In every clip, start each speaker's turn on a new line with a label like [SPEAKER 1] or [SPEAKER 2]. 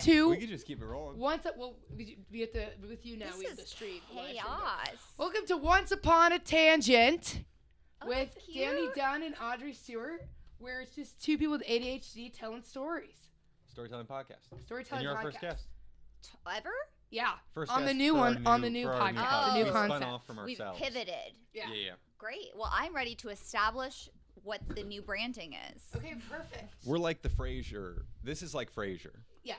[SPEAKER 1] just keep it rolling.
[SPEAKER 2] Once, a, well, we we have to with you now. we
[SPEAKER 3] This
[SPEAKER 2] have
[SPEAKER 3] is
[SPEAKER 2] the street Well, actually, no.
[SPEAKER 3] chaos.
[SPEAKER 2] Welcome to Once Upon a Tangent
[SPEAKER 3] Oh,
[SPEAKER 2] with
[SPEAKER 3] that's
[SPEAKER 2] Danny
[SPEAKER 3] cute.
[SPEAKER 2] Dunn and Audrey Stewart, where it's just two people with ADHD telling stories,
[SPEAKER 1] Storytelling podcast.
[SPEAKER 2] storytelling
[SPEAKER 1] And you're
[SPEAKER 2] podcast.
[SPEAKER 1] our first guest.
[SPEAKER 3] T- Ever?
[SPEAKER 2] Yeah,
[SPEAKER 1] First
[SPEAKER 2] On the
[SPEAKER 1] guest
[SPEAKER 2] new
[SPEAKER 1] for our
[SPEAKER 2] one- on the new
[SPEAKER 1] for our
[SPEAKER 2] podcast, the new
[SPEAKER 1] we
[SPEAKER 2] concept.
[SPEAKER 1] spun off from
[SPEAKER 3] We've
[SPEAKER 1] ourselves.
[SPEAKER 3] pivoted.
[SPEAKER 2] yeah.
[SPEAKER 1] Yeah, yeah.
[SPEAKER 3] Great. Well, I'm ready to establish what the new branding is.
[SPEAKER 2] Okay, perfect.
[SPEAKER 1] We're like the Frasier. This is like Frasier.
[SPEAKER 2] yeah,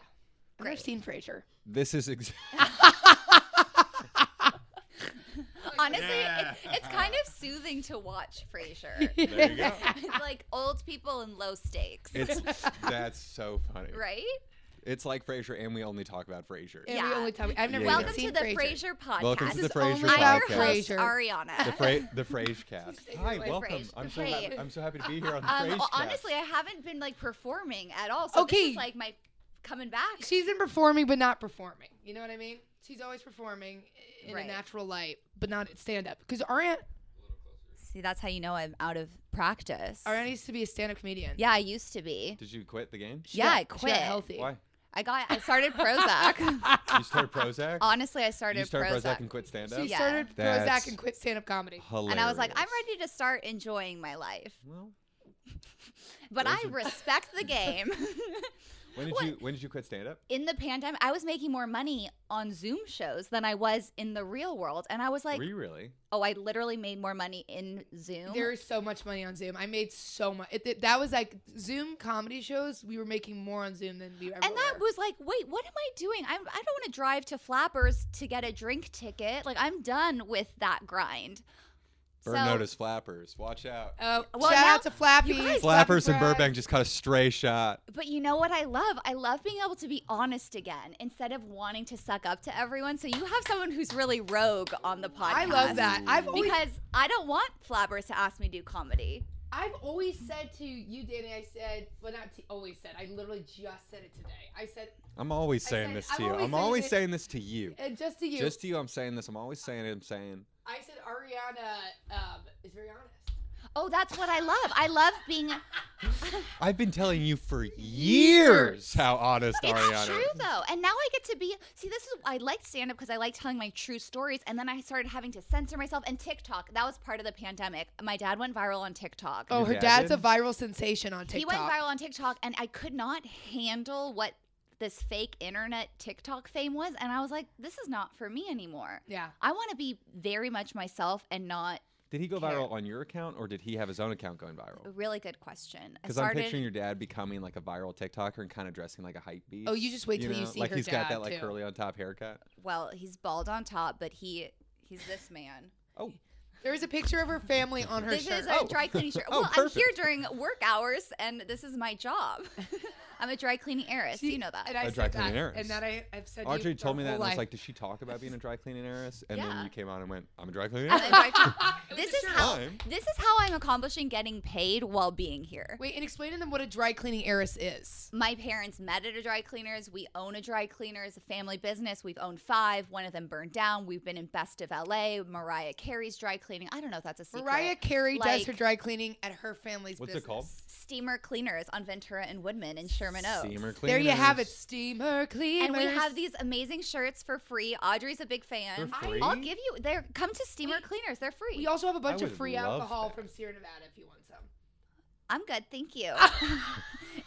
[SPEAKER 2] I've never
[SPEAKER 3] Great.
[SPEAKER 2] seen Frasier.
[SPEAKER 1] This is ex-
[SPEAKER 3] Honestly,
[SPEAKER 1] Yeah.
[SPEAKER 3] it, it's kind of soothing to watch Frasier.
[SPEAKER 1] There you go.
[SPEAKER 3] it's like old people and low stakes.
[SPEAKER 1] it's that's so funny.
[SPEAKER 3] right?
[SPEAKER 1] It's like Frasier, and we only talk about Frasier.
[SPEAKER 2] And
[SPEAKER 3] Yeah.
[SPEAKER 2] we only talk. I've never
[SPEAKER 1] Yeah.
[SPEAKER 2] even
[SPEAKER 3] Welcome to
[SPEAKER 2] seen
[SPEAKER 3] the
[SPEAKER 2] Frasier.
[SPEAKER 3] Frasier podcast.
[SPEAKER 1] Welcome to
[SPEAKER 2] This
[SPEAKER 1] the
[SPEAKER 2] is only
[SPEAKER 3] I'm
[SPEAKER 1] Frasier
[SPEAKER 2] about
[SPEAKER 3] your
[SPEAKER 1] podcast.
[SPEAKER 3] host,
[SPEAKER 2] Frasier.
[SPEAKER 3] Ariana.
[SPEAKER 1] The Fra- the Frasier cast.
[SPEAKER 2] Please say
[SPEAKER 1] Hi,
[SPEAKER 2] you're right.
[SPEAKER 1] welcome.
[SPEAKER 3] Frasier.
[SPEAKER 1] I'm so happy,
[SPEAKER 3] Frasier.
[SPEAKER 1] I'm so happy to be here on the
[SPEAKER 3] Um,
[SPEAKER 1] Frasier
[SPEAKER 3] well,
[SPEAKER 1] cast.
[SPEAKER 3] honestly, I haven't been like performing at all. So this
[SPEAKER 2] Okay.
[SPEAKER 3] is like my coming back.
[SPEAKER 2] She's been performing, but not performing. You know what I mean? She's always performing in
[SPEAKER 3] Right.
[SPEAKER 2] a natural light, but not at stand up. Because Ariana,
[SPEAKER 3] See, that's how you know I'm out of practice.
[SPEAKER 2] Ariana used to be a stand up comedian.
[SPEAKER 3] Yeah, I used to be.
[SPEAKER 1] Did you quit the game?
[SPEAKER 2] She
[SPEAKER 3] yeah,
[SPEAKER 2] got-
[SPEAKER 3] I
[SPEAKER 2] She
[SPEAKER 3] quit.
[SPEAKER 2] got healthy.
[SPEAKER 1] Why?
[SPEAKER 3] I got. I started Prozac.
[SPEAKER 1] You started Prozac.
[SPEAKER 3] Honestly, I started
[SPEAKER 1] you started Prozac,
[SPEAKER 3] Prozac,
[SPEAKER 1] and quit stand up.
[SPEAKER 2] She
[SPEAKER 3] Yeah.
[SPEAKER 2] started
[SPEAKER 1] That's-
[SPEAKER 2] Prozac and quit stand up comedy.
[SPEAKER 1] Hilarious.
[SPEAKER 3] and I was like, I'm ready to start enjoying my life.
[SPEAKER 1] Well,
[SPEAKER 3] But
[SPEAKER 1] Those
[SPEAKER 3] I
[SPEAKER 1] are-
[SPEAKER 3] respect the game.
[SPEAKER 1] when did
[SPEAKER 3] What?
[SPEAKER 1] you when did you quit stand up?
[SPEAKER 3] in the pandemic, I was making more money on Zoom shows than I was in the real world, and I was like,
[SPEAKER 1] Were you really?
[SPEAKER 3] "Oh, I literally made more money in Zoom."
[SPEAKER 2] There is so much money on Zoom. I made so much. It, it- that was like Zoom comedy shows. We were making more on Zoom than we ever.
[SPEAKER 3] and that
[SPEAKER 2] were.
[SPEAKER 3] was like, wait, what am I doing? I'm, I don't want to drive to Flappers to get a drink ticket. Like, I'm done with that grind.
[SPEAKER 1] Burn
[SPEAKER 3] so,
[SPEAKER 1] notice flappers. Watch out.
[SPEAKER 2] Uh,
[SPEAKER 3] Well,
[SPEAKER 2] shout
[SPEAKER 3] now-
[SPEAKER 2] out to Flappy.
[SPEAKER 3] you guys-
[SPEAKER 1] Flappers in
[SPEAKER 2] Fry.
[SPEAKER 1] Burbank just caught a stray shot.
[SPEAKER 3] But you know what I love? I love being able to be honest again instead of wanting to suck up to everyone. So you have someone who's really rogue on the podcast.
[SPEAKER 2] I love that. I've always,
[SPEAKER 3] Because I don't want flabbers to ask me to do comedy.
[SPEAKER 2] I've always said to you, Danny. I said, well, not t- always said. I literally just said it today. I said,
[SPEAKER 1] I'm always
[SPEAKER 2] I
[SPEAKER 1] saying
[SPEAKER 2] said-
[SPEAKER 1] this
[SPEAKER 2] I'm
[SPEAKER 1] to you.
[SPEAKER 2] always
[SPEAKER 1] I'm
[SPEAKER 2] saying
[SPEAKER 1] always
[SPEAKER 2] it-
[SPEAKER 1] saying this to you.
[SPEAKER 2] and just to you,
[SPEAKER 1] Just to you, I'm saying this. I'm always saying it. I'm saying.
[SPEAKER 2] I said Ariana um, is very honest.
[SPEAKER 3] Oh, that's what I love. I love being.
[SPEAKER 1] I've been telling you for years how honest
[SPEAKER 3] It's
[SPEAKER 1] Ariana.
[SPEAKER 3] true though, and now I get to be. See, this is I like stand up because I like telling my true stories, and then I started having to censor myself. And TikTok, that was part of the pandemic. My dad went viral on TikTok.
[SPEAKER 2] Oh,
[SPEAKER 1] Your
[SPEAKER 2] her
[SPEAKER 1] dad
[SPEAKER 2] dad's a
[SPEAKER 1] did?
[SPEAKER 2] viral sensation on TikTok.
[SPEAKER 3] He went viral on TikTok, and I could not handle what this fake internet TikTok fame was, and I was like, this is not for me anymore.
[SPEAKER 2] Yeah.
[SPEAKER 3] I want to be very much myself and not.
[SPEAKER 1] Did he go
[SPEAKER 3] Care.
[SPEAKER 1] viral on your account, or did he have his own account going viral?
[SPEAKER 3] Really good question. I
[SPEAKER 1] Because I'm
[SPEAKER 3] started.
[SPEAKER 1] picturing your dad becoming like a viral TikToker and kind of dressing like a hype beast.
[SPEAKER 2] Oh, you just wait till you see
[SPEAKER 1] like
[SPEAKER 2] her
[SPEAKER 1] he's got
[SPEAKER 2] dad,
[SPEAKER 1] that like
[SPEAKER 2] too.
[SPEAKER 1] curly on top haircut.
[SPEAKER 3] well, he's bald on top, but he he's this man.
[SPEAKER 1] Oh,
[SPEAKER 2] There is a picture of her family on her
[SPEAKER 3] this
[SPEAKER 2] shirt.
[SPEAKER 3] is our
[SPEAKER 1] Oh.
[SPEAKER 3] dry cleaning shirt.
[SPEAKER 1] Oh,
[SPEAKER 3] well, I'm here
[SPEAKER 1] perfect.
[SPEAKER 3] during work hours, and this is my job. I'm a dry cleaning heiress.
[SPEAKER 2] See,
[SPEAKER 3] you know that.
[SPEAKER 2] And I
[SPEAKER 1] A
[SPEAKER 2] said
[SPEAKER 1] dry cleaning
[SPEAKER 2] that,
[SPEAKER 1] heiress.
[SPEAKER 2] and that I, I've said. to you
[SPEAKER 1] Audrey
[SPEAKER 2] the
[SPEAKER 1] told me that,
[SPEAKER 2] whole
[SPEAKER 1] and I was
[SPEAKER 2] life.
[SPEAKER 1] like, "Does she talk about being a dry cleaning heiress?" And
[SPEAKER 3] Yeah.
[SPEAKER 1] then you came on and went, "I'm a dry cleaning
[SPEAKER 3] I'm
[SPEAKER 1] heiress."
[SPEAKER 3] a dry-
[SPEAKER 2] It was
[SPEAKER 3] this
[SPEAKER 2] a
[SPEAKER 3] is
[SPEAKER 2] shirt.
[SPEAKER 3] how
[SPEAKER 1] Time.
[SPEAKER 3] this is how I'm accomplishing getting paid while being here.
[SPEAKER 2] Wait, and explain to them what a dry cleaning heiress is.
[SPEAKER 3] My parents met at a dry cleaners. We own a dry cleaner. It's a family business. We've owned five. One of them burned down. We've been in Best of LA. Mariah Carey's dry cleaning. I don't know if that's a secret.
[SPEAKER 2] Mariah Carey does her
[SPEAKER 3] Like-
[SPEAKER 2] dry cleaning at her family's
[SPEAKER 1] What's
[SPEAKER 2] business.
[SPEAKER 1] it called?
[SPEAKER 3] Steamer Cleaners on Ventura and Woodman in Sherman Oaks.
[SPEAKER 1] Steamer
[SPEAKER 2] There you have it,
[SPEAKER 1] cleaners.
[SPEAKER 2] steamer cleaners.
[SPEAKER 3] and we have these amazing shirts for free. Audrey's a big fan.
[SPEAKER 1] For free?
[SPEAKER 3] I'll give you. They're come to Steamer
[SPEAKER 2] We-
[SPEAKER 3] Cleaners. They're free.
[SPEAKER 2] We also have a bunch
[SPEAKER 1] I
[SPEAKER 2] of
[SPEAKER 1] would
[SPEAKER 2] free
[SPEAKER 1] love
[SPEAKER 2] alcohol
[SPEAKER 1] that.
[SPEAKER 2] from Sierra Nevada if you want some.
[SPEAKER 3] I'm good, thank you.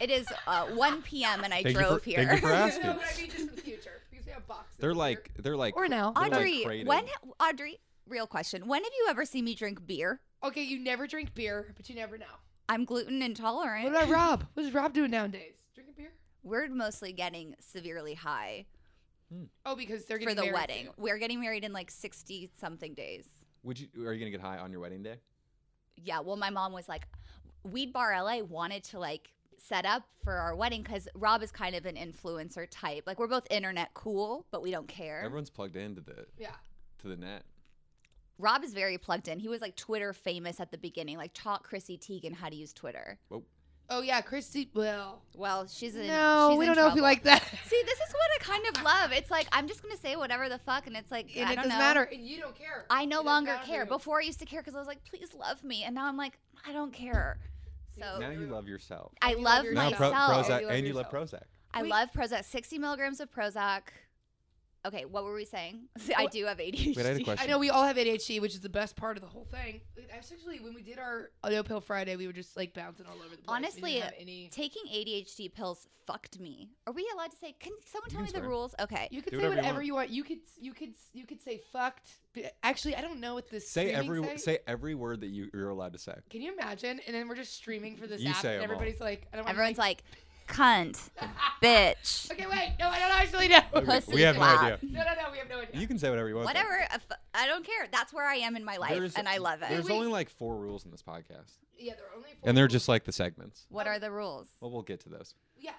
[SPEAKER 3] it is uh, 1 p.m. and I
[SPEAKER 1] Thank you
[SPEAKER 3] drove
[SPEAKER 1] for-
[SPEAKER 3] here.
[SPEAKER 1] thank you for asking.
[SPEAKER 2] No,
[SPEAKER 1] Basket.
[SPEAKER 2] but I mean just in the future because we have boxes.
[SPEAKER 1] They're
[SPEAKER 2] here.
[SPEAKER 1] like they're like
[SPEAKER 2] Or now.
[SPEAKER 1] they're like
[SPEAKER 3] Audrey,
[SPEAKER 1] crated.
[SPEAKER 3] when Audrey, real question. When have you ever seen me drink beer?
[SPEAKER 2] okay, you never drink beer, but you never know.
[SPEAKER 3] I'm gluten intolerant.
[SPEAKER 2] What about Rob? What is Rob doing nowadays? Drinking beer?
[SPEAKER 3] We're mostly getting severely high
[SPEAKER 2] Oh, because they're
[SPEAKER 3] for
[SPEAKER 2] getting
[SPEAKER 3] the
[SPEAKER 2] married
[SPEAKER 3] wedding.
[SPEAKER 2] soon.
[SPEAKER 3] We're getting married in like 60 something days.
[SPEAKER 1] would you are you gonna get high on your wedding day?
[SPEAKER 3] Yeah, well my mom was like Weed Bar LA wanted to like set up for our wedding cuz Rob is kind of an influencer type. Like we're both internet cool, but we don't care.
[SPEAKER 1] Everyone's plugged into the
[SPEAKER 2] Yeah.
[SPEAKER 1] to the net.
[SPEAKER 3] Rob is very plugged in. He was like Twitter famous at the beginning, like taught Chrissy Teigen how to use Twitter.
[SPEAKER 2] Oh yeah, Christy. Well,
[SPEAKER 3] Well, she's in
[SPEAKER 2] no,
[SPEAKER 3] she's
[SPEAKER 2] we
[SPEAKER 3] in
[SPEAKER 2] don't know if we
[SPEAKER 3] trouble.
[SPEAKER 2] like that.
[SPEAKER 3] See, this is what I kind of love. It's like I'm just gonna say whatever the fuck, and it's like
[SPEAKER 2] and
[SPEAKER 3] I
[SPEAKER 2] it
[SPEAKER 3] don't
[SPEAKER 2] doesn't
[SPEAKER 3] know.
[SPEAKER 2] matter. And you don't care.
[SPEAKER 3] I
[SPEAKER 2] It
[SPEAKER 3] no
[SPEAKER 2] doesn't
[SPEAKER 3] longer
[SPEAKER 2] matter to
[SPEAKER 3] care.
[SPEAKER 2] you.
[SPEAKER 3] Before I used to care because I was like, please love me, and now I'm like, I don't care. So
[SPEAKER 2] Oh.
[SPEAKER 1] Now you love yourself.
[SPEAKER 3] I
[SPEAKER 2] You love
[SPEAKER 3] love
[SPEAKER 2] yourself.
[SPEAKER 1] Now
[SPEAKER 3] myself.
[SPEAKER 1] Pro-
[SPEAKER 2] Oh, you
[SPEAKER 1] Prozac
[SPEAKER 2] love
[SPEAKER 1] and you love
[SPEAKER 2] yourself.
[SPEAKER 1] Prozac.
[SPEAKER 3] I
[SPEAKER 2] Wait.
[SPEAKER 3] love Prozac. 60 milligrams of Prozac. Okay, what were we saying? I
[SPEAKER 2] Oh,
[SPEAKER 3] do have ADHD.
[SPEAKER 1] Wait, I had a
[SPEAKER 2] I
[SPEAKER 1] question.
[SPEAKER 2] know we all have ADHD, which is the best part of the whole thing. It- Actually, when we did our no pill Friday, we were just like bouncing all over the place. We didn't
[SPEAKER 3] Honestly,
[SPEAKER 2] have any.
[SPEAKER 3] Taking ADHD pills fucked me. Are we allowed to say? Can someone
[SPEAKER 1] You
[SPEAKER 3] tell
[SPEAKER 1] can
[SPEAKER 3] me the
[SPEAKER 1] swear.
[SPEAKER 3] rules? Okay.
[SPEAKER 2] You could
[SPEAKER 1] Do
[SPEAKER 2] say
[SPEAKER 1] whatever
[SPEAKER 2] whatever
[SPEAKER 1] you want.
[SPEAKER 2] you want. You could you could you could say fucked. but Actually, I don't know what this
[SPEAKER 1] Say
[SPEAKER 2] streaming
[SPEAKER 1] every
[SPEAKER 2] site-
[SPEAKER 1] say every word that you, you're allowed to say.
[SPEAKER 2] Can you imagine? And then we're just streaming for this
[SPEAKER 1] You
[SPEAKER 2] app,
[SPEAKER 1] say
[SPEAKER 2] and
[SPEAKER 1] 'em all.
[SPEAKER 2] everybody's like, I don't wanna
[SPEAKER 3] Everyone's
[SPEAKER 2] make-
[SPEAKER 3] like, cunt, bitch,
[SPEAKER 2] okay, wait, no, I don't actually know.
[SPEAKER 1] Okay,
[SPEAKER 3] Pussy
[SPEAKER 1] we have no
[SPEAKER 3] slap.
[SPEAKER 1] idea.
[SPEAKER 2] No, no, no, we have no idea.
[SPEAKER 1] You can say whatever you want. though.
[SPEAKER 3] whatever. a f- I don't care. That's where I am in my life,
[SPEAKER 1] There's-
[SPEAKER 3] and I love it.
[SPEAKER 1] There's
[SPEAKER 2] Wait,
[SPEAKER 1] only
[SPEAKER 2] wait.
[SPEAKER 1] like four rules in this podcast,
[SPEAKER 2] yeah, they're only four
[SPEAKER 1] and they're
[SPEAKER 2] people.
[SPEAKER 1] just like the segments.
[SPEAKER 3] What are the rules?
[SPEAKER 1] Well, we'll get to those.
[SPEAKER 2] yeah.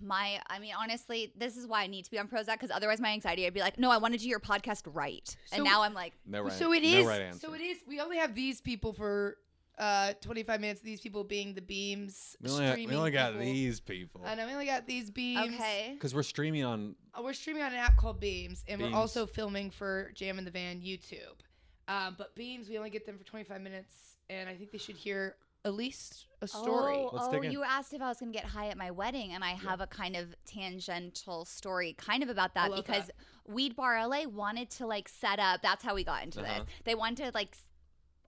[SPEAKER 3] My, I mean, honestly, this is why I need to be on Prozac because otherwise, my anxiety, I'd be like, no, I want to do your podcast right,
[SPEAKER 2] So-
[SPEAKER 3] and now I'm like,
[SPEAKER 1] No right.
[SPEAKER 2] So it
[SPEAKER 1] no
[SPEAKER 2] is.
[SPEAKER 1] right answer.
[SPEAKER 2] so it is. We only have these people for uh 25 minutes. These people being the beams.
[SPEAKER 1] We only,
[SPEAKER 2] streaming
[SPEAKER 1] we only got
[SPEAKER 2] people.
[SPEAKER 1] these people
[SPEAKER 2] I know we only got these beams.
[SPEAKER 3] okay,
[SPEAKER 1] because we're streaming on.
[SPEAKER 2] Uh, We're streaming on an app called Beams, and
[SPEAKER 1] Beams.
[SPEAKER 2] we're also filming for Jam in the Van YouTube. Um, but Beams, we only get them for 25 minutes, and I think they should hear at least a story.
[SPEAKER 3] Oh,
[SPEAKER 1] Let's
[SPEAKER 3] oh,
[SPEAKER 1] dig in.
[SPEAKER 3] you asked if I was going to get high at my wedding, and I have a kind of tangential story, kind of about that
[SPEAKER 2] love
[SPEAKER 3] because
[SPEAKER 2] that.
[SPEAKER 3] Weed Bar LA wanted to like set up. That's how we got into
[SPEAKER 1] Uh-huh.
[SPEAKER 3] this. They wanted to like, s-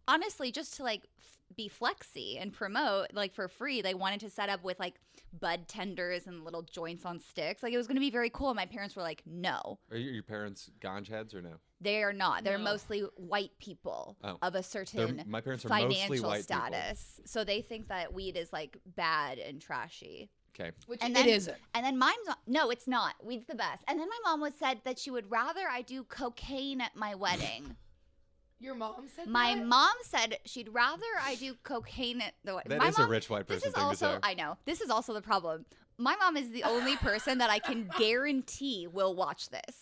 [SPEAKER 3] honestly, just to like f- be flexy and promote like for free. They wanted to set up with like bud tenders and little joints on sticks. Like it was going to be very cool. And my parents were like, no.
[SPEAKER 1] Are your your parents ganj heads or no?
[SPEAKER 3] They are not. They're
[SPEAKER 2] No.
[SPEAKER 3] mostly white people
[SPEAKER 1] Oh.
[SPEAKER 3] of a
[SPEAKER 1] They're-
[SPEAKER 3] certain
[SPEAKER 1] my parents are mostly
[SPEAKER 3] financial
[SPEAKER 1] white
[SPEAKER 3] status. So they think that weed is like bad and trashy.
[SPEAKER 1] people. Okay.
[SPEAKER 2] Which
[SPEAKER 3] And
[SPEAKER 2] it
[SPEAKER 3] then-
[SPEAKER 2] isn't.
[SPEAKER 3] And then my mom, no, it's not. Weed's the best. And then my mom was said that she would rather I do cocaine at my wedding.
[SPEAKER 2] Your mom said
[SPEAKER 3] my
[SPEAKER 2] that?
[SPEAKER 3] mom said she'd rather I do cocaine at the wedding.
[SPEAKER 1] That is
[SPEAKER 3] my
[SPEAKER 1] a
[SPEAKER 3] mom,
[SPEAKER 1] rich white
[SPEAKER 3] This
[SPEAKER 1] person
[SPEAKER 3] is
[SPEAKER 1] thing
[SPEAKER 3] also,
[SPEAKER 1] to say.
[SPEAKER 3] I know, this is also the problem. My mom is the only person that I can guarantee will watch this.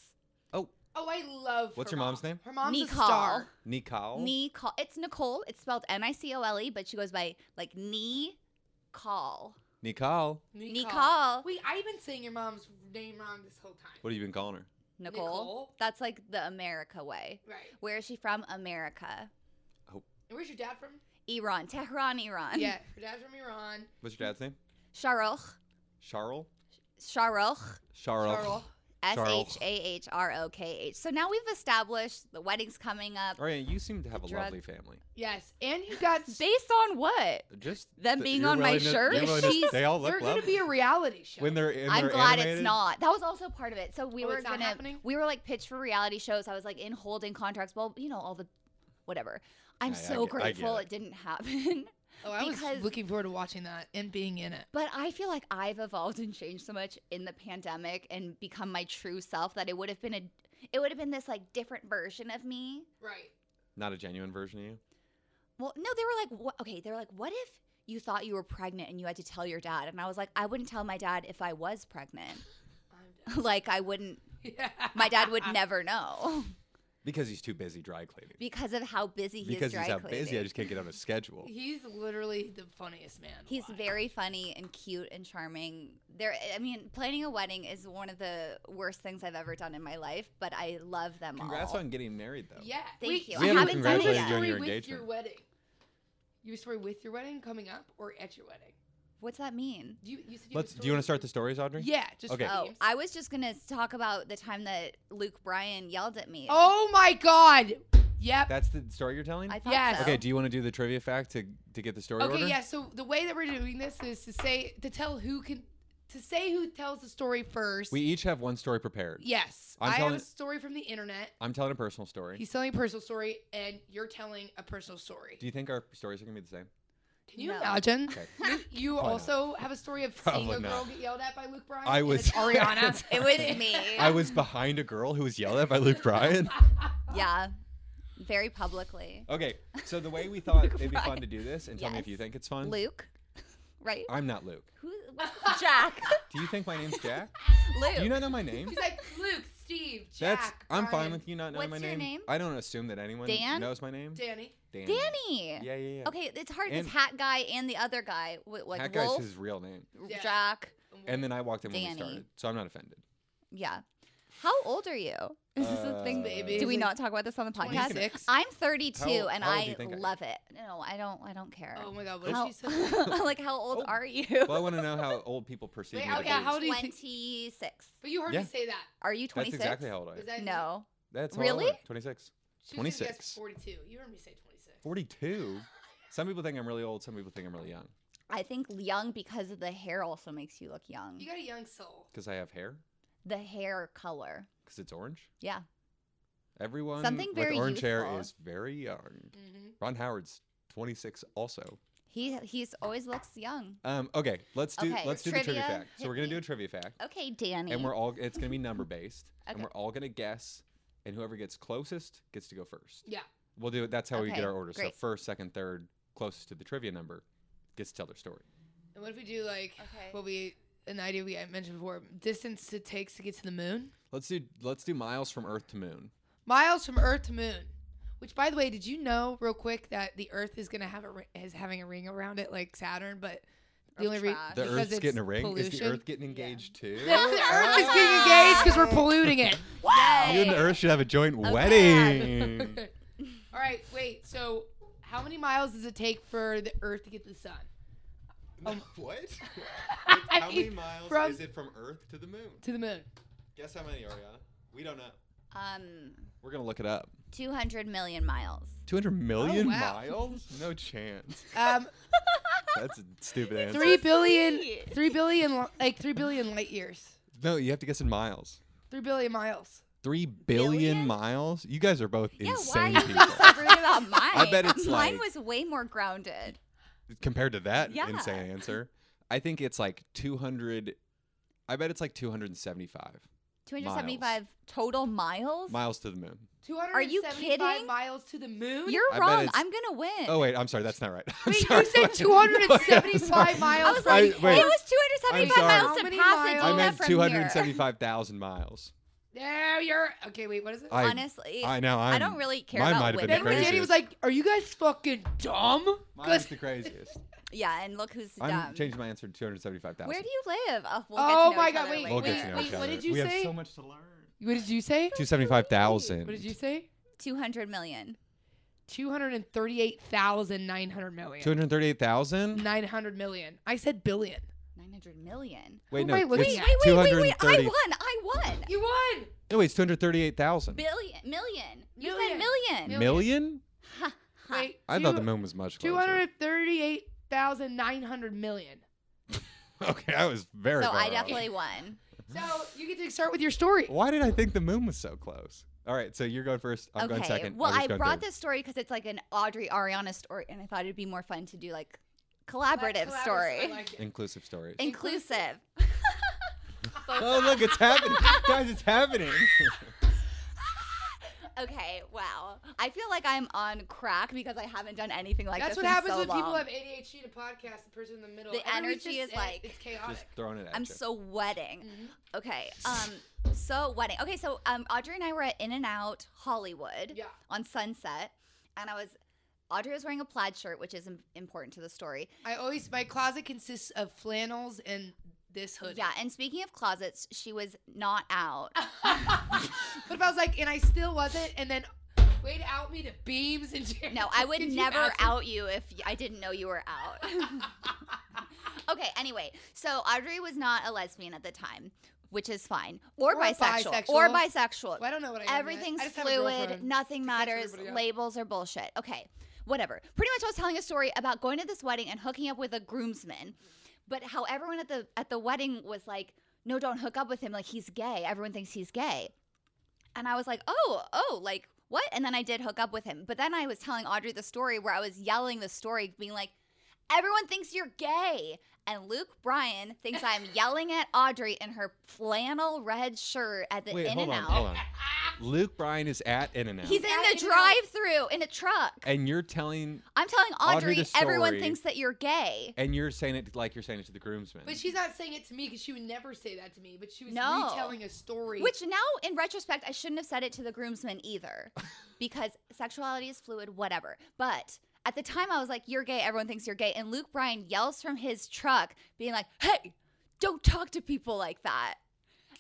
[SPEAKER 2] Oh, I love.
[SPEAKER 1] What's
[SPEAKER 2] her
[SPEAKER 1] your
[SPEAKER 2] mom.
[SPEAKER 1] mom's name?
[SPEAKER 2] Her mom's
[SPEAKER 3] Nicole.
[SPEAKER 2] a star.
[SPEAKER 1] Nicole.
[SPEAKER 3] Nicole. It's Nicole. It's spelled N I C O L E, but she goes by like knee call.
[SPEAKER 1] Nicole.
[SPEAKER 3] Nicole.
[SPEAKER 2] Wait, I've been saying your mom's name wrong this whole time.
[SPEAKER 1] What have you been calling her?
[SPEAKER 3] Nicole.
[SPEAKER 2] Nicole?
[SPEAKER 3] That's like the America way.
[SPEAKER 2] Right.
[SPEAKER 3] Where is she from? America.
[SPEAKER 2] And where's your dad from?
[SPEAKER 3] Iran. Tehran, Iran.
[SPEAKER 2] yeah, her dad's from Iran.
[SPEAKER 1] What's your dad's name?
[SPEAKER 3] Sharoch.
[SPEAKER 1] Charles.
[SPEAKER 3] Sharoch.
[SPEAKER 1] Charles.
[SPEAKER 2] Charles.
[SPEAKER 3] S
[SPEAKER 1] Charl.
[SPEAKER 3] H A H R O K H. So now we've established the wedding's coming up.
[SPEAKER 1] All right, you seem to have a
[SPEAKER 3] drug-
[SPEAKER 1] lovely family.
[SPEAKER 2] Yes, and you got.
[SPEAKER 3] Based on what?
[SPEAKER 1] Just
[SPEAKER 3] Them
[SPEAKER 1] th-
[SPEAKER 3] being
[SPEAKER 1] your
[SPEAKER 3] on my
[SPEAKER 1] willingness- your
[SPEAKER 3] shirt?
[SPEAKER 1] willingness-
[SPEAKER 3] She's-
[SPEAKER 1] they all
[SPEAKER 2] They're
[SPEAKER 1] look
[SPEAKER 2] going
[SPEAKER 1] lovely.
[SPEAKER 2] to be a reality show.
[SPEAKER 1] when they're in
[SPEAKER 3] I'm
[SPEAKER 1] their
[SPEAKER 3] glad it's
[SPEAKER 1] animated-
[SPEAKER 3] not. That was also part of it. So we
[SPEAKER 2] Oh,
[SPEAKER 3] were
[SPEAKER 2] it's not
[SPEAKER 3] gonna
[SPEAKER 2] happening?
[SPEAKER 3] we were like pitched for reality shows. I was like in holding contracts. Well, you know all the whatever. I'm
[SPEAKER 1] Yeah, yeah, I
[SPEAKER 3] so
[SPEAKER 1] get- I get
[SPEAKER 3] grateful
[SPEAKER 1] it.
[SPEAKER 3] it didn't happen.
[SPEAKER 2] oh, I
[SPEAKER 3] because-
[SPEAKER 2] was looking forward to watching that and being in it.
[SPEAKER 3] But I feel like I've evolved and changed so much in the pandemic and become my true self that it would have been a it would have been this like different version of me.
[SPEAKER 2] Right.
[SPEAKER 1] Not a genuine version of you.
[SPEAKER 3] Well, no, they were like, what? okay, they were like, what if you thought you were pregnant and you had to tell your dad? And I was like, I wouldn't tell my dad if I was pregnant.
[SPEAKER 2] I'm
[SPEAKER 3] like I wouldn't.
[SPEAKER 2] done. yeah.
[SPEAKER 3] My dad would never know
[SPEAKER 1] Because he's too busy dry cleaning.
[SPEAKER 3] because of how busy he
[SPEAKER 1] because
[SPEAKER 3] is. Dry
[SPEAKER 1] he's how
[SPEAKER 3] cleaning.
[SPEAKER 1] busy, I just can't get on a schedule.
[SPEAKER 2] He's literally the funniest man.
[SPEAKER 3] He's
[SPEAKER 2] alive.
[SPEAKER 3] very funny and cute and charming. There, I mean, planning a wedding is one of the worst things I've ever done in my life, but I love them
[SPEAKER 1] Congrats
[SPEAKER 3] all.
[SPEAKER 1] on getting married, though.
[SPEAKER 2] Yeah.
[SPEAKER 3] Thank
[SPEAKER 2] Wait,
[SPEAKER 3] you.
[SPEAKER 1] We
[SPEAKER 3] I
[SPEAKER 1] haven't
[SPEAKER 3] haven't done it
[SPEAKER 1] congratulated
[SPEAKER 3] yet.
[SPEAKER 1] you on your
[SPEAKER 2] story with your
[SPEAKER 1] engagement.
[SPEAKER 2] wedding. Your story with your wedding coming up or at your wedding?
[SPEAKER 3] What's that mean?
[SPEAKER 2] Do you, you said you
[SPEAKER 1] Let's. Do you want to start the stories, Audrey?
[SPEAKER 2] Yeah, just
[SPEAKER 1] Okay.
[SPEAKER 3] Oh,
[SPEAKER 2] names.
[SPEAKER 3] I was just gonna talk about the time that Luke Bryan yelled at me.
[SPEAKER 2] oh my God. Yep.
[SPEAKER 1] That's the story you're telling.
[SPEAKER 3] I thought
[SPEAKER 2] Yes.
[SPEAKER 3] so.
[SPEAKER 1] Okay. Do you want to do the trivia fact to to get the story
[SPEAKER 2] Okay,
[SPEAKER 1] order?
[SPEAKER 2] yeah. So the way that we're doing this is to say to tell who can to say who tells the story first.
[SPEAKER 1] We each have one story prepared.
[SPEAKER 2] yes,
[SPEAKER 1] I'm
[SPEAKER 2] i have
[SPEAKER 1] telling-
[SPEAKER 2] a story from the internet.
[SPEAKER 1] I'm telling a personal story.
[SPEAKER 2] He's telling a personal story, and you're telling a personal story.
[SPEAKER 1] Do you think our stories are gonna be the same?
[SPEAKER 2] can you
[SPEAKER 3] No.
[SPEAKER 2] imagine?
[SPEAKER 1] Okay.
[SPEAKER 2] You, you
[SPEAKER 1] Probably
[SPEAKER 2] also have a story of seeing
[SPEAKER 1] Probably
[SPEAKER 2] a girl
[SPEAKER 1] not.
[SPEAKER 2] get yelled at by Luke Bryan.
[SPEAKER 1] I
[SPEAKER 2] and
[SPEAKER 1] was-
[SPEAKER 2] it's Ariana.
[SPEAKER 3] It was me.
[SPEAKER 1] I was behind a girl who was yelled at by Luke Bryan.
[SPEAKER 3] yeah, very publicly.
[SPEAKER 1] Okay. So the way we thought
[SPEAKER 3] Luke
[SPEAKER 1] it'd be fun
[SPEAKER 3] Bryan.
[SPEAKER 1] to do this, and tell me if
[SPEAKER 3] Yes.
[SPEAKER 1] you think it's fun.
[SPEAKER 3] Luke, right?
[SPEAKER 1] I'm not Luke.
[SPEAKER 3] Who? Jack.
[SPEAKER 1] Do you think my name's Jack?
[SPEAKER 3] Luke.
[SPEAKER 1] Do you not know my name?
[SPEAKER 2] She's like Luke, Steve, Jack.
[SPEAKER 1] That's. I'm fine
[SPEAKER 2] Brian,
[SPEAKER 1] with you not knowing
[SPEAKER 3] What's
[SPEAKER 1] my
[SPEAKER 3] your
[SPEAKER 1] name.
[SPEAKER 3] name?
[SPEAKER 1] I don't assume that anyone
[SPEAKER 3] Dan?
[SPEAKER 1] knows my name.
[SPEAKER 2] Danny.
[SPEAKER 1] Dan.
[SPEAKER 3] Danny.
[SPEAKER 1] Yeah, yeah, yeah.
[SPEAKER 3] Okay, it's hard.
[SPEAKER 1] And-
[SPEAKER 3] this hat guy and the other guy, wi- like
[SPEAKER 1] That guy's
[SPEAKER 3] Wolf,
[SPEAKER 1] his real name.
[SPEAKER 2] Yeah.
[SPEAKER 3] Jack.
[SPEAKER 1] And then I walked in when we
[SPEAKER 3] Danny.
[SPEAKER 1] started, so I'm not offended.
[SPEAKER 3] Yeah. How old are you? Is this a thing?
[SPEAKER 1] Uh,
[SPEAKER 2] Baby.
[SPEAKER 3] Do we
[SPEAKER 2] He's like
[SPEAKER 3] not talk about this on the podcast?
[SPEAKER 2] 26.
[SPEAKER 3] I'm 32
[SPEAKER 1] How-
[SPEAKER 3] and
[SPEAKER 1] how old do
[SPEAKER 3] I
[SPEAKER 1] you think I am?
[SPEAKER 3] love it. No, I don't. I don't care.
[SPEAKER 2] Oh my god, what
[SPEAKER 3] How-
[SPEAKER 2] did she say?
[SPEAKER 3] like how old
[SPEAKER 1] Oh.
[SPEAKER 3] are you?
[SPEAKER 1] Well, I want to know how old people perceive
[SPEAKER 2] Wait,
[SPEAKER 1] me to
[SPEAKER 2] okay,
[SPEAKER 1] be.
[SPEAKER 2] how old do you think-
[SPEAKER 3] 26.
[SPEAKER 2] But you heard
[SPEAKER 1] Yeah.
[SPEAKER 2] me say that.
[SPEAKER 3] Are you
[SPEAKER 1] That's
[SPEAKER 3] 26?
[SPEAKER 1] exactly how old I am.
[SPEAKER 2] Was that
[SPEAKER 3] no.
[SPEAKER 1] That's how old I
[SPEAKER 3] Really?
[SPEAKER 1] am, 26.
[SPEAKER 2] She was gonna guess
[SPEAKER 1] 26.
[SPEAKER 2] 42. You heard me say 26.
[SPEAKER 1] 42? Some people think I'm really old. Some people think I'm really young
[SPEAKER 3] I think young because of the hair also makes you look young.
[SPEAKER 2] You got a young soul.
[SPEAKER 1] because I have hair,
[SPEAKER 3] the hair color.
[SPEAKER 1] because it's orange.
[SPEAKER 3] Yeah.
[SPEAKER 1] Everyone
[SPEAKER 3] Something very
[SPEAKER 1] with orange hair
[SPEAKER 3] youthful.
[SPEAKER 1] is very young.
[SPEAKER 2] Mm-hmm.
[SPEAKER 1] Ron Howard's 26 also.
[SPEAKER 3] He he's always looks young.
[SPEAKER 1] Um, okay, let's do
[SPEAKER 3] Okay,
[SPEAKER 1] let's do the trivia
[SPEAKER 3] trivia,
[SPEAKER 1] fact. So
[SPEAKER 3] hit
[SPEAKER 1] we're gonna do
[SPEAKER 3] me.
[SPEAKER 1] a trivia fact,
[SPEAKER 3] Okay, Danny.
[SPEAKER 1] and we're all it's gonna be number based, and
[SPEAKER 3] Okay.
[SPEAKER 1] we're all gonna guess, and whoever gets closest gets to go first.
[SPEAKER 2] Yeah.
[SPEAKER 1] We'll do it. That's how we get
[SPEAKER 3] Okay,
[SPEAKER 1] our order.
[SPEAKER 3] great.
[SPEAKER 1] So first, second, third, closest to the trivia number gets to tell their story.
[SPEAKER 2] And what if we do like
[SPEAKER 3] Okay.
[SPEAKER 2] what we an idea we I mentioned before? Distance it takes to get to the moon.
[SPEAKER 1] Let's do let's do miles from Earth to Moon.
[SPEAKER 2] Miles from Earth to moon. Which, by the way, did you know real quick that the Earth is gonna have a ri- is having a ring around it like Saturn, but the
[SPEAKER 3] Or
[SPEAKER 2] only reason
[SPEAKER 3] trash.
[SPEAKER 1] The
[SPEAKER 2] Uh, because
[SPEAKER 1] Earth's
[SPEAKER 2] it's
[SPEAKER 1] getting a ring. Is the
[SPEAKER 2] pollution.
[SPEAKER 1] Earth getting engaged too?
[SPEAKER 2] the Earth is getting engaged because we're polluting it.
[SPEAKER 3] Yay!
[SPEAKER 1] You and the er Earth should have a joint
[SPEAKER 3] Okay.
[SPEAKER 1] wedding.
[SPEAKER 2] All right, wait. So, how many miles does it take for the Earth to get to the sun? Um,
[SPEAKER 1] what? It's
[SPEAKER 2] I
[SPEAKER 1] How many
[SPEAKER 2] mean,
[SPEAKER 1] miles
[SPEAKER 2] from-
[SPEAKER 1] is it from Earth to the moon?
[SPEAKER 2] to the moon.
[SPEAKER 1] Guess how many, Ariana? We don't know.
[SPEAKER 3] um
[SPEAKER 1] We're gonna look it up.
[SPEAKER 3] 200 million miles.
[SPEAKER 1] 200 million
[SPEAKER 2] Oh, wow.
[SPEAKER 1] miles? No chance.
[SPEAKER 2] Um,
[SPEAKER 1] That's a stupid answer.
[SPEAKER 2] three billion,
[SPEAKER 3] sweet.
[SPEAKER 2] three billion, li- like three billion light years,
[SPEAKER 1] No, you have to guess in miles.
[SPEAKER 2] three billion miles.
[SPEAKER 1] Three billion,
[SPEAKER 3] Billion?
[SPEAKER 1] miles? You guys are both
[SPEAKER 3] Yeah, why
[SPEAKER 1] insane
[SPEAKER 3] are you
[SPEAKER 1] people.
[SPEAKER 3] being so rude about mine?
[SPEAKER 1] bet it's
[SPEAKER 3] mine
[SPEAKER 1] like-
[SPEAKER 3] was way more grounded.
[SPEAKER 1] Compared to that
[SPEAKER 3] Yeah.
[SPEAKER 1] insane answer, I think it's like 200. I bet it's like 275
[SPEAKER 3] 275 total miles.
[SPEAKER 1] miles to the moon.
[SPEAKER 2] Two hundred.
[SPEAKER 3] you kidding?
[SPEAKER 2] Miles to the moon.
[SPEAKER 3] You're
[SPEAKER 1] I bet
[SPEAKER 3] wrong.
[SPEAKER 1] it's-
[SPEAKER 3] I'm gonna win.
[SPEAKER 1] Oh, wait, I'm sorry. That's not right. I'm
[SPEAKER 2] Wait,
[SPEAKER 1] sorry.
[SPEAKER 2] you said 275
[SPEAKER 1] I'm
[SPEAKER 2] miles?
[SPEAKER 3] I was like,
[SPEAKER 1] I- wait.
[SPEAKER 3] it was 275
[SPEAKER 1] I'm sorry.
[SPEAKER 3] miles
[SPEAKER 2] How
[SPEAKER 3] to
[SPEAKER 2] many
[SPEAKER 3] Pasadena
[SPEAKER 2] miles?
[SPEAKER 1] I meant
[SPEAKER 3] from here.
[SPEAKER 1] 275,000 miles.
[SPEAKER 2] There, you're. Okay, wait. What is it?
[SPEAKER 1] I,
[SPEAKER 3] Honestly,
[SPEAKER 1] I know. I'm,
[SPEAKER 3] I don't really care
[SPEAKER 1] mine
[SPEAKER 3] about
[SPEAKER 1] might have been
[SPEAKER 2] then
[SPEAKER 3] women.
[SPEAKER 2] when
[SPEAKER 1] crazy.
[SPEAKER 2] Danny was like, "Are you guys fucking dumb?"
[SPEAKER 1] Mine's
[SPEAKER 2] 'Cause-
[SPEAKER 1] the craziest.
[SPEAKER 3] Yeah, and look who's
[SPEAKER 1] I'm
[SPEAKER 3] dumb.
[SPEAKER 1] changing my answer to 275,000.
[SPEAKER 3] Where do you live? Oh, we'll get to
[SPEAKER 2] oh
[SPEAKER 3] know
[SPEAKER 2] my
[SPEAKER 3] each
[SPEAKER 2] god!
[SPEAKER 3] other
[SPEAKER 2] Wait,
[SPEAKER 3] way
[SPEAKER 1] We'll
[SPEAKER 2] wait,
[SPEAKER 1] get to
[SPEAKER 3] better.
[SPEAKER 1] know
[SPEAKER 2] wait.
[SPEAKER 1] each
[SPEAKER 2] What
[SPEAKER 1] other.
[SPEAKER 2] did you
[SPEAKER 1] we
[SPEAKER 2] say?
[SPEAKER 1] have so much to learn.
[SPEAKER 2] What did you say?
[SPEAKER 1] 275,000.
[SPEAKER 2] What did you say?
[SPEAKER 3] 200 million.
[SPEAKER 2] Two hundred and thirty-eight thousand nine hundred million.
[SPEAKER 1] 238,000?
[SPEAKER 2] Nine hundred million. I said billion.
[SPEAKER 3] 900 million.
[SPEAKER 1] Wait,
[SPEAKER 2] Who
[SPEAKER 1] no.
[SPEAKER 2] am I
[SPEAKER 1] it's
[SPEAKER 2] looking
[SPEAKER 3] Wait,
[SPEAKER 2] Yeah.
[SPEAKER 3] wait, wait, wait, wait. I
[SPEAKER 1] 230
[SPEAKER 3] won. I won.
[SPEAKER 2] You won.
[SPEAKER 1] No, wait, it's 238,000.
[SPEAKER 3] Billion. Million. You
[SPEAKER 2] Million.
[SPEAKER 3] said million.
[SPEAKER 2] Mil-
[SPEAKER 1] Million?
[SPEAKER 3] Ha, ha.
[SPEAKER 2] Wait,
[SPEAKER 1] I thought the moon was much
[SPEAKER 2] Two
[SPEAKER 1] closer.
[SPEAKER 2] hundred thirty-eight thousand nine hundred million.
[SPEAKER 1] Okay, I was very
[SPEAKER 3] so
[SPEAKER 1] far
[SPEAKER 3] I
[SPEAKER 1] off.
[SPEAKER 3] definitely won.
[SPEAKER 2] So you get to start with your story.
[SPEAKER 1] Why did I think the moon was so close? All right, so you're going first. I'm going second.
[SPEAKER 3] Well,
[SPEAKER 1] Audrey's
[SPEAKER 3] I
[SPEAKER 1] going
[SPEAKER 3] brought
[SPEAKER 1] third.
[SPEAKER 3] this story because it's like an Audrey Ariana story, and I thought it'd be more fun to do like collaborative story,
[SPEAKER 1] inclusive story.
[SPEAKER 3] inclusive.
[SPEAKER 1] oh, look, it's happening. Guys, it's happening.
[SPEAKER 3] Okay, wow. I feel like I'm on crack because I haven't done anything like
[SPEAKER 2] That's
[SPEAKER 3] this.
[SPEAKER 2] what
[SPEAKER 3] in
[SPEAKER 2] happens
[SPEAKER 3] so
[SPEAKER 2] when people
[SPEAKER 3] long.
[SPEAKER 2] have ADHD in a podcast. The person in the middle.
[SPEAKER 3] The
[SPEAKER 2] everyone's
[SPEAKER 3] energy
[SPEAKER 2] just-
[SPEAKER 3] is like-
[SPEAKER 2] it's chaotic.
[SPEAKER 1] Just throwing it at
[SPEAKER 3] I'm
[SPEAKER 1] you.
[SPEAKER 3] sweating.
[SPEAKER 2] Mhm.
[SPEAKER 3] Okay. Um. So wedding. Okay. So um, Audrey and I were at In and Out Hollywood
[SPEAKER 2] Yeah.
[SPEAKER 3] on Sunset, and I was Audrey was wearing a plaid shirt, which is im- important to the story.
[SPEAKER 2] I always my closet consists of flannels and this hoodie.
[SPEAKER 3] Yeah. And speaking of closets, she was not out.
[SPEAKER 2] What if I was like, and I still wasn't, and then way to out me to beams and chairs.
[SPEAKER 3] No, I would
[SPEAKER 2] Could you
[SPEAKER 3] never
[SPEAKER 2] imagine?
[SPEAKER 3] out you if y- I didn't know you were out. okay, anyway, so Audrey was not a lesbian at the time, which is fine, or,
[SPEAKER 2] Or
[SPEAKER 3] bisexual, or
[SPEAKER 2] bisexual.
[SPEAKER 3] bisexual.
[SPEAKER 2] Well, I don't know what I am yet.
[SPEAKER 3] Everything's
[SPEAKER 2] I just have a
[SPEAKER 3] fluid,
[SPEAKER 2] girlfriend.
[SPEAKER 3] nothing
[SPEAKER 2] to catch
[SPEAKER 3] matters,
[SPEAKER 2] everybody up.
[SPEAKER 3] labels are bullshit. Okay, whatever. Pretty much, I was telling a story about going to this wedding and hooking up with a groomsman, but how everyone at the at the wedding was like, "No, don't hook up with him. Like he's gay. Everyone thinks he's gay." And I was like, oh, oh, like what? And then I did hook up with him. But then I was telling Audrey the story where I was yelling the story, being like, everyone thinks you're gay. And Luke Bryan thinks I'm yelling at Audrey in her flannel red shirt at the
[SPEAKER 1] Wait,
[SPEAKER 3] In
[SPEAKER 1] hold
[SPEAKER 3] and
[SPEAKER 1] on,
[SPEAKER 3] Out.
[SPEAKER 1] hold on. Luke Bryan is at In and Out.
[SPEAKER 2] At
[SPEAKER 3] He's in the
[SPEAKER 2] In-N-Out.
[SPEAKER 3] drive through in a truck.
[SPEAKER 1] and you're telling,
[SPEAKER 3] I'm telling
[SPEAKER 1] Audrey
[SPEAKER 3] Audrey,
[SPEAKER 1] the
[SPEAKER 3] everyone
[SPEAKER 1] story.
[SPEAKER 3] thinks that you're gay.
[SPEAKER 1] and you're saying it like you're saying it to the groomsman.
[SPEAKER 2] But she's not saying it to me because she would never say that to me. But she was
[SPEAKER 3] No.
[SPEAKER 2] retelling a story.
[SPEAKER 3] Which now, in retrospect, I shouldn't have said it to the groomsman either, because sexuality is fluid, whatever. But at the time, I was like, "You're gay. Everyone thinks you're gay." And Luke Bryan yells from his truck, being like, "Hey, don't talk to people like that."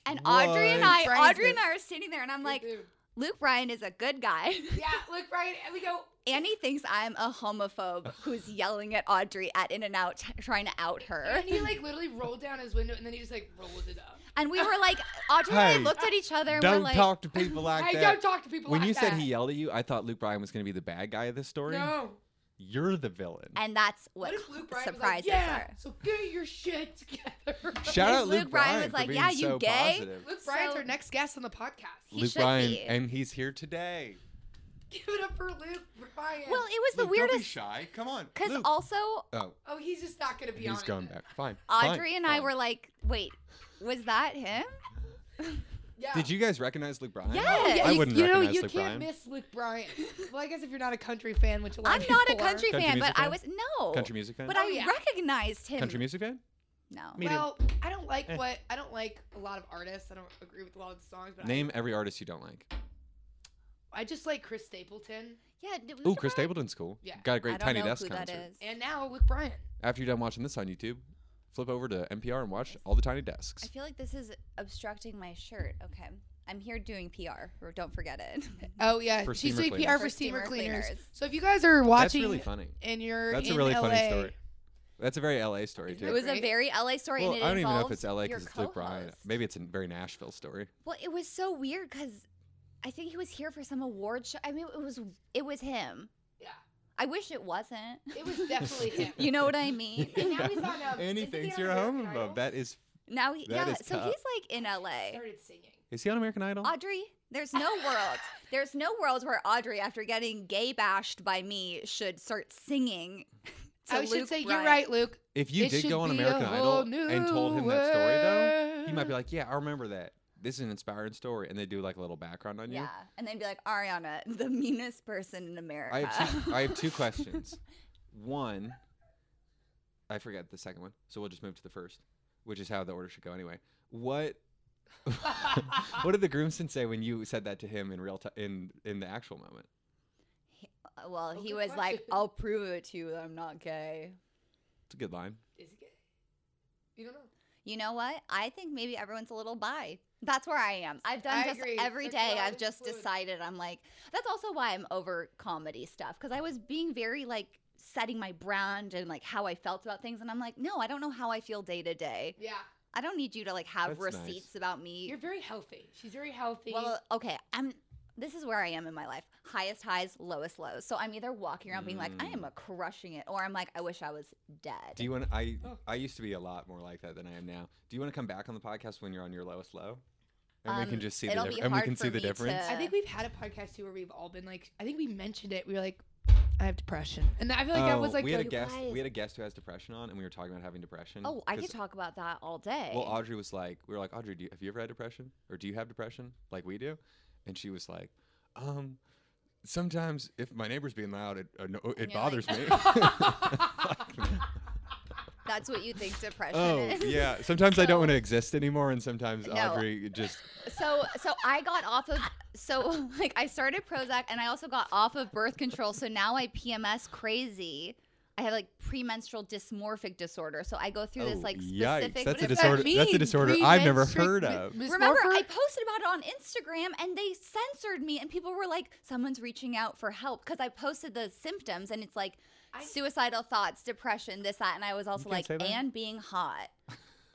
[SPEAKER 3] And Audrey and
[SPEAKER 1] What?
[SPEAKER 3] I,
[SPEAKER 2] Brian's
[SPEAKER 3] Audrey and
[SPEAKER 2] the-
[SPEAKER 3] I are standing there, and I'm like,
[SPEAKER 2] Dude.
[SPEAKER 3] Luke Bryan is a good guy.
[SPEAKER 2] yeah, look right, and we go.
[SPEAKER 3] Annie thinks I'm a homophobe who's yelling at Audrey at In and Out, trying to out her.
[SPEAKER 2] And he like literally rolled down his window, and then he just like rolled it up.
[SPEAKER 3] And we were like, Audrey and I
[SPEAKER 1] Hey,
[SPEAKER 3] looked at each other and we're
[SPEAKER 1] Don't
[SPEAKER 3] like,
[SPEAKER 1] talk to people like
[SPEAKER 2] I
[SPEAKER 1] that.
[SPEAKER 2] don't talk to people
[SPEAKER 1] when
[SPEAKER 2] like
[SPEAKER 1] you said
[SPEAKER 2] that.
[SPEAKER 1] he yelled at you, I thought Luke Bryan was going to be the bad guy of this story.
[SPEAKER 2] no.
[SPEAKER 1] You're the villain.
[SPEAKER 3] and that's what,
[SPEAKER 2] What, if Luke Bryan
[SPEAKER 3] surprises
[SPEAKER 2] was like, yeah,
[SPEAKER 3] her.
[SPEAKER 2] So get your shit together.
[SPEAKER 1] Shout out
[SPEAKER 3] Luke Bryan
[SPEAKER 1] Luke, Bryan
[SPEAKER 3] was
[SPEAKER 1] for
[SPEAKER 3] like,
[SPEAKER 1] being
[SPEAKER 3] "Yeah, you
[SPEAKER 1] so
[SPEAKER 3] gay."
[SPEAKER 1] Positive.
[SPEAKER 2] Luke Bryan's
[SPEAKER 3] So-
[SPEAKER 2] our next guest on the podcast.
[SPEAKER 3] He
[SPEAKER 1] Luke
[SPEAKER 3] should
[SPEAKER 1] Bryan,
[SPEAKER 3] be.
[SPEAKER 1] and he's here today.
[SPEAKER 2] Give it up for Luke Bryan.
[SPEAKER 3] Well, it was the
[SPEAKER 1] Luke, don't be
[SPEAKER 3] weirdest
[SPEAKER 1] shy. Come on,
[SPEAKER 3] because
[SPEAKER 1] Luke.
[SPEAKER 3] also
[SPEAKER 1] oh,
[SPEAKER 2] oh, he's just not gonna be on.
[SPEAKER 1] he's
[SPEAKER 2] it.
[SPEAKER 1] going back. Fine. fine,
[SPEAKER 3] Audrey and I
[SPEAKER 1] fine.
[SPEAKER 3] were like, wait, was that him?
[SPEAKER 2] Yeah.
[SPEAKER 1] Did you guys recognize Luke Bryan?
[SPEAKER 3] Yeah.
[SPEAKER 2] Oh, yeah,
[SPEAKER 1] I
[SPEAKER 2] you-
[SPEAKER 1] wouldn't
[SPEAKER 2] you know,
[SPEAKER 1] recognize
[SPEAKER 2] you
[SPEAKER 1] Luke
[SPEAKER 2] can't
[SPEAKER 1] Bryan.
[SPEAKER 2] miss Luke Bryan. Well, I guess if you're not a country fan, which a lot
[SPEAKER 3] I'm
[SPEAKER 2] of
[SPEAKER 3] not a
[SPEAKER 2] people are.
[SPEAKER 3] country
[SPEAKER 1] Country
[SPEAKER 3] fan,
[SPEAKER 1] music
[SPEAKER 3] but I
[SPEAKER 1] fan?
[SPEAKER 3] was no.
[SPEAKER 1] Country music fan.
[SPEAKER 3] But
[SPEAKER 2] Oh,
[SPEAKER 3] I
[SPEAKER 2] yeah.
[SPEAKER 3] recognized him.
[SPEAKER 1] Country music fan.
[SPEAKER 3] No.
[SPEAKER 1] Me-
[SPEAKER 2] Well, I don't like
[SPEAKER 1] Eh.
[SPEAKER 2] what I don't like a lot of artists. I don't agree with a lot of the songs, but I-
[SPEAKER 1] Name every artist you don't like.
[SPEAKER 2] I, just like Chris Stapleton
[SPEAKER 3] Yeah. d- we should
[SPEAKER 1] Ooh, Chris
[SPEAKER 3] probably-
[SPEAKER 1] Stapleton's cool.
[SPEAKER 2] Yeah.
[SPEAKER 1] Got a great
[SPEAKER 3] I don't
[SPEAKER 1] Tiny
[SPEAKER 3] know
[SPEAKER 1] Desk
[SPEAKER 3] who
[SPEAKER 1] concert.
[SPEAKER 3] that is.
[SPEAKER 2] and now Luke Bryan.
[SPEAKER 1] After you're done watching this on YouTube, flip over to NPR and watch all the Tiny Desks.
[SPEAKER 3] I feel like this is obstructing my shirt. Okay. I'm here doing PR. or Don't forget it.
[SPEAKER 2] Oh yeah,
[SPEAKER 1] For
[SPEAKER 2] she's
[SPEAKER 1] steamer
[SPEAKER 2] doing PR
[SPEAKER 1] cleaners.
[SPEAKER 2] for, steamer, cleaners.
[SPEAKER 3] cleaners.
[SPEAKER 2] So if you guys are watching
[SPEAKER 1] That's really funny.
[SPEAKER 2] and you're
[SPEAKER 1] That's
[SPEAKER 2] in
[SPEAKER 1] a really
[SPEAKER 2] LA,
[SPEAKER 1] funny story. That's a very LA story
[SPEAKER 2] Isn't
[SPEAKER 1] too.
[SPEAKER 3] It was a
[SPEAKER 2] Great.
[SPEAKER 3] very LA story.
[SPEAKER 1] well,
[SPEAKER 3] and it
[SPEAKER 1] I don't even know if
[SPEAKER 3] involved
[SPEAKER 1] it's LA
[SPEAKER 3] your
[SPEAKER 1] because it's Luke Bryan.
[SPEAKER 3] co-host.
[SPEAKER 1] Maybe it's a very Nashville story.
[SPEAKER 3] Well, it was so weird because I think he was here for some award show. I mean, it was it was him.
[SPEAKER 2] Yeah,
[SPEAKER 3] I wish it wasn't.
[SPEAKER 2] it was definitely him.
[SPEAKER 3] You know what I mean?
[SPEAKER 2] And now he's on, um,
[SPEAKER 1] and he
[SPEAKER 2] isn't he
[SPEAKER 1] thinks
[SPEAKER 2] on
[SPEAKER 1] you're a
[SPEAKER 2] American Idol?
[SPEAKER 1] homophobe. That is.
[SPEAKER 3] Now, he,
[SPEAKER 1] That
[SPEAKER 3] yeah.
[SPEAKER 1] is
[SPEAKER 3] So
[SPEAKER 1] tough.
[SPEAKER 3] he's like in LA.
[SPEAKER 2] started singing.
[SPEAKER 1] Is he on American Idol?
[SPEAKER 3] Audrey, there's no world. There's no world where Audrey, after getting gay bashed by me, should start singing. To
[SPEAKER 2] I should
[SPEAKER 3] Luke
[SPEAKER 2] say you're
[SPEAKER 3] Bryan."
[SPEAKER 2] right, Luke.
[SPEAKER 1] If you
[SPEAKER 2] It
[SPEAKER 1] did
[SPEAKER 2] should
[SPEAKER 1] go on
[SPEAKER 2] be a
[SPEAKER 1] American Idol
[SPEAKER 2] whole new
[SPEAKER 1] and told him that story, though, he might be
[SPEAKER 2] world.
[SPEAKER 1] like, "Yeah, I remember that. This is an inspiring story." And they do like a little background on you.
[SPEAKER 3] Yeah, and then be like Ariana, the meanest person in America.
[SPEAKER 1] I have two, I have two questions. One, I forget the second one, so we'll just move to the first, which is how the order should go anyway. What what did the groomsmen say when you said that to him in real time in in the actual moment?
[SPEAKER 3] well,
[SPEAKER 2] Oh,
[SPEAKER 3] he
[SPEAKER 2] good
[SPEAKER 3] was like,
[SPEAKER 2] question.
[SPEAKER 3] "I'll prove it to you that I'm not gay."
[SPEAKER 1] It's a good line.
[SPEAKER 2] Is he gay? You don't know.
[SPEAKER 3] You know what? I think maybe everyone's a little bi. That's where I am. I've done
[SPEAKER 2] I
[SPEAKER 3] just
[SPEAKER 2] agree.
[SPEAKER 3] every
[SPEAKER 2] Sexuality
[SPEAKER 3] day. I've
[SPEAKER 2] is
[SPEAKER 3] just
[SPEAKER 2] fluid.
[SPEAKER 3] decided I'm like. That's also why I'm over comedy stuff because I was being very like setting my brand and like how I felt about things, and I'm like, no, I don't know how I feel day to day.
[SPEAKER 2] Yeah,
[SPEAKER 3] I don't need you to like have
[SPEAKER 1] That's nice.
[SPEAKER 3] receipts about me.
[SPEAKER 2] you're very healthy. She's very healthy.
[SPEAKER 3] well, okay, I'm. This is where I am in my life. Highest highs, lowest lows. So I'm either walking around being like, I am a crushing it, or I'm like, I wish I was dead.
[SPEAKER 1] Mm. Do you want I
[SPEAKER 2] Oh.
[SPEAKER 1] I used to be a lot more like that than I am now. Do you want to come back on the podcast when you're on your lowest low? And we
[SPEAKER 3] Um,
[SPEAKER 1] can just see the
[SPEAKER 3] it'll
[SPEAKER 1] diff-
[SPEAKER 3] be
[SPEAKER 1] and we
[SPEAKER 3] hard
[SPEAKER 1] can
[SPEAKER 3] for
[SPEAKER 1] see the
[SPEAKER 3] me to-
[SPEAKER 1] difference.
[SPEAKER 2] I
[SPEAKER 3] uh,
[SPEAKER 2] think we've had a podcast too where we've all been like, I think we mentioned it. We were like, I have depression, and I feel like that was
[SPEAKER 1] Oh,
[SPEAKER 2] like
[SPEAKER 1] we had
[SPEAKER 2] a-
[SPEAKER 1] a guest
[SPEAKER 3] guys-
[SPEAKER 1] we had a guest who has depression on and we were talking about having depression.
[SPEAKER 3] oh, I could
[SPEAKER 1] 'cause-
[SPEAKER 3] talk about that all day.
[SPEAKER 1] Well, Audrey was like, we were like, Audrey, do you, have you ever had depression, or do you have depression like we do? And she was like, um, sometimes if my neighbor's being loud, it uh, no,
[SPEAKER 3] And
[SPEAKER 1] it
[SPEAKER 3] you're like-
[SPEAKER 1] bothers me.
[SPEAKER 3] That's what you think depression
[SPEAKER 1] oh
[SPEAKER 3] is.
[SPEAKER 1] yeah, sometimes I don't
[SPEAKER 3] So-
[SPEAKER 1] want to exist anymore, and sometimes
[SPEAKER 3] No.
[SPEAKER 1] Audrey just
[SPEAKER 3] So so I got off of so like I started Prozac and I also got off of birth control. So now I PMS crazy. I have like premenstrual dysmorphic disorder. So I go through
[SPEAKER 1] Oh,
[SPEAKER 3] this like
[SPEAKER 1] yikes,
[SPEAKER 3] specific
[SPEAKER 1] that's a
[SPEAKER 3] what is
[SPEAKER 2] Does
[SPEAKER 3] that?
[SPEAKER 1] disorder-
[SPEAKER 2] That
[SPEAKER 1] that's a
[SPEAKER 2] mean
[SPEAKER 1] disorder I've never
[SPEAKER 2] premenstru-
[SPEAKER 1] heard of.
[SPEAKER 2] mis-
[SPEAKER 3] Remember, I
[SPEAKER 2] mismorphic?
[SPEAKER 3] posted about it on Instagram and they censored me, and people were like, someone's reaching out for help because I posted the symptoms and it's like
[SPEAKER 2] I-
[SPEAKER 3] suicidal thoughts, depression, this, that. And I was also
[SPEAKER 1] can't
[SPEAKER 3] like,
[SPEAKER 1] say that.
[SPEAKER 3] and being hot.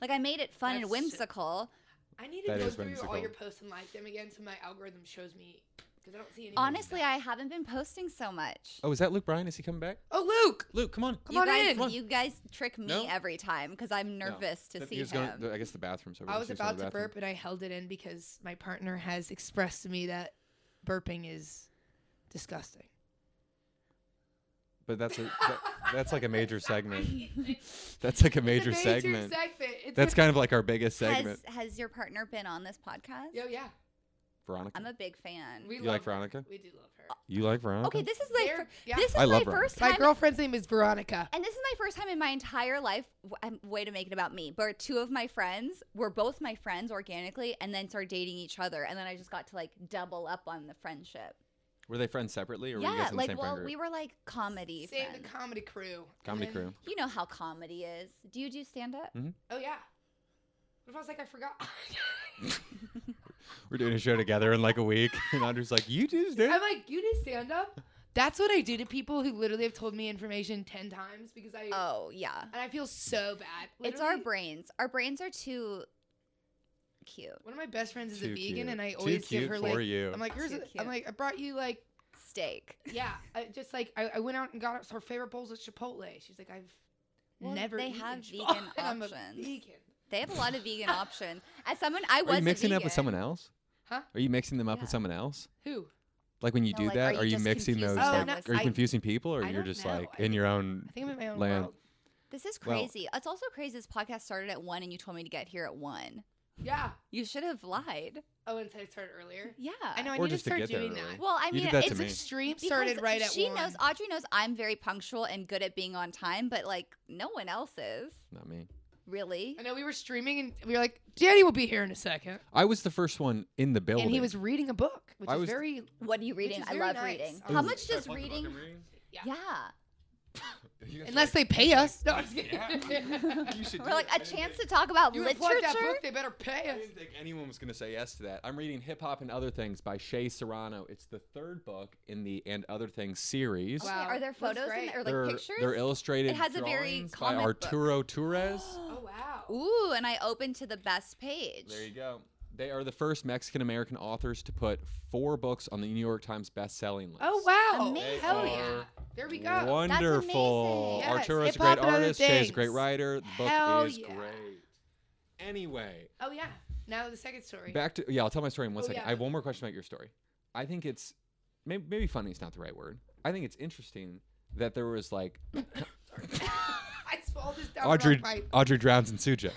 [SPEAKER 3] Like I made it fun and
[SPEAKER 2] That's-
[SPEAKER 3] whimsical.
[SPEAKER 2] I need to
[SPEAKER 1] That
[SPEAKER 2] go
[SPEAKER 1] is
[SPEAKER 2] through all
[SPEAKER 1] whimsical.
[SPEAKER 2] your posts and like them again so my algorithm shows me because I don't see anything.
[SPEAKER 3] Honestly, I haven't been posting so much.
[SPEAKER 1] Oh, is that Luke Bryan? Is he coming back?
[SPEAKER 2] Oh, Luke!
[SPEAKER 1] Luke, come on.
[SPEAKER 2] Come
[SPEAKER 3] you
[SPEAKER 2] on
[SPEAKER 3] guys,
[SPEAKER 2] in.
[SPEAKER 3] you guys trick me
[SPEAKER 1] No?
[SPEAKER 3] every time because I'm
[SPEAKER 1] No.
[SPEAKER 3] nervous to
[SPEAKER 1] Th-
[SPEAKER 3] see
[SPEAKER 1] he
[SPEAKER 3] him.
[SPEAKER 1] was going- th- I guess the bathroom. So
[SPEAKER 2] I was about to burp
[SPEAKER 1] burp.
[SPEAKER 2] and I held it in because my partner has expressed to me that burping is disgusting.
[SPEAKER 1] But that's a that, that's like a major segment. That's like a major,
[SPEAKER 2] It's a
[SPEAKER 1] segment.
[SPEAKER 2] segment. It's
[SPEAKER 1] That's
[SPEAKER 2] a-
[SPEAKER 1] kind of like our biggest segment.
[SPEAKER 3] has, has your partner been on this podcast?
[SPEAKER 2] Yo, yeah.
[SPEAKER 1] Veronica,
[SPEAKER 3] I'm a big fan.
[SPEAKER 2] We
[SPEAKER 1] You
[SPEAKER 2] love
[SPEAKER 1] like
[SPEAKER 2] her.
[SPEAKER 1] Veronica?
[SPEAKER 2] We do love her.
[SPEAKER 1] you like Veronica?
[SPEAKER 3] okay, this is like
[SPEAKER 2] They're-
[SPEAKER 3] fir-
[SPEAKER 2] yeah.
[SPEAKER 3] this is my
[SPEAKER 1] I love
[SPEAKER 3] first
[SPEAKER 2] My
[SPEAKER 3] time.
[SPEAKER 2] girlfriend's name is Veronica.
[SPEAKER 3] and this is my first time in my entire life. w- I'm way to make it about me. But two of my friends were both my friends organically, and then started dating each other, and then I just got to like double up on the friendship.
[SPEAKER 1] Were they friends separately, or were you
[SPEAKER 3] yeah,
[SPEAKER 1] guys in the
[SPEAKER 3] like
[SPEAKER 1] same
[SPEAKER 3] well,
[SPEAKER 1] friend group?
[SPEAKER 3] we were like comedy
[SPEAKER 2] Save
[SPEAKER 3] friends.
[SPEAKER 2] the comedy crew. And
[SPEAKER 1] Comedy
[SPEAKER 2] then-
[SPEAKER 1] crew.
[SPEAKER 3] you know how comedy is. Do you do stand up?
[SPEAKER 2] Oh yeah. What if I was like I forgot?
[SPEAKER 1] We're doing a show together in like a week, and Andrew's like, "You just did."
[SPEAKER 2] I'm like, you do stand up. That's what I do to people who literally have told me information ten times because I
[SPEAKER 3] Oh yeah.
[SPEAKER 2] and I feel so bad.
[SPEAKER 3] It's our
[SPEAKER 2] Literally,
[SPEAKER 3] brains. Our brains are too cute.
[SPEAKER 2] One of my best friends is a
[SPEAKER 1] Too
[SPEAKER 2] vegan,
[SPEAKER 1] cute.
[SPEAKER 2] and I
[SPEAKER 1] Too
[SPEAKER 2] always give
[SPEAKER 1] cute
[SPEAKER 2] her
[SPEAKER 1] for
[SPEAKER 2] like.
[SPEAKER 1] you.
[SPEAKER 2] I'm like, here's.
[SPEAKER 3] Too
[SPEAKER 2] A,
[SPEAKER 3] cute.
[SPEAKER 2] I'm like, I brought you like,
[SPEAKER 3] Steak.
[SPEAKER 2] yeah, I just like I, I went out and got us her favorite bowls at Chipotle. She's like, I've
[SPEAKER 3] Well,
[SPEAKER 2] never.
[SPEAKER 3] they
[SPEAKER 2] eaten
[SPEAKER 3] have
[SPEAKER 2] Chipotle.
[SPEAKER 3] vegan
[SPEAKER 2] And I'm a
[SPEAKER 3] options.
[SPEAKER 2] vegan.
[SPEAKER 3] They have a lot of vegan options. As someone, I was
[SPEAKER 1] Are you
[SPEAKER 3] a
[SPEAKER 1] mixing it up with
[SPEAKER 3] vegan.
[SPEAKER 1] someone else?
[SPEAKER 2] Huh?
[SPEAKER 1] Are you mixing them up
[SPEAKER 3] Yeah.
[SPEAKER 1] with someone else?
[SPEAKER 2] Who?
[SPEAKER 1] Like when you
[SPEAKER 3] No,
[SPEAKER 1] do
[SPEAKER 3] like,
[SPEAKER 1] that,
[SPEAKER 3] are
[SPEAKER 1] are
[SPEAKER 3] you
[SPEAKER 1] you, Oh,
[SPEAKER 3] just
[SPEAKER 1] mixing
[SPEAKER 3] confusing
[SPEAKER 1] those?
[SPEAKER 2] them
[SPEAKER 1] like,
[SPEAKER 2] with
[SPEAKER 1] are you
[SPEAKER 2] I-
[SPEAKER 1] confusing people, or
[SPEAKER 2] I
[SPEAKER 1] you're
[SPEAKER 2] don't
[SPEAKER 1] just
[SPEAKER 2] know.
[SPEAKER 1] like
[SPEAKER 2] I
[SPEAKER 1] in
[SPEAKER 2] think-
[SPEAKER 1] your own?
[SPEAKER 2] I think I'm in my own
[SPEAKER 1] Land.
[SPEAKER 2] world.
[SPEAKER 3] This is
[SPEAKER 1] e- Well-
[SPEAKER 3] crazy. it's also crazy. This podcast started at one, and you told me to get here at one.
[SPEAKER 2] Yeah.
[SPEAKER 3] You should have lied.
[SPEAKER 2] Oh, and so I started earlier.
[SPEAKER 3] Yeah.
[SPEAKER 2] I know. I
[SPEAKER 1] Or
[SPEAKER 2] need to
[SPEAKER 1] just to
[SPEAKER 2] start
[SPEAKER 1] get there
[SPEAKER 2] doing
[SPEAKER 1] early.
[SPEAKER 2] that.
[SPEAKER 3] Well, I
[SPEAKER 1] You
[SPEAKER 3] mean,
[SPEAKER 1] did that to
[SPEAKER 3] it's
[SPEAKER 1] me.
[SPEAKER 3] ex-
[SPEAKER 2] Stream
[SPEAKER 3] because
[SPEAKER 2] started right at
[SPEAKER 3] she
[SPEAKER 2] one.
[SPEAKER 3] knows. Audrey knows I'm very punctual and good at being on time, but like no one else is
[SPEAKER 1] Not me.
[SPEAKER 3] really.
[SPEAKER 2] I know we were streaming and we were like, Danny will be here in a second.
[SPEAKER 1] I was the first one in the building.
[SPEAKER 2] And he was reading a book, which
[SPEAKER 1] I
[SPEAKER 2] is
[SPEAKER 1] was-
[SPEAKER 2] very.
[SPEAKER 3] What are you reading?
[SPEAKER 2] is
[SPEAKER 3] I
[SPEAKER 2] very
[SPEAKER 3] love
[SPEAKER 2] nice.
[SPEAKER 3] reading.
[SPEAKER 2] I
[SPEAKER 3] How
[SPEAKER 2] was-
[SPEAKER 3] much does reading? Yeah.
[SPEAKER 2] Unless they pay us. No, I'm just kidding.
[SPEAKER 3] We're like a chance to talk about
[SPEAKER 2] you wanna plug that
[SPEAKER 3] literature.
[SPEAKER 2] book, they better pay
[SPEAKER 1] I
[SPEAKER 2] us.
[SPEAKER 1] didn't think anyone was going to say yes to that. I'm reading Hip Hop and Other Things by Shay Serrano. It's the third book in the And Other Things series.
[SPEAKER 3] Okay,
[SPEAKER 2] Wow.
[SPEAKER 3] Are there
[SPEAKER 2] That's
[SPEAKER 3] photos in
[SPEAKER 2] great.
[SPEAKER 3] there, or like
[SPEAKER 1] they're,
[SPEAKER 3] pictures?
[SPEAKER 1] they're illustrated
[SPEAKER 3] It has a very
[SPEAKER 1] drawings by
[SPEAKER 3] comic book.
[SPEAKER 1] Arturo Torres.
[SPEAKER 2] Oh, wow.
[SPEAKER 3] Ooh, and I opened to the best page.
[SPEAKER 1] There you go. They are the first Mexican American authors to put four books on the New York Times best-selling list.
[SPEAKER 2] Oh, wow.
[SPEAKER 3] Amazing.
[SPEAKER 2] Hell
[SPEAKER 1] They
[SPEAKER 2] yeah.
[SPEAKER 1] are
[SPEAKER 2] There we go.
[SPEAKER 1] Wonderful.
[SPEAKER 2] That's amazing. Yes,
[SPEAKER 1] Arturo's
[SPEAKER 2] hip
[SPEAKER 1] a great
[SPEAKER 2] hop and other
[SPEAKER 1] artist. Shay's a great
[SPEAKER 2] things.
[SPEAKER 1] writer. The book
[SPEAKER 2] Hell
[SPEAKER 1] is
[SPEAKER 2] yeah.
[SPEAKER 1] great. Anyway,
[SPEAKER 2] Oh, yeah. Now the second story.
[SPEAKER 1] back to yeah. I'll tell my story in one
[SPEAKER 2] Oh,
[SPEAKER 1] second.
[SPEAKER 2] yeah.
[SPEAKER 1] I have one more question about your story. I think it's maybe, maybe funny is not the right word. I think it's interesting that there was like
[SPEAKER 2] I swallowed this down
[SPEAKER 1] Audrey
[SPEAKER 2] the wrong pipe.
[SPEAKER 1] Audrey drowns in Suja.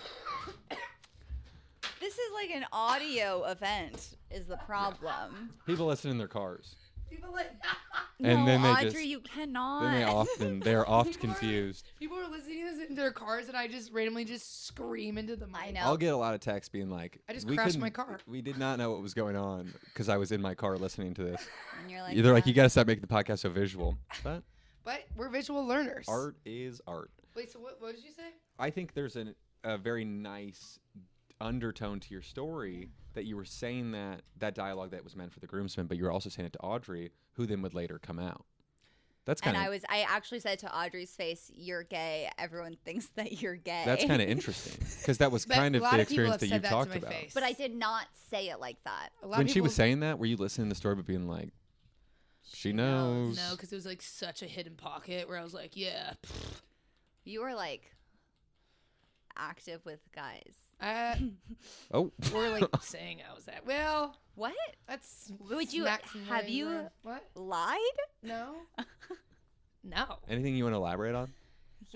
[SPEAKER 3] This is like an audio event. Is the problem?
[SPEAKER 1] People listen in their cars.
[SPEAKER 2] People, li-
[SPEAKER 1] And
[SPEAKER 3] no,
[SPEAKER 1] then they
[SPEAKER 3] Audrey,
[SPEAKER 1] just-
[SPEAKER 3] you cannot.
[SPEAKER 1] Then they often they are oft
[SPEAKER 2] People are-
[SPEAKER 1] confused.
[SPEAKER 2] people are listening to this in their cars, and I just randomly just scream into the mic.
[SPEAKER 3] I know.
[SPEAKER 1] I'll get a lot of texts being like,
[SPEAKER 2] I just
[SPEAKER 1] "We
[SPEAKER 2] crashed my
[SPEAKER 1] couldn't-
[SPEAKER 2] car."
[SPEAKER 1] We did not know what was going on because I was in my car listening to this.
[SPEAKER 3] And you're like,
[SPEAKER 1] They're like,
[SPEAKER 3] yeah.
[SPEAKER 1] you got to stop making the podcast so visual. But
[SPEAKER 2] But we're visual learners.
[SPEAKER 1] art is art.
[SPEAKER 2] Wait, so what, what did you say?
[SPEAKER 1] I think there's an, a very nice undertone to your story that you were saying that that dialogue that was meant for the groomsmen, but you were also saying it to Audrey, who then would later come out. That's
[SPEAKER 3] And
[SPEAKER 1] kind
[SPEAKER 3] I
[SPEAKER 1] of
[SPEAKER 3] was, I actually said to Audrey's face, "You're gay. Everyone thinks that you're gay."
[SPEAKER 1] that's kind of interesting because that was
[SPEAKER 2] But
[SPEAKER 1] kind
[SPEAKER 2] a
[SPEAKER 1] of
[SPEAKER 2] lot
[SPEAKER 1] the
[SPEAKER 2] of people
[SPEAKER 1] experience
[SPEAKER 2] have
[SPEAKER 1] that
[SPEAKER 2] said
[SPEAKER 1] you've
[SPEAKER 2] that to
[SPEAKER 1] talked
[SPEAKER 2] my
[SPEAKER 1] about.
[SPEAKER 2] face.
[SPEAKER 3] But I did not say it like that.
[SPEAKER 2] A lot
[SPEAKER 1] When
[SPEAKER 2] of
[SPEAKER 1] she was
[SPEAKER 2] people-
[SPEAKER 1] saying that, were you listening to the story but being like, she knows?
[SPEAKER 2] No, because it was like such a hidden pocket where I was like, yeah. pfft.
[SPEAKER 3] You were like active with guys.
[SPEAKER 2] Uh,
[SPEAKER 1] Oh,
[SPEAKER 2] or like saying I was at. Well,
[SPEAKER 3] What?
[SPEAKER 2] that's.
[SPEAKER 3] Would you-
[SPEAKER 2] smacks in the
[SPEAKER 3] have
[SPEAKER 2] ring
[SPEAKER 3] you-
[SPEAKER 2] there. What?
[SPEAKER 3] Lied?
[SPEAKER 2] No. No.
[SPEAKER 1] anything you want to elaborate on?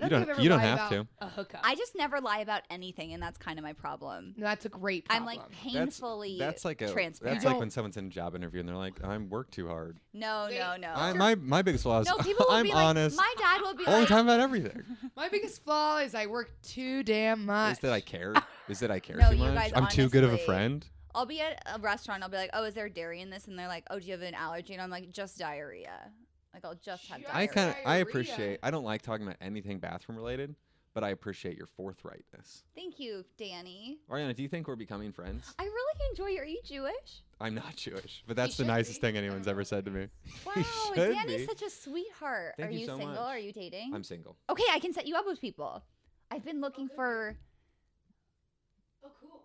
[SPEAKER 2] I
[SPEAKER 1] don't-
[SPEAKER 2] think I've ever
[SPEAKER 1] you don't
[SPEAKER 2] lied about
[SPEAKER 1] have to.
[SPEAKER 2] A hookup.
[SPEAKER 3] I just never lie about anything, and that's kind of my problem.
[SPEAKER 2] No, that's a great
[SPEAKER 3] I'm
[SPEAKER 2] problem.
[SPEAKER 3] like painfully
[SPEAKER 1] that's like a
[SPEAKER 3] transparent.
[SPEAKER 1] that's like when someone's in a job interview and they're like, "I'm work too hard."
[SPEAKER 3] no,
[SPEAKER 2] They-
[SPEAKER 3] no, no.
[SPEAKER 1] I, my my biggest flaw is
[SPEAKER 3] no, people will
[SPEAKER 1] I'm
[SPEAKER 3] be
[SPEAKER 1] honest
[SPEAKER 3] like, my dad will be
[SPEAKER 1] all the
[SPEAKER 3] like,
[SPEAKER 1] time about everything.
[SPEAKER 2] My biggest flaw is I work too damn much.
[SPEAKER 1] Is that I care? Is that I care
[SPEAKER 3] No,
[SPEAKER 1] too
[SPEAKER 3] you
[SPEAKER 1] much?
[SPEAKER 3] guys
[SPEAKER 1] I'm too good of a
[SPEAKER 3] honestly-
[SPEAKER 1] friend.
[SPEAKER 3] I'll be at a restaurant. I'll be like, "Oh, is there dairy in this?" And they're like, "Oh, do you have an allergy?" And I'm like, "Just diarrhea." Like I'll just have
[SPEAKER 2] Just
[SPEAKER 3] diarrhea.
[SPEAKER 1] I kind of I
[SPEAKER 2] diarrhea.
[SPEAKER 1] appreciate. I don't like talking about anything bathroom related, but I appreciate your forthrightness.
[SPEAKER 3] Thank you, Danny.
[SPEAKER 1] Ariana, do you think we're becoming friends?
[SPEAKER 3] I really enjoy your. Are you Jewish?
[SPEAKER 1] I'm not Jewish, but that's the
[SPEAKER 2] should
[SPEAKER 1] nicest
[SPEAKER 2] be.
[SPEAKER 1] thing anyone's ever said to me.
[SPEAKER 3] Wow,
[SPEAKER 1] You should
[SPEAKER 3] Danny's
[SPEAKER 1] be.
[SPEAKER 3] such a sweetheart.
[SPEAKER 1] Thank
[SPEAKER 3] Are
[SPEAKER 1] you
[SPEAKER 3] you,
[SPEAKER 1] so
[SPEAKER 3] single?
[SPEAKER 1] much.
[SPEAKER 3] Are you dating?
[SPEAKER 1] I'm single.
[SPEAKER 3] okay, I can set you up with people. I've been looking
[SPEAKER 2] Okay.
[SPEAKER 3] for.
[SPEAKER 2] Oh, cool.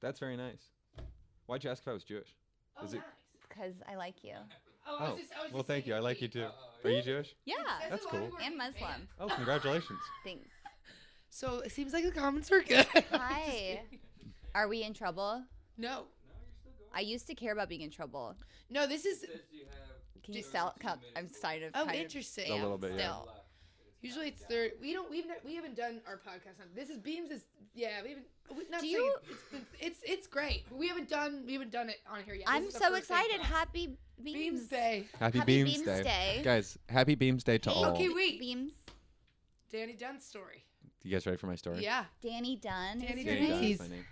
[SPEAKER 1] That's very nice. Why'd you ask if I was Jewish?
[SPEAKER 2] Oh,
[SPEAKER 1] Is it-
[SPEAKER 2] nice.
[SPEAKER 3] because I like you.
[SPEAKER 2] Oh, I was just, I was
[SPEAKER 1] well,
[SPEAKER 2] just
[SPEAKER 1] thank you. I
[SPEAKER 2] saying,
[SPEAKER 1] like you
[SPEAKER 2] wait,
[SPEAKER 1] too.
[SPEAKER 2] uh,
[SPEAKER 1] Are you Jewish?
[SPEAKER 3] Yeah,
[SPEAKER 2] it says a
[SPEAKER 1] That's
[SPEAKER 2] lot of
[SPEAKER 1] cool.
[SPEAKER 2] words
[SPEAKER 3] and
[SPEAKER 2] in
[SPEAKER 3] Muslim.
[SPEAKER 2] Japan.
[SPEAKER 1] Oh, congratulations.
[SPEAKER 3] Thanks.
[SPEAKER 2] So it seems like the comments are good. I'm just
[SPEAKER 3] Hi.
[SPEAKER 2] kidding.
[SPEAKER 3] Are we in trouble?
[SPEAKER 2] No.
[SPEAKER 3] I used to care about being in trouble.
[SPEAKER 2] No, this is.
[SPEAKER 3] Can you
[SPEAKER 2] Just-
[SPEAKER 3] sell? Cup? I'm kind of.
[SPEAKER 2] Oh,
[SPEAKER 3] kind of-
[SPEAKER 2] interesting.
[SPEAKER 1] A little bit, yeah.
[SPEAKER 3] Still.
[SPEAKER 2] Usually it's third. We don't. We've ne- we haven't done our podcast on this. Is Beams is yeah. We haven't. We, not
[SPEAKER 3] Do
[SPEAKER 2] saying
[SPEAKER 3] you-
[SPEAKER 2] It's, been- it's it's great. but We haven't done we haven't done it on here yet. This
[SPEAKER 3] I'm
[SPEAKER 2] is the
[SPEAKER 3] so
[SPEAKER 2] first thing for
[SPEAKER 3] excited.
[SPEAKER 2] us.
[SPEAKER 3] Happy beams.
[SPEAKER 2] Beams Day.
[SPEAKER 1] Happy,
[SPEAKER 3] Happy
[SPEAKER 1] Beams,
[SPEAKER 3] Beams
[SPEAKER 1] Day.
[SPEAKER 3] Day.
[SPEAKER 1] Guys, happy Beams Day to
[SPEAKER 3] Hey,
[SPEAKER 1] all.
[SPEAKER 2] Okay, wait.
[SPEAKER 3] Beams.
[SPEAKER 2] Danny Dunn's story.
[SPEAKER 1] You guys ready for my story?
[SPEAKER 2] Yeah.
[SPEAKER 3] Danny Dunn.
[SPEAKER 2] Danny
[SPEAKER 3] is your
[SPEAKER 1] Danny
[SPEAKER 2] Danny
[SPEAKER 3] name?
[SPEAKER 1] Dunn is
[SPEAKER 2] Tees.
[SPEAKER 1] my name.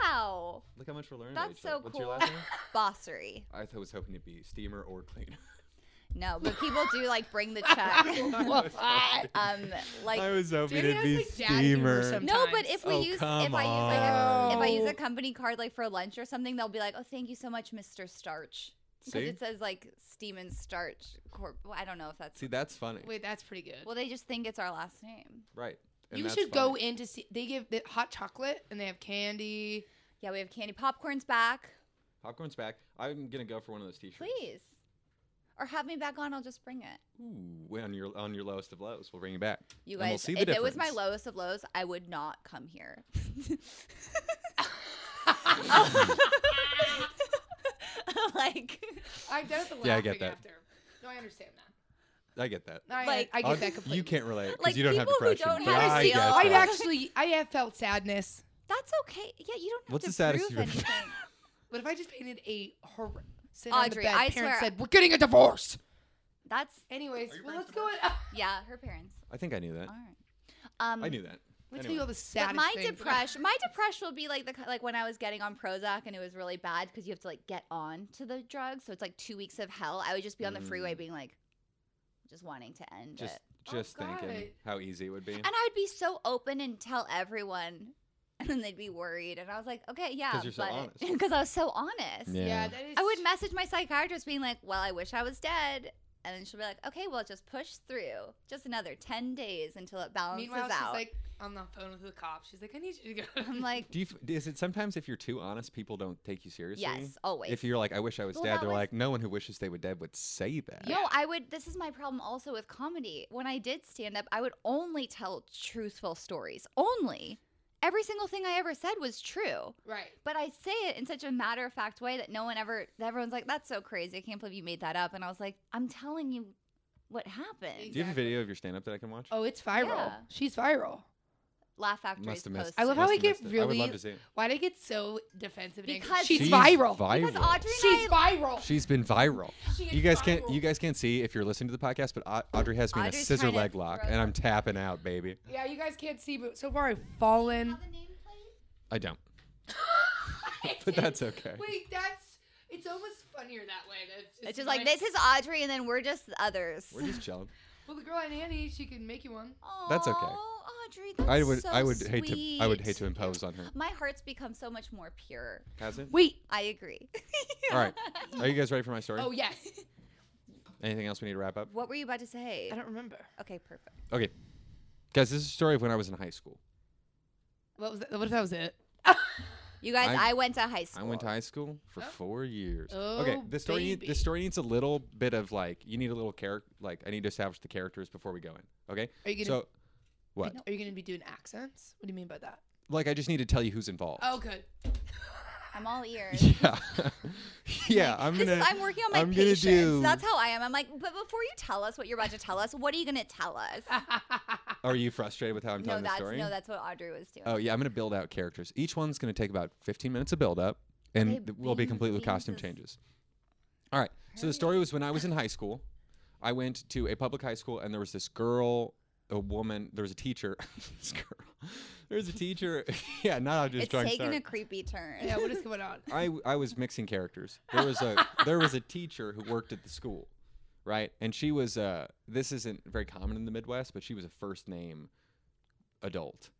[SPEAKER 3] Wow.
[SPEAKER 1] Look how much we're learning. about
[SPEAKER 3] That's
[SPEAKER 1] each other.
[SPEAKER 3] so
[SPEAKER 1] What's
[SPEAKER 3] cool.
[SPEAKER 1] your last name?
[SPEAKER 3] Bossery.
[SPEAKER 1] I th- was hoping to be steamer or cleaner.
[SPEAKER 3] No, but people do like bring the check. um, like
[SPEAKER 1] I was hoping
[SPEAKER 2] Jamie
[SPEAKER 1] it'd be
[SPEAKER 2] has, like, daddy humor
[SPEAKER 3] no,
[SPEAKER 1] steamer.
[SPEAKER 2] sometimes.
[SPEAKER 3] but if we
[SPEAKER 1] Oh,
[SPEAKER 3] use if I use
[SPEAKER 1] come
[SPEAKER 3] like a, if I use a
[SPEAKER 2] on.
[SPEAKER 3] company card like for lunch or something, they'll be like, "Oh, thank you so much, Mr. Starch," because
[SPEAKER 1] See?
[SPEAKER 3] it says like Steam and Starch Corp. Well, I don't know if that's
[SPEAKER 1] See, that's funny.
[SPEAKER 2] Wait, that's pretty good.
[SPEAKER 3] well, they just think it's our last name.
[SPEAKER 1] Right. and
[SPEAKER 2] you
[SPEAKER 1] that's
[SPEAKER 2] should go
[SPEAKER 1] funny.
[SPEAKER 2] in to see. They give the hot chocolate and they have candy.
[SPEAKER 3] Yeah, we have candy popcorns back,
[SPEAKER 1] Popcorn's back. I'm gonna go for one of those t-shirts.
[SPEAKER 3] please, or have me back on. I'll just bring it.
[SPEAKER 1] Ooh, on your on your lowest of lows, we'll bring you back.
[SPEAKER 3] You
[SPEAKER 1] And
[SPEAKER 3] guys,
[SPEAKER 1] we'll see
[SPEAKER 3] if
[SPEAKER 1] the
[SPEAKER 3] it was my
[SPEAKER 1] difference.
[SPEAKER 3] lowest of lows, I would not come here. like,
[SPEAKER 2] I've done it the
[SPEAKER 1] Yeah, I
[SPEAKER 2] laughing
[SPEAKER 1] get that.
[SPEAKER 2] after. No, I understand that.
[SPEAKER 1] I get that.
[SPEAKER 2] I,
[SPEAKER 3] Like-
[SPEAKER 2] I
[SPEAKER 1] I'll-
[SPEAKER 2] get that completely.
[SPEAKER 1] You can't relate because
[SPEAKER 3] Like,
[SPEAKER 1] you don't have
[SPEAKER 3] people who
[SPEAKER 1] depression.
[SPEAKER 3] don't
[SPEAKER 1] but
[SPEAKER 3] have
[SPEAKER 1] I
[SPEAKER 2] Honestly,
[SPEAKER 1] get
[SPEAKER 3] deal-
[SPEAKER 1] that.
[SPEAKER 2] I've
[SPEAKER 3] that.
[SPEAKER 2] actually I have felt sadness,
[SPEAKER 3] that's okay. Yeah, you don't have
[SPEAKER 1] What's
[SPEAKER 3] to
[SPEAKER 1] the saddest
[SPEAKER 3] prove
[SPEAKER 1] you've ever-
[SPEAKER 3] anything.
[SPEAKER 2] but if I just painted a hor- sit on the
[SPEAKER 3] Audrey,
[SPEAKER 2] bed,
[SPEAKER 3] I
[SPEAKER 2] parents
[SPEAKER 3] swear-
[SPEAKER 2] said we're getting a divorce.
[SPEAKER 3] That's
[SPEAKER 2] Anyways,
[SPEAKER 1] Are your
[SPEAKER 2] well, let's
[SPEAKER 1] parents
[SPEAKER 2] go. uh, In,
[SPEAKER 3] yeah, her parents.
[SPEAKER 1] I think I knew that.
[SPEAKER 3] All right. Um,
[SPEAKER 1] Uh, I knew that.
[SPEAKER 2] let's
[SPEAKER 1] Anyway.
[SPEAKER 2] go the
[SPEAKER 3] But
[SPEAKER 2] saddest.
[SPEAKER 3] my
[SPEAKER 2] things.
[SPEAKER 3] depression, my depression will be like the ki- like when I was getting on Prozac and it was really bad because you have to like get on to the drug, so it's like two weeks of hell. I would just be on the freeway
[SPEAKER 1] Mm.
[SPEAKER 3] being like, just wanting to end
[SPEAKER 1] Just
[SPEAKER 3] it,
[SPEAKER 2] Oh,
[SPEAKER 1] just thinking
[SPEAKER 2] God.
[SPEAKER 1] how easy it would be
[SPEAKER 3] and I would be so open and tell everyone, and then they'd be worried, and I was like, okay, yeah,
[SPEAKER 1] you're so honest.
[SPEAKER 3] because I was so honest.
[SPEAKER 1] Yeah.
[SPEAKER 2] Yeah. that is.
[SPEAKER 3] I would message my psychiatrist being like, well, I wish I was dead. And then she'll be like, okay, well, just push through. Just another 10 days until it balances
[SPEAKER 2] Meanwhile, she's
[SPEAKER 3] out.
[SPEAKER 2] like on the phone with the cop. She's like, I need you to go.
[SPEAKER 3] I'm like,
[SPEAKER 1] do you f- is it sometimes if you're too honest people don't take you seriously
[SPEAKER 3] yes, always.
[SPEAKER 1] if you're like i wish i was
[SPEAKER 3] Well,
[SPEAKER 1] dead
[SPEAKER 3] that
[SPEAKER 1] they're
[SPEAKER 3] was-
[SPEAKER 1] like no one who wishes they were dead would say that
[SPEAKER 3] No, I would. This is my problem also with comedy. When I did stand up, I would only tell truthful stories. Only. Every single thing I ever said was true.
[SPEAKER 2] right.
[SPEAKER 3] But I say it in such a matter of fact way that no one ever, that everyone's like, that's so crazy. I can't believe you made that up. And I was like, I'm telling you what happened.
[SPEAKER 1] do you have a
[SPEAKER 2] Exactly.
[SPEAKER 1] video of your stand-up that i can watch
[SPEAKER 2] Oh, it's viral.
[SPEAKER 3] Yeah.
[SPEAKER 2] She's viral.
[SPEAKER 3] Laugh Factory's
[SPEAKER 1] must have missed
[SPEAKER 3] posted.
[SPEAKER 2] I love how
[SPEAKER 1] must
[SPEAKER 2] we
[SPEAKER 1] have missed
[SPEAKER 2] get
[SPEAKER 1] it. i would love
[SPEAKER 2] really-
[SPEAKER 1] to see it
[SPEAKER 2] Why did I get so defensive? and angry?
[SPEAKER 3] Because-
[SPEAKER 2] she's,
[SPEAKER 3] She's
[SPEAKER 2] viral.
[SPEAKER 3] Because Audrey
[SPEAKER 1] viral.
[SPEAKER 3] and I
[SPEAKER 2] She's viral.
[SPEAKER 1] she's been viral
[SPEAKER 2] She is
[SPEAKER 1] you guys can't
[SPEAKER 2] viral.
[SPEAKER 1] you guys can't see if you're listening to the podcast but Au- audrey has me in a
[SPEAKER 3] Audrey's
[SPEAKER 1] scissor
[SPEAKER 3] trying to
[SPEAKER 1] leg lock
[SPEAKER 3] throw
[SPEAKER 1] and i'm tapping out baby
[SPEAKER 2] Yeah, you guys can't see, but so far I've fallen.
[SPEAKER 1] i don't but that's okay
[SPEAKER 2] Wait, that's it's almost funnier that way. That's just
[SPEAKER 3] It's just like
[SPEAKER 2] mine.
[SPEAKER 3] this is Audrey, and then we're just the others.
[SPEAKER 1] we're just chilling
[SPEAKER 2] Well, the girl at Annie, she can make you one.
[SPEAKER 1] That's okay.
[SPEAKER 3] Aw, Audrey, that's
[SPEAKER 1] i would
[SPEAKER 3] so
[SPEAKER 1] i would hate to i would hate to
[SPEAKER 3] sweet.
[SPEAKER 1] impose on her
[SPEAKER 3] My heart's become so much more pure.
[SPEAKER 1] has it
[SPEAKER 2] Wait.
[SPEAKER 3] I agree.
[SPEAKER 1] all right are you guys ready for my story
[SPEAKER 2] Oh yes.
[SPEAKER 1] anything else we need to wrap up
[SPEAKER 3] What were you about to say?
[SPEAKER 2] I don't remember.
[SPEAKER 3] Okay, perfect.
[SPEAKER 1] okay guys this is a story of when i was in high school
[SPEAKER 2] What was that? What if that was it?
[SPEAKER 3] You guys,
[SPEAKER 1] I-
[SPEAKER 3] I, went to high school.
[SPEAKER 1] I went to high school for
[SPEAKER 2] Oh.
[SPEAKER 1] four years. okay,
[SPEAKER 2] Oh,
[SPEAKER 1] this story need,
[SPEAKER 2] baby.
[SPEAKER 1] this story needs a little bit of like you need a little character. Like I need to establish the characters before we go in. Okay,
[SPEAKER 2] Are you gonna
[SPEAKER 1] so what?
[SPEAKER 2] Are you gonna be doing accents? What do you mean by that?
[SPEAKER 1] Like I just need to tell you who's involved.
[SPEAKER 2] Oh, good.
[SPEAKER 3] I'm all ears.
[SPEAKER 1] Yeah, yeah. I'm
[SPEAKER 3] This
[SPEAKER 1] gonna.
[SPEAKER 3] is, I'm working on my
[SPEAKER 1] I'm gonna
[SPEAKER 3] patience.
[SPEAKER 1] do-
[SPEAKER 3] That's how I am. I'm like, but before you tell us what you're about to tell us, what are you gonna tell us?
[SPEAKER 2] Ah.
[SPEAKER 1] Are you frustrated with how I'm
[SPEAKER 3] no,
[SPEAKER 1] telling the
[SPEAKER 3] that's
[SPEAKER 1] story?
[SPEAKER 3] no, that's what Audrey was doing.
[SPEAKER 1] oh yeah, I'm gonna build out characters. Each one's gonna take about 15 minutes of build up, and
[SPEAKER 3] Okay,
[SPEAKER 1] th- we'll be
[SPEAKER 3] beans-
[SPEAKER 1] complete with
[SPEAKER 3] beans
[SPEAKER 1] costume
[SPEAKER 3] is-
[SPEAKER 1] changes. All right. So the story was when I was in high school. I went to a public high school, and there was this girl, a woman. There was a teacher. this girl. There was a teacher. yeah, not how just
[SPEAKER 3] it's
[SPEAKER 1] trying to
[SPEAKER 3] taking
[SPEAKER 1] start.
[SPEAKER 3] a creepy turn.
[SPEAKER 2] yeah. What is going on?
[SPEAKER 1] I w- I was mixing characters. There was a there was a teacher who worked at the school, right? And she was uh this isn't very common in the Midwest, but she was a first name adult.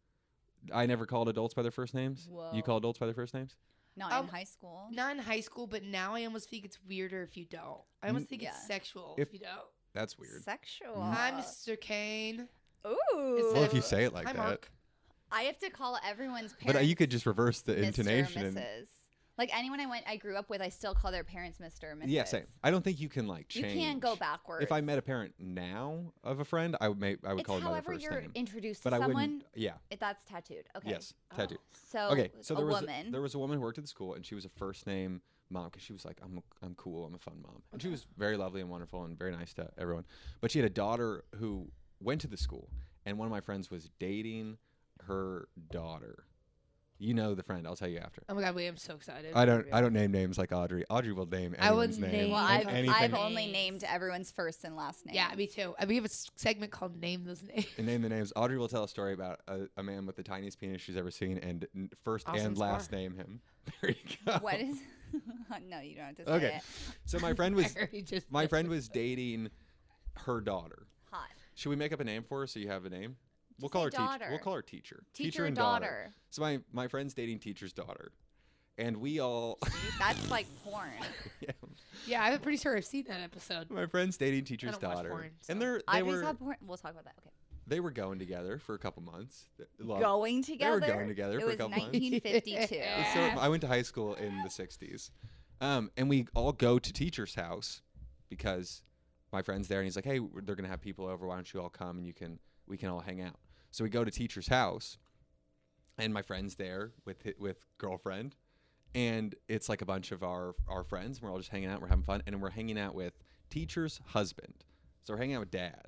[SPEAKER 1] I never called adults by their first names. You
[SPEAKER 3] Whoa.
[SPEAKER 1] call adults by their first names?
[SPEAKER 3] Not
[SPEAKER 2] Um,
[SPEAKER 3] in high school.
[SPEAKER 2] Not in high school, but now I almost think it's weirder if you don't. I
[SPEAKER 1] Mm,
[SPEAKER 2] almost think
[SPEAKER 3] yeah.
[SPEAKER 2] it's sexual
[SPEAKER 1] If-
[SPEAKER 2] if you don't.
[SPEAKER 1] That's weird. Mm.
[SPEAKER 3] Sexual.
[SPEAKER 2] Hi, Mr. Kane.
[SPEAKER 3] Ooh.
[SPEAKER 1] Well,
[SPEAKER 2] Well,
[SPEAKER 1] if
[SPEAKER 2] if
[SPEAKER 1] you say it like
[SPEAKER 2] Hi,
[SPEAKER 1] that,
[SPEAKER 2] Mark.
[SPEAKER 3] I have to call everyone's parents.
[SPEAKER 1] but uh, you could just reverse the
[SPEAKER 3] Mr. or
[SPEAKER 1] intonation. and-
[SPEAKER 3] Mrs. Like anyone I went, I grew up with, I still call their parents Mr. or Mrs.
[SPEAKER 1] yeah, same. I don't think you can like
[SPEAKER 3] You
[SPEAKER 1] change.
[SPEAKER 3] can go backwards.
[SPEAKER 1] If I met a parent now of a friend, I would may, I would
[SPEAKER 3] it's
[SPEAKER 1] call them by their
[SPEAKER 3] however
[SPEAKER 1] 1st
[SPEAKER 3] you're
[SPEAKER 1] name.
[SPEAKER 3] introduced to
[SPEAKER 1] But I
[SPEAKER 3] someone.
[SPEAKER 1] wouldn't. Yeah.
[SPEAKER 3] It, that's tattooed. Okay. Oh.
[SPEAKER 1] Yes. Tattoo.
[SPEAKER 3] So,
[SPEAKER 1] okay, so there
[SPEAKER 3] a
[SPEAKER 1] was
[SPEAKER 3] woman.
[SPEAKER 1] A, there was a woman who worked at the school, and she was a first name mom because she was like, "I'm I'm cool, I'm a fun mom," and she was very lovely and wonderful and very nice to everyone. But she had a daughter who went to the school, and one of my friends was dating her daughter. You know the friend. I'll tell you after.
[SPEAKER 2] Oh my god, wait! I'm so excited.
[SPEAKER 1] I don't I don't name names like Audrey. Audrey will name
[SPEAKER 2] I would
[SPEAKER 1] anyone's name.
[SPEAKER 2] name
[SPEAKER 3] well,
[SPEAKER 1] and
[SPEAKER 3] I've,
[SPEAKER 1] anything,
[SPEAKER 3] I've only
[SPEAKER 2] Names.
[SPEAKER 3] named everyone's first and last name.
[SPEAKER 2] Yeah, me too. I we have a s- segment called "Name Those Names."
[SPEAKER 1] and name the names. Audrey will tell a story about a, a man with the tiniest penis she's ever seen, and n- first
[SPEAKER 2] Awesome
[SPEAKER 1] and last name him. There you go.
[SPEAKER 3] What is? no, you don't have to say
[SPEAKER 1] Okay.
[SPEAKER 3] it.
[SPEAKER 1] So my friend was
[SPEAKER 2] I already just
[SPEAKER 1] my
[SPEAKER 2] did.
[SPEAKER 1] friend was dating her daughter.
[SPEAKER 3] Hot.
[SPEAKER 1] Should we make up a name for her so you have a name? We'll
[SPEAKER 3] Just
[SPEAKER 1] call
[SPEAKER 3] say
[SPEAKER 1] her teacher.
[SPEAKER 3] daughter.
[SPEAKER 1] We'll call her teacher.
[SPEAKER 3] Teacher,
[SPEAKER 1] and
[SPEAKER 3] daughter.
[SPEAKER 1] So my my friend's dating teacher's daughter, and we all
[SPEAKER 3] See, That's like porn.
[SPEAKER 1] yeah,
[SPEAKER 2] Yeah, I'm pretty sure I've seen that episode.
[SPEAKER 1] my friend's dating teacher's
[SPEAKER 2] don't watch
[SPEAKER 1] daughter,
[SPEAKER 2] porn, so.
[SPEAKER 1] and they're they
[SPEAKER 3] I
[SPEAKER 1] were
[SPEAKER 3] just have porn. We'll talk about that. Okay.
[SPEAKER 1] they were going together for a couple months. Th- love-
[SPEAKER 3] Going together.
[SPEAKER 1] They were going together
[SPEAKER 3] It
[SPEAKER 1] for a
[SPEAKER 3] was
[SPEAKER 1] couple months.
[SPEAKER 3] 1952.
[SPEAKER 1] So
[SPEAKER 2] Yeah.
[SPEAKER 1] I went to high school in the 60s. Um, and we all go to teacher's house because my friend's there and he's like, hey, we're- they're going to have people over. Why don't you all come and you can we can all hang out. So we go to teacher's house and my friend's there with hi- with girlfriend. And it's like a bunch of our, our friends. We're all just hanging out. We're having fun. And we're hanging out with teacher's husband. So we're hanging out with dad.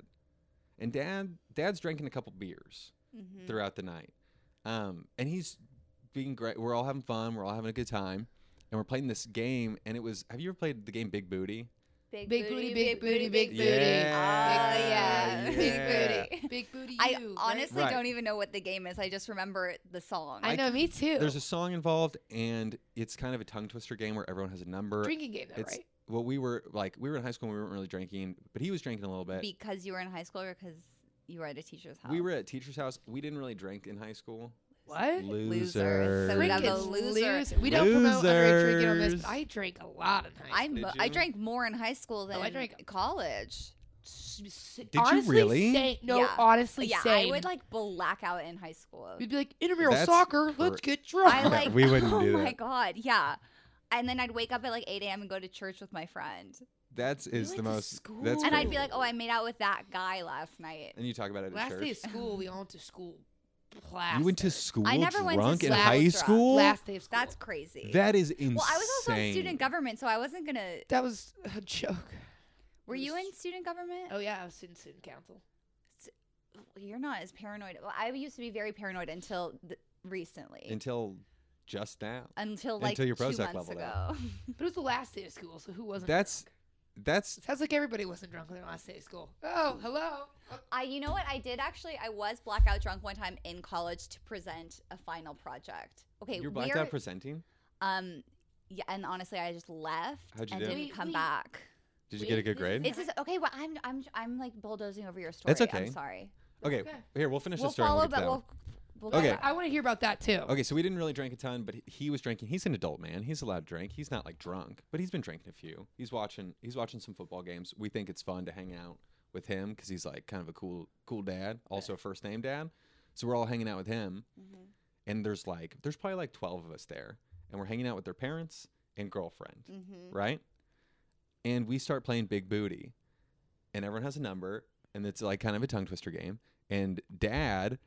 [SPEAKER 1] And dad dad's drinking a couple beers
[SPEAKER 3] Mhm.
[SPEAKER 1] throughout the night. Um, and he's being great. We're all having fun. We're all having a good time. And we're playing this game. And it was, have you ever played the game Big Booty?
[SPEAKER 3] Big,
[SPEAKER 2] Big booty, big booty, big booty.
[SPEAKER 3] Ah,
[SPEAKER 1] Yeah,
[SPEAKER 3] yeah.
[SPEAKER 1] yeah.
[SPEAKER 3] Big booty.
[SPEAKER 2] Big booty.
[SPEAKER 3] I
[SPEAKER 2] you, right?
[SPEAKER 3] honestly
[SPEAKER 1] Right.
[SPEAKER 3] don't even know what the game is. I just remember the song.
[SPEAKER 2] I know. Me too.
[SPEAKER 1] There's a song involved, and it's kind of a tongue twister game where everyone has a number.
[SPEAKER 2] drinking game, though,
[SPEAKER 1] it's-
[SPEAKER 2] right?
[SPEAKER 1] Well, we were like, we were in high school and we weren't really drinking, but he was drinking a little bit.
[SPEAKER 3] because you were in high school or because you were at a teacher's house.
[SPEAKER 1] we were at teacher's house. We didn't really drink in high school.
[SPEAKER 2] What?
[SPEAKER 3] Loser. So
[SPEAKER 1] Loser.
[SPEAKER 3] we got
[SPEAKER 2] Freaking
[SPEAKER 3] the loser.
[SPEAKER 2] loser. We don't promote underage drinking on this,
[SPEAKER 1] Losers.
[SPEAKER 2] but I drank a lot in high
[SPEAKER 3] I
[SPEAKER 2] school.
[SPEAKER 1] Did
[SPEAKER 3] I
[SPEAKER 1] you?
[SPEAKER 3] drank more in high school than
[SPEAKER 2] I drank-
[SPEAKER 3] college.
[SPEAKER 2] Did
[SPEAKER 1] you really?
[SPEAKER 2] no,
[SPEAKER 3] Yeah.
[SPEAKER 2] honestly,
[SPEAKER 3] yeah,
[SPEAKER 2] same.
[SPEAKER 3] I would like black out in high school.
[SPEAKER 2] We'd be like intramural
[SPEAKER 1] That's
[SPEAKER 2] soccer.
[SPEAKER 1] cor-
[SPEAKER 2] Let's get
[SPEAKER 3] I
[SPEAKER 2] drunk.
[SPEAKER 3] like.
[SPEAKER 1] We wouldn't
[SPEAKER 3] oh
[SPEAKER 1] do
[SPEAKER 3] my
[SPEAKER 1] that.
[SPEAKER 3] god, yeah. And then I'd wake up at like 8 a.m. and go to church with my friend,
[SPEAKER 1] That's is
[SPEAKER 2] went
[SPEAKER 1] the
[SPEAKER 2] to
[SPEAKER 1] most.
[SPEAKER 2] school.
[SPEAKER 1] That's
[SPEAKER 3] and I'd
[SPEAKER 1] crazy.
[SPEAKER 3] be like, "Oh, I made out with that guy last night."
[SPEAKER 1] and you talk about it at
[SPEAKER 2] Last
[SPEAKER 1] church.
[SPEAKER 2] day of school, we all went to school. Plastered.
[SPEAKER 1] you went to school
[SPEAKER 3] never went to
[SPEAKER 1] drunk in
[SPEAKER 3] school
[SPEAKER 1] high
[SPEAKER 3] drunk.
[SPEAKER 1] school.
[SPEAKER 2] Last day of school.
[SPEAKER 3] That's crazy.
[SPEAKER 1] That is insane.
[SPEAKER 3] well, I was also in student government, so I wasn't gonna.
[SPEAKER 2] that was a joke.
[SPEAKER 3] Were you
[SPEAKER 2] was-
[SPEAKER 3] in student government?
[SPEAKER 2] Oh yeah, I was in student council.
[SPEAKER 3] You're not as paranoid. Well, I used to be very paranoid until th- recently.
[SPEAKER 1] until just now.
[SPEAKER 3] until like
[SPEAKER 1] until your
[SPEAKER 3] two
[SPEAKER 1] Prozac
[SPEAKER 3] months
[SPEAKER 1] leveled
[SPEAKER 3] ago.
[SPEAKER 2] But it was the last day of school, so who wasn't?
[SPEAKER 1] That's
[SPEAKER 2] drunk?
[SPEAKER 1] that's
[SPEAKER 2] sounds like everybody wasn't drunk on their last day of school. Oh, hello.
[SPEAKER 3] I, you know what? I did actually. I was blackout drunk one time in college to present a final project. Okay,
[SPEAKER 1] you're
[SPEAKER 3] we
[SPEAKER 1] blacked
[SPEAKER 3] are-
[SPEAKER 1] out presenting.
[SPEAKER 3] um, yeah, and honestly, I just left
[SPEAKER 1] How'd you
[SPEAKER 3] and
[SPEAKER 1] do?
[SPEAKER 3] didn't
[SPEAKER 2] We-
[SPEAKER 3] come
[SPEAKER 2] we-
[SPEAKER 3] back.
[SPEAKER 1] Did you get a
[SPEAKER 2] Wait,
[SPEAKER 1] good grade?
[SPEAKER 2] this
[SPEAKER 3] It's just okay. Well, I'm, I'm, I'm like bulldozing over your story.
[SPEAKER 1] That's okay.
[SPEAKER 3] I'm sorry.
[SPEAKER 1] Okay,
[SPEAKER 2] Okay.
[SPEAKER 1] here we'll finish
[SPEAKER 3] we'll
[SPEAKER 1] the story. and
[SPEAKER 3] follow,
[SPEAKER 1] we'll get
[SPEAKER 3] but
[SPEAKER 1] to that
[SPEAKER 3] we'll, we'll.
[SPEAKER 1] Okay.
[SPEAKER 3] go back.
[SPEAKER 2] I want to hear about that too.
[SPEAKER 1] one. Okay, so we didn't really drink a ton, but he- he was drinking. He's an adult man. He's allowed to drink. He's not like drunk, but he's been drinking a few. He's watching. He's watching some football games. We think it's fun to hang out with him because he's like kind of a cool, cool dad. Also a first name dad. So we're all hanging out with him,
[SPEAKER 3] Mhm.
[SPEAKER 1] and there's like there's probably like twelve of us there, and we're hanging out with their parents and girlfriend.
[SPEAKER 3] Mhm.
[SPEAKER 1] right? And we start playing Big Booty, and everyone has a number, and it's like kind of a tongue twister game. And Dad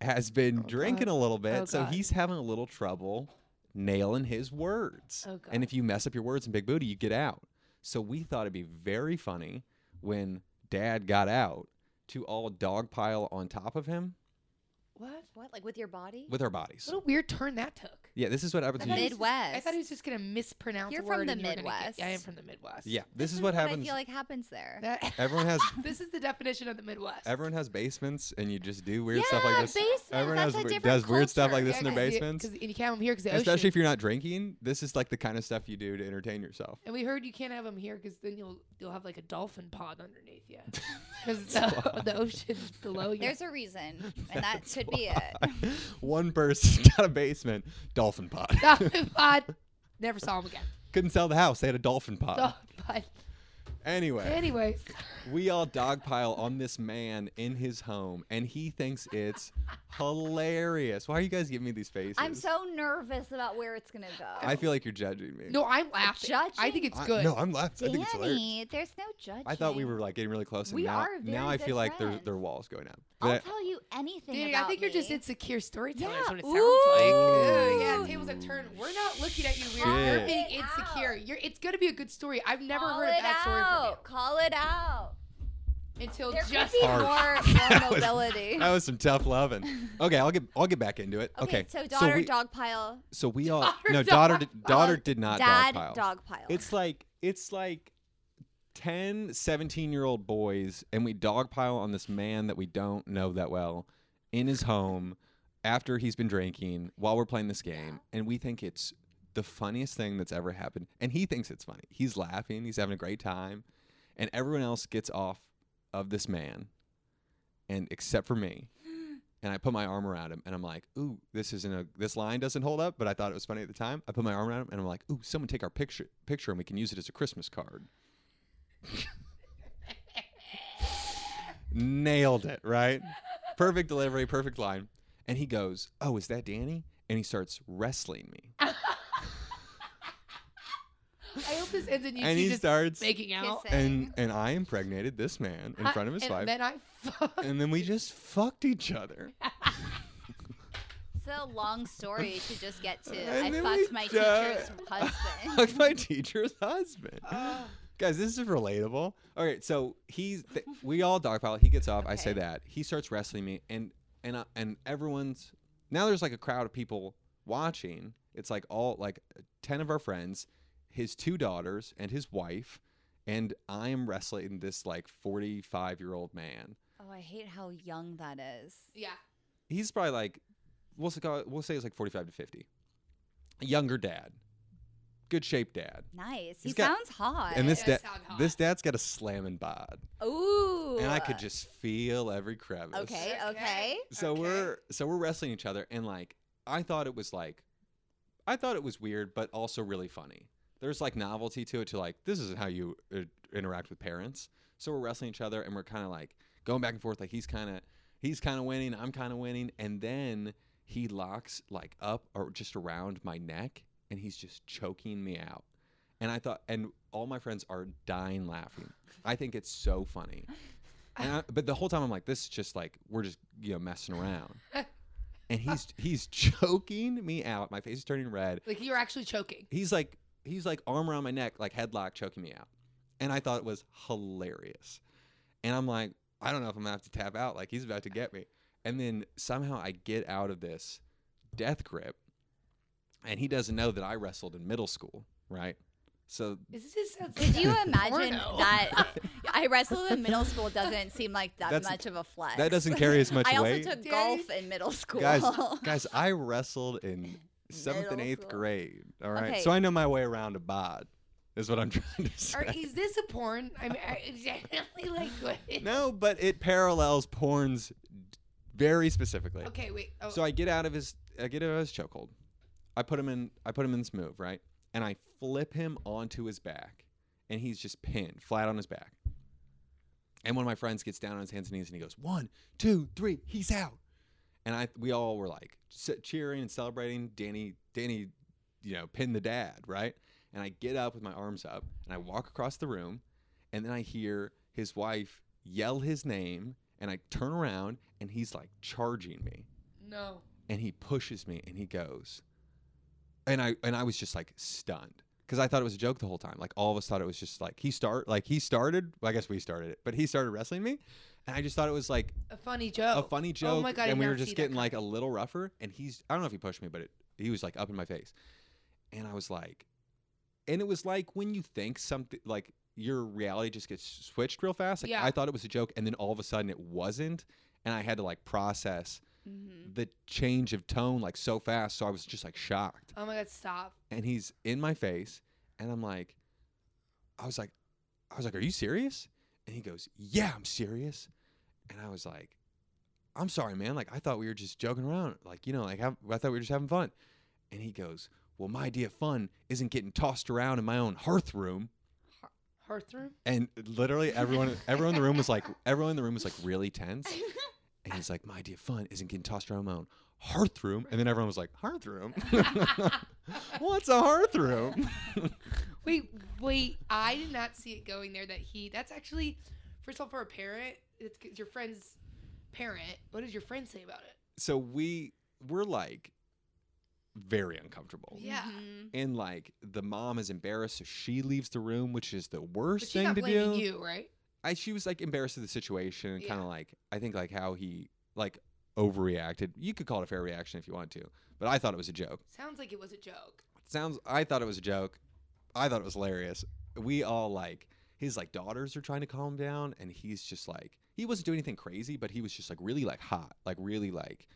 [SPEAKER 1] has been drinking a little bit,
[SPEAKER 2] Oh,
[SPEAKER 1] so
[SPEAKER 2] God.
[SPEAKER 1] he's having a little trouble nailing his words.
[SPEAKER 2] Oh,
[SPEAKER 1] and
[SPEAKER 2] God.
[SPEAKER 1] if you mess up your words in Big Booty, you get out. So we thought it'd be very funny when Dad got out to all dogpile on top of him
[SPEAKER 2] What?
[SPEAKER 3] What? Like with your body?
[SPEAKER 1] with our bodies.
[SPEAKER 2] What a weird turn that took.
[SPEAKER 1] Yeah, this is what happens.
[SPEAKER 3] the
[SPEAKER 1] when you-
[SPEAKER 2] thought he was just- I
[SPEAKER 3] Midwest.
[SPEAKER 2] thought he was just gonna mispronounce.
[SPEAKER 3] You're
[SPEAKER 2] a
[SPEAKER 3] from
[SPEAKER 2] word
[SPEAKER 3] the
[SPEAKER 2] and you were gonna get-
[SPEAKER 3] Midwest.
[SPEAKER 2] yeah, I am from the Midwest.
[SPEAKER 1] Yeah, this is what
[SPEAKER 3] I
[SPEAKER 1] happens.
[SPEAKER 3] feel like happens there.
[SPEAKER 2] That-
[SPEAKER 1] Everyone has
[SPEAKER 2] this is the definition of the Midwest.
[SPEAKER 1] Everyone has basements, and you just do weird
[SPEAKER 3] yeah,
[SPEAKER 1] stuff like this.
[SPEAKER 3] basements.
[SPEAKER 1] Everyone
[SPEAKER 3] that's
[SPEAKER 1] has
[SPEAKER 3] a
[SPEAKER 1] weir-
[SPEAKER 3] different
[SPEAKER 1] does weird stuff like
[SPEAKER 3] culture.
[SPEAKER 1] this in their
[SPEAKER 3] Yeah, 'cause
[SPEAKER 1] basement.
[SPEAKER 3] you-
[SPEAKER 1] basements.
[SPEAKER 2] Because you can't have them here because the
[SPEAKER 1] Especially
[SPEAKER 2] ocean.
[SPEAKER 1] if you're not drinking, this is like the kind of stuff you do to entertain yourself.
[SPEAKER 2] and we heard you can't have them here because then you'll you'll have like a dolphin pod underneath you because the, the ocean's below you.
[SPEAKER 3] There's a reason, and that could be it.
[SPEAKER 1] One person's got a basement, dolphin pod.
[SPEAKER 2] dolphin pod. Never saw him again.
[SPEAKER 1] Couldn't sell the house; they had a dolphin pod.
[SPEAKER 2] Dolphin pod.
[SPEAKER 1] anyway,
[SPEAKER 2] Anyways,
[SPEAKER 1] we all dogpile on this man in his home, and he thinks it's hilarious. Why are you guys giving me these faces?
[SPEAKER 3] I'm so nervous about where it's gonna go.
[SPEAKER 1] I feel like you're judging me.
[SPEAKER 2] no, I'm laughing. I think
[SPEAKER 3] Judging?
[SPEAKER 2] it's
[SPEAKER 1] I-
[SPEAKER 2] good.
[SPEAKER 1] no, I'm laughing. I think it's hilarious.
[SPEAKER 3] Danny, there's no judging.
[SPEAKER 1] I thought we were like getting really close, and
[SPEAKER 3] We
[SPEAKER 1] now,
[SPEAKER 3] are very
[SPEAKER 1] now I
[SPEAKER 3] good
[SPEAKER 1] feel like there
[SPEAKER 3] friends.
[SPEAKER 1] there are walls going up.
[SPEAKER 3] I'll
[SPEAKER 1] But
[SPEAKER 3] tell you anything
[SPEAKER 2] Dude,
[SPEAKER 3] about
[SPEAKER 2] I think you're just
[SPEAKER 3] me.
[SPEAKER 2] insecure storyteller.
[SPEAKER 3] Yeah.
[SPEAKER 2] Is what it sounds like.
[SPEAKER 3] Ooh.
[SPEAKER 2] Ooh, Oh, yeah, tables have turned. We're not looking at you weird.
[SPEAKER 1] Call
[SPEAKER 2] You're
[SPEAKER 1] it
[SPEAKER 2] being
[SPEAKER 3] out.
[SPEAKER 2] insecure. You're. It's gonna be a good story. I've never
[SPEAKER 3] Call
[SPEAKER 2] heard a
[SPEAKER 3] it
[SPEAKER 2] bad story from
[SPEAKER 3] out. Call it out.
[SPEAKER 2] you until
[SPEAKER 3] There
[SPEAKER 2] just.
[SPEAKER 3] could be
[SPEAKER 1] Harsh.
[SPEAKER 3] more
[SPEAKER 1] That was-
[SPEAKER 3] vulnerability.
[SPEAKER 1] that was some tough loving. Okay, I'll get I'll get back into it. Oh, Okay,
[SPEAKER 3] so daughter
[SPEAKER 1] we,
[SPEAKER 3] dog pile,
[SPEAKER 1] so we all
[SPEAKER 2] Daughter
[SPEAKER 1] no daughter
[SPEAKER 2] dog
[SPEAKER 1] did,
[SPEAKER 2] pile.
[SPEAKER 1] daughter did not
[SPEAKER 3] dad
[SPEAKER 1] dog pile.
[SPEAKER 3] dog pile.
[SPEAKER 1] It's like it's like 10 17 year old boys and we dog pile on this man that we don't know that well in his home after he's been drinking while we're playing this game and we think it's the funniest thing that's ever happened. And he thinks it's funny. He's laughing, he's having a great time. And everyone else gets off of this man, and except for me. And I put my arm around him and I'm like, ooh, this isn't a this line doesn't hold up, but I thought it was funny at the time. I put my arm around him and I'm like, ooh, someone take our picture picture and we can use it as a Christmas card. Nailed it, right? Perfect delivery, perfect line. And he goes, Oh, is that Danny? And he starts wrestling me.
[SPEAKER 2] I hope this ends in you
[SPEAKER 1] and
[SPEAKER 2] two
[SPEAKER 1] he
[SPEAKER 2] just
[SPEAKER 1] starts
[SPEAKER 2] making out.
[SPEAKER 3] Kissing.
[SPEAKER 1] and and I impregnated this man in
[SPEAKER 2] I-
[SPEAKER 1] front of his
[SPEAKER 2] and
[SPEAKER 1] wife.
[SPEAKER 2] Then I fuck.
[SPEAKER 1] and then we just fucked each other.
[SPEAKER 3] It's a long story to just get to.
[SPEAKER 1] And
[SPEAKER 3] I
[SPEAKER 1] then
[SPEAKER 3] fucked
[SPEAKER 1] we
[SPEAKER 3] my
[SPEAKER 1] ju-
[SPEAKER 3] teacher's husband.
[SPEAKER 1] Fucked my teacher's husband. Guys, this is relatable. All right, so he's th- we all dogpile. He gets off. I say
[SPEAKER 3] Okay.
[SPEAKER 1] that he starts wrestling me, and and uh, and everyone's now there's like a crowd of people watching. It's like all like ten of our friends, his two daughters, and his wife, and I am wrestling this like forty five year old man.
[SPEAKER 3] Oh, I hate how young that is.
[SPEAKER 2] Yeah.
[SPEAKER 1] he's probably like we'll say, we'll say it's like 45 to 50 a younger dad good shape dad
[SPEAKER 3] Nice. He
[SPEAKER 1] He's got-
[SPEAKER 3] sounds hot.
[SPEAKER 1] and this
[SPEAKER 2] does
[SPEAKER 1] dad
[SPEAKER 2] sound hot.
[SPEAKER 1] this dad's got a slamming bod
[SPEAKER 3] Ooh.
[SPEAKER 1] and i could just feel every crevice
[SPEAKER 3] Okay.
[SPEAKER 2] Okay.
[SPEAKER 3] Okay.
[SPEAKER 1] so
[SPEAKER 2] Okay.
[SPEAKER 1] we're so we're wrestling each other and like i thought it was like i thought it was weird but also really funny there's like novelty to it to like this is how you uh, interact with parents so we're wrestling each other and we're kind of like going back and forth like he's kind of he's kind of winning i'm kind of winning and then he locks like up or just around my neck and he's just choking me out and i thought and all my friends are dying laughing i think it's so funny and I, but the whole time i'm like this is just like we're just you know messing around and he's he's choking me out my face is turning red
[SPEAKER 2] Like you're actually choking.
[SPEAKER 1] he's like he's like arm around my neck like headlock choking me out and i thought it was hilarious and i'm like i don't know if i'm gonna have to tap out like he's about to get me and then somehow i get out of this death grip and he doesn't know that i wrestled in middle school right so
[SPEAKER 2] This just sounds
[SPEAKER 3] Could
[SPEAKER 2] like
[SPEAKER 3] you
[SPEAKER 2] a
[SPEAKER 3] imagine
[SPEAKER 2] porno.
[SPEAKER 3] that? I wrestled in middle school doesn't seem like that
[SPEAKER 1] That's-
[SPEAKER 3] much of a flex.
[SPEAKER 1] that doesn't carry as much
[SPEAKER 3] I also
[SPEAKER 1] weight
[SPEAKER 3] took
[SPEAKER 2] Daddy-
[SPEAKER 3] golf in middle school.
[SPEAKER 1] guys guys i wrestled in seventh and
[SPEAKER 3] Middle
[SPEAKER 1] eighth
[SPEAKER 3] school.
[SPEAKER 1] grade all right
[SPEAKER 3] Okay.
[SPEAKER 1] so i know my way around a bod is what i'm trying to say
[SPEAKER 2] Or is this a porn? I mean, I definitely like what-
[SPEAKER 1] No, but it parallels porns d- very specifically.
[SPEAKER 2] Okay, wait. Oh,
[SPEAKER 1] So I get out of his I get out of his chokehold. I put him in I put him in this move, right? And I flip him onto his back and he's just pinned flat on his back. And one of my friends gets down on his hands and knees and he goes, "One, two, three, he's out." And I we all were like se- cheering and celebrating. Danny Danny you know, pinned the dad, right? And I get up with my arms up and I walk across the room and then I hear his wife yell his name and I turn around and he's like charging me
[SPEAKER 2] no.
[SPEAKER 1] and he pushes me and he goes and i and i was just like stunned because i thought it was a joke the whole time like all of us thought it was just like he start like he started well, i guess we started it but he started wrestling me and i just thought it was like
[SPEAKER 2] A funny joke.
[SPEAKER 1] a funny joke
[SPEAKER 2] Oh. my God, I did
[SPEAKER 1] and we
[SPEAKER 2] not
[SPEAKER 1] were
[SPEAKER 2] see
[SPEAKER 1] just
[SPEAKER 2] that
[SPEAKER 1] getting like a little rougher and he's i don't know if he pushed me but it, he was like up in my face and i was like and it was like when you think something like your reality just gets switched real fast like
[SPEAKER 2] Yeah.
[SPEAKER 1] i thought it was a joke and then all of a sudden it wasn't and i had to like process
[SPEAKER 3] Mhm.
[SPEAKER 1] the change of tone like so fast so i was just like shocked
[SPEAKER 2] Oh my god, stop.
[SPEAKER 1] and he's in my face and i'm like i was like i was like are you serious and he goes yeah i'm serious and i was like i'm sorry man like i thought we were just joking around like you know like have, i thought we were just having fun and he goes well my idea of fun isn't getting tossed around in my own hearth room
[SPEAKER 2] Hearth room?
[SPEAKER 1] and literally everyone everyone in the room was like everyone in the room was like really tense and he's like, "My idea of fun isn't getting tossed around my own hearth room." And then everyone was like, "Hearth room? What's a hearth room?"
[SPEAKER 2] Wait, wait. I did not see it going there that he. That's actually, first of all, for a parent, it's 'cause your friend's parent. What does your friend say about it?
[SPEAKER 1] so we were like very uncomfortable,
[SPEAKER 2] Yeah.
[SPEAKER 3] Mhm.
[SPEAKER 1] and like the mom is embarrassed, so she leaves the room, which is the worst
[SPEAKER 2] But she's
[SPEAKER 1] thing
[SPEAKER 2] not
[SPEAKER 1] to
[SPEAKER 2] blaming
[SPEAKER 1] do.
[SPEAKER 2] you, right?
[SPEAKER 1] I she was like embarrassed of the situation and
[SPEAKER 2] Yeah.
[SPEAKER 1] kind of like I think like how he like overreacted. You could call it a fair reaction if you want to, but I thought it was a joke.
[SPEAKER 2] Sounds like it was a joke.
[SPEAKER 1] sounds i thought it was a joke i thought it was hilarious we all like his like daughters are trying to calm down and he's just like he wasn't doing anything crazy but he was just like really like hot like really like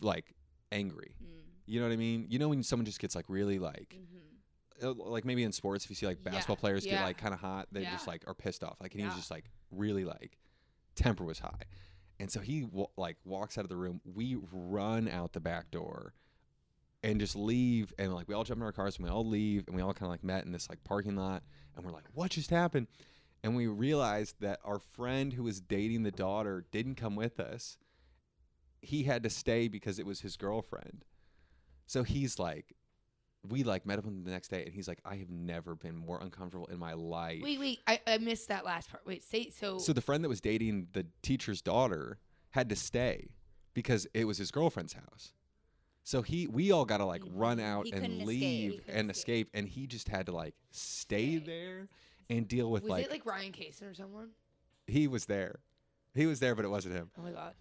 [SPEAKER 1] like angry
[SPEAKER 3] Mm.
[SPEAKER 1] You know what I mean? You know when someone just gets like really like
[SPEAKER 3] Mm-hmm.
[SPEAKER 1] uh, like maybe in sports if you see like
[SPEAKER 2] Yeah,
[SPEAKER 1] basketball players get
[SPEAKER 2] yeah.
[SPEAKER 1] like kind of hot, they just
[SPEAKER 3] Yeah.
[SPEAKER 1] like are pissed off. Like and he was
[SPEAKER 3] Yeah.
[SPEAKER 1] just like really like temper was high, and so he wa- like walks out of the room. We run out the back door. And just leave, and like we all jump in our cars, and we all leave, and we all kind of like met in this like parking lot, and we're like, "What just happened?" And we realized that our friend who was dating the daughter didn't come with us, he had to stay because it was his girlfriend. So he's like, we like met up with him the next day, and he's like, I have never been more uncomfortable in my life.
[SPEAKER 2] Wait, wait, I, I missed that last part. Wait, say so.
[SPEAKER 1] So the friend that was dating the teacher's daughter had to stay because it was his girlfriend's house. So he, we all got to like run out
[SPEAKER 3] He
[SPEAKER 1] and
[SPEAKER 3] couldn't escape.
[SPEAKER 1] leave
[SPEAKER 2] He couldn't
[SPEAKER 1] and
[SPEAKER 2] escape.
[SPEAKER 1] escape, and he just had to like
[SPEAKER 2] Stay.
[SPEAKER 1] stay there and deal with
[SPEAKER 2] was
[SPEAKER 1] like,
[SPEAKER 2] it like Ryan Kaysen or someone?
[SPEAKER 1] he was there, he was there, but it wasn't him.
[SPEAKER 2] Oh my god.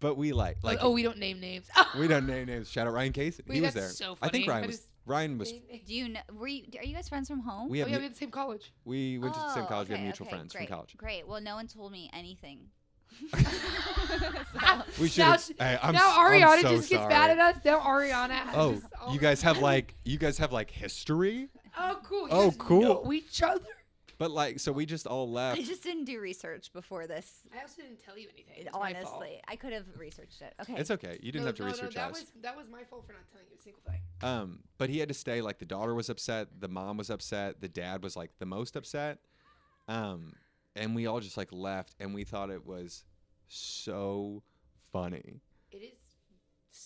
[SPEAKER 1] But we like like
[SPEAKER 2] Like, oh, we don't name names.
[SPEAKER 1] we don't name names. Shout out Ryan Casey.
[SPEAKER 2] Wait,
[SPEAKER 1] he was
[SPEAKER 2] that's
[SPEAKER 1] there.
[SPEAKER 2] so
[SPEAKER 1] I think
[SPEAKER 2] funny.
[SPEAKER 1] Ryan
[SPEAKER 2] I
[SPEAKER 1] was
[SPEAKER 2] just-
[SPEAKER 1] Ryan was
[SPEAKER 2] Name names.
[SPEAKER 3] Do you know? Were you? Are you guys friends from home?
[SPEAKER 1] We
[SPEAKER 2] Oh
[SPEAKER 1] have
[SPEAKER 2] yeah,
[SPEAKER 1] mu-
[SPEAKER 2] we had the same college.
[SPEAKER 1] we went to the same
[SPEAKER 3] Oh,
[SPEAKER 1] college. we
[SPEAKER 3] okay,
[SPEAKER 1] had mutual
[SPEAKER 3] okay,
[SPEAKER 1] friends
[SPEAKER 3] great,
[SPEAKER 1] from college.
[SPEAKER 3] Great. Well, no one told me anything. So-
[SPEAKER 1] We should.
[SPEAKER 2] Now
[SPEAKER 1] have-
[SPEAKER 2] she-
[SPEAKER 1] Hey, I'm
[SPEAKER 2] now
[SPEAKER 1] s- I'm
[SPEAKER 2] Ariana
[SPEAKER 1] so
[SPEAKER 2] just gets
[SPEAKER 1] sorry.
[SPEAKER 2] mad at us. Now Ariana. has
[SPEAKER 1] Oh,
[SPEAKER 2] just all-
[SPEAKER 1] you guys have like you guys have like history,
[SPEAKER 2] Oh cool. You
[SPEAKER 1] Oh,
[SPEAKER 2] guys
[SPEAKER 1] cool.
[SPEAKER 2] Know each other.
[SPEAKER 1] but like so we just all
[SPEAKER 3] I
[SPEAKER 1] left.
[SPEAKER 3] just didn't do research before this.
[SPEAKER 2] I also didn't tell you anything. It's my fault.
[SPEAKER 3] Honestly, I could have researched it. Okay.
[SPEAKER 1] It's okay. You didn't
[SPEAKER 2] No,
[SPEAKER 1] have to
[SPEAKER 2] no, no,
[SPEAKER 1] research
[SPEAKER 2] that
[SPEAKER 1] us.
[SPEAKER 2] was that was my fault for not telling you a single thing.
[SPEAKER 1] Um, but he had to stay. Like the daughter was upset, the mom was upset, the dad was like the most upset. Um, and we all just like left, and we thought it was so funny.
[SPEAKER 2] It is.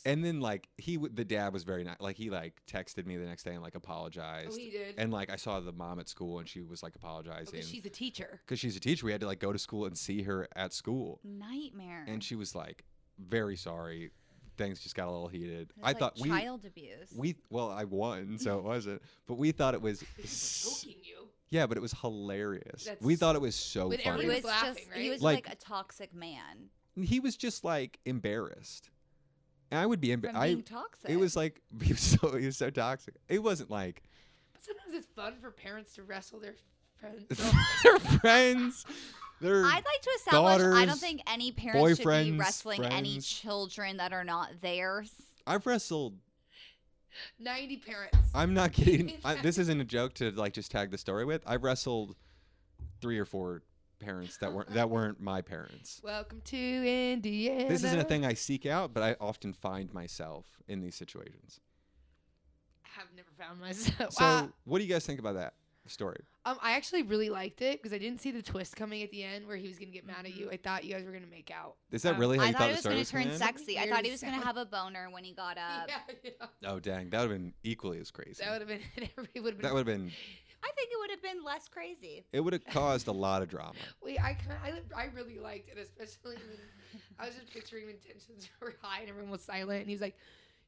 [SPEAKER 1] And then like he, w- the dad was very nice. Like he like texted me the next day and like apologized.
[SPEAKER 2] Oh, he did.
[SPEAKER 1] And like I saw the mom at school and she was like apologizing
[SPEAKER 2] Okay, she's a teacher.
[SPEAKER 1] because she's a teacher. We had to like go to school and see her at school,
[SPEAKER 3] Nightmare.
[SPEAKER 1] and she was like very sorry. Things just got a little heated.
[SPEAKER 3] It's
[SPEAKER 1] I
[SPEAKER 3] like
[SPEAKER 1] thought we
[SPEAKER 3] child abuse.
[SPEAKER 1] we well I won, so it wasn't. But we thought it was s-
[SPEAKER 2] Poking you.
[SPEAKER 1] yeah, but it was hilarious.
[SPEAKER 2] That's-
[SPEAKER 1] we thought it was so
[SPEAKER 2] With
[SPEAKER 1] funny.
[SPEAKER 3] he
[SPEAKER 2] Everyone
[SPEAKER 3] was
[SPEAKER 2] was laughing,
[SPEAKER 3] just he
[SPEAKER 2] right?
[SPEAKER 3] was
[SPEAKER 1] Like-
[SPEAKER 3] like, a toxic man
[SPEAKER 1] he was just like embarrassed. And I would be
[SPEAKER 3] from
[SPEAKER 1] embarrassed. I
[SPEAKER 3] being toxic.
[SPEAKER 1] it was like he was so he was so toxic. It wasn't like
[SPEAKER 2] But sometimes it's fun for parents to wrestle their friends. Oh,
[SPEAKER 1] their friends. Their
[SPEAKER 3] I'd like to establish. I
[SPEAKER 1] daughters,
[SPEAKER 3] don't think any parents should be
[SPEAKER 1] boyfriends,
[SPEAKER 3] wrestling any
[SPEAKER 1] friends.
[SPEAKER 3] children that are not theirs.
[SPEAKER 1] I've wrestled.
[SPEAKER 2] Ninety parents.
[SPEAKER 1] I'm not kidding. I, this isn't a joke to like just tag the story with. I've wrestled three or four parents that weren't that weren't my parents.
[SPEAKER 2] Welcome to Indiana.
[SPEAKER 1] This isn't a thing I seek out, but I often find myself in these situations.
[SPEAKER 2] I have never found myself.
[SPEAKER 1] So,
[SPEAKER 2] Wow.
[SPEAKER 1] what do you guys think about that story?
[SPEAKER 2] Um, I actually really liked it because I didn't see the twist coming at the end where he was gonna get mad at
[SPEAKER 1] Mm-hmm.
[SPEAKER 2] you. I thought you guys were gonna make out.
[SPEAKER 1] Is that
[SPEAKER 2] Um,
[SPEAKER 1] really how
[SPEAKER 3] I
[SPEAKER 1] you
[SPEAKER 3] thought,
[SPEAKER 1] thought
[SPEAKER 3] it
[SPEAKER 1] the
[SPEAKER 3] was
[SPEAKER 1] story
[SPEAKER 3] going
[SPEAKER 1] was
[SPEAKER 3] to turn
[SPEAKER 1] gonna end?
[SPEAKER 3] sexy. I
[SPEAKER 2] Weird
[SPEAKER 3] thought he was going
[SPEAKER 2] sound.
[SPEAKER 3] to have a boner when he got up.
[SPEAKER 2] yeah, yeah.
[SPEAKER 1] Oh dang, that would have been equally as crazy.
[SPEAKER 2] That would have been. Everybody would have
[SPEAKER 1] That
[SPEAKER 2] been.
[SPEAKER 1] would have been.
[SPEAKER 3] I think it would have been less crazy.
[SPEAKER 1] It would have caused a lot of drama.
[SPEAKER 2] Wait, I kind I, I really liked it, especially when I was just picturing when tensions were high and everyone was silent, and he's like,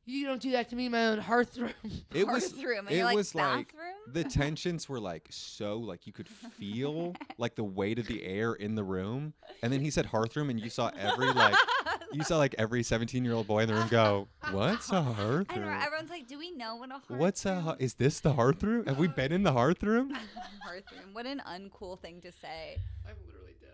[SPEAKER 2] "You don't do that to me in my own hearthroom."
[SPEAKER 1] It was
[SPEAKER 3] Bathroom, and
[SPEAKER 1] it
[SPEAKER 3] you're like,
[SPEAKER 1] was like-
[SPEAKER 3] bathroom.
[SPEAKER 1] the tensions were like so like you could feel like the weight of the air in the room and then he said hearth room and you saw every like you saw like every 17 year old boy in the room go what's a hearth
[SPEAKER 3] I don't know.
[SPEAKER 1] room
[SPEAKER 3] Everyone's like, do we know what a hearth
[SPEAKER 1] what's a
[SPEAKER 3] room?
[SPEAKER 1] hea- is this the hearth room have we been in the hearth room
[SPEAKER 3] hearth room? What an uncool thing to say.
[SPEAKER 2] I'm literally dead.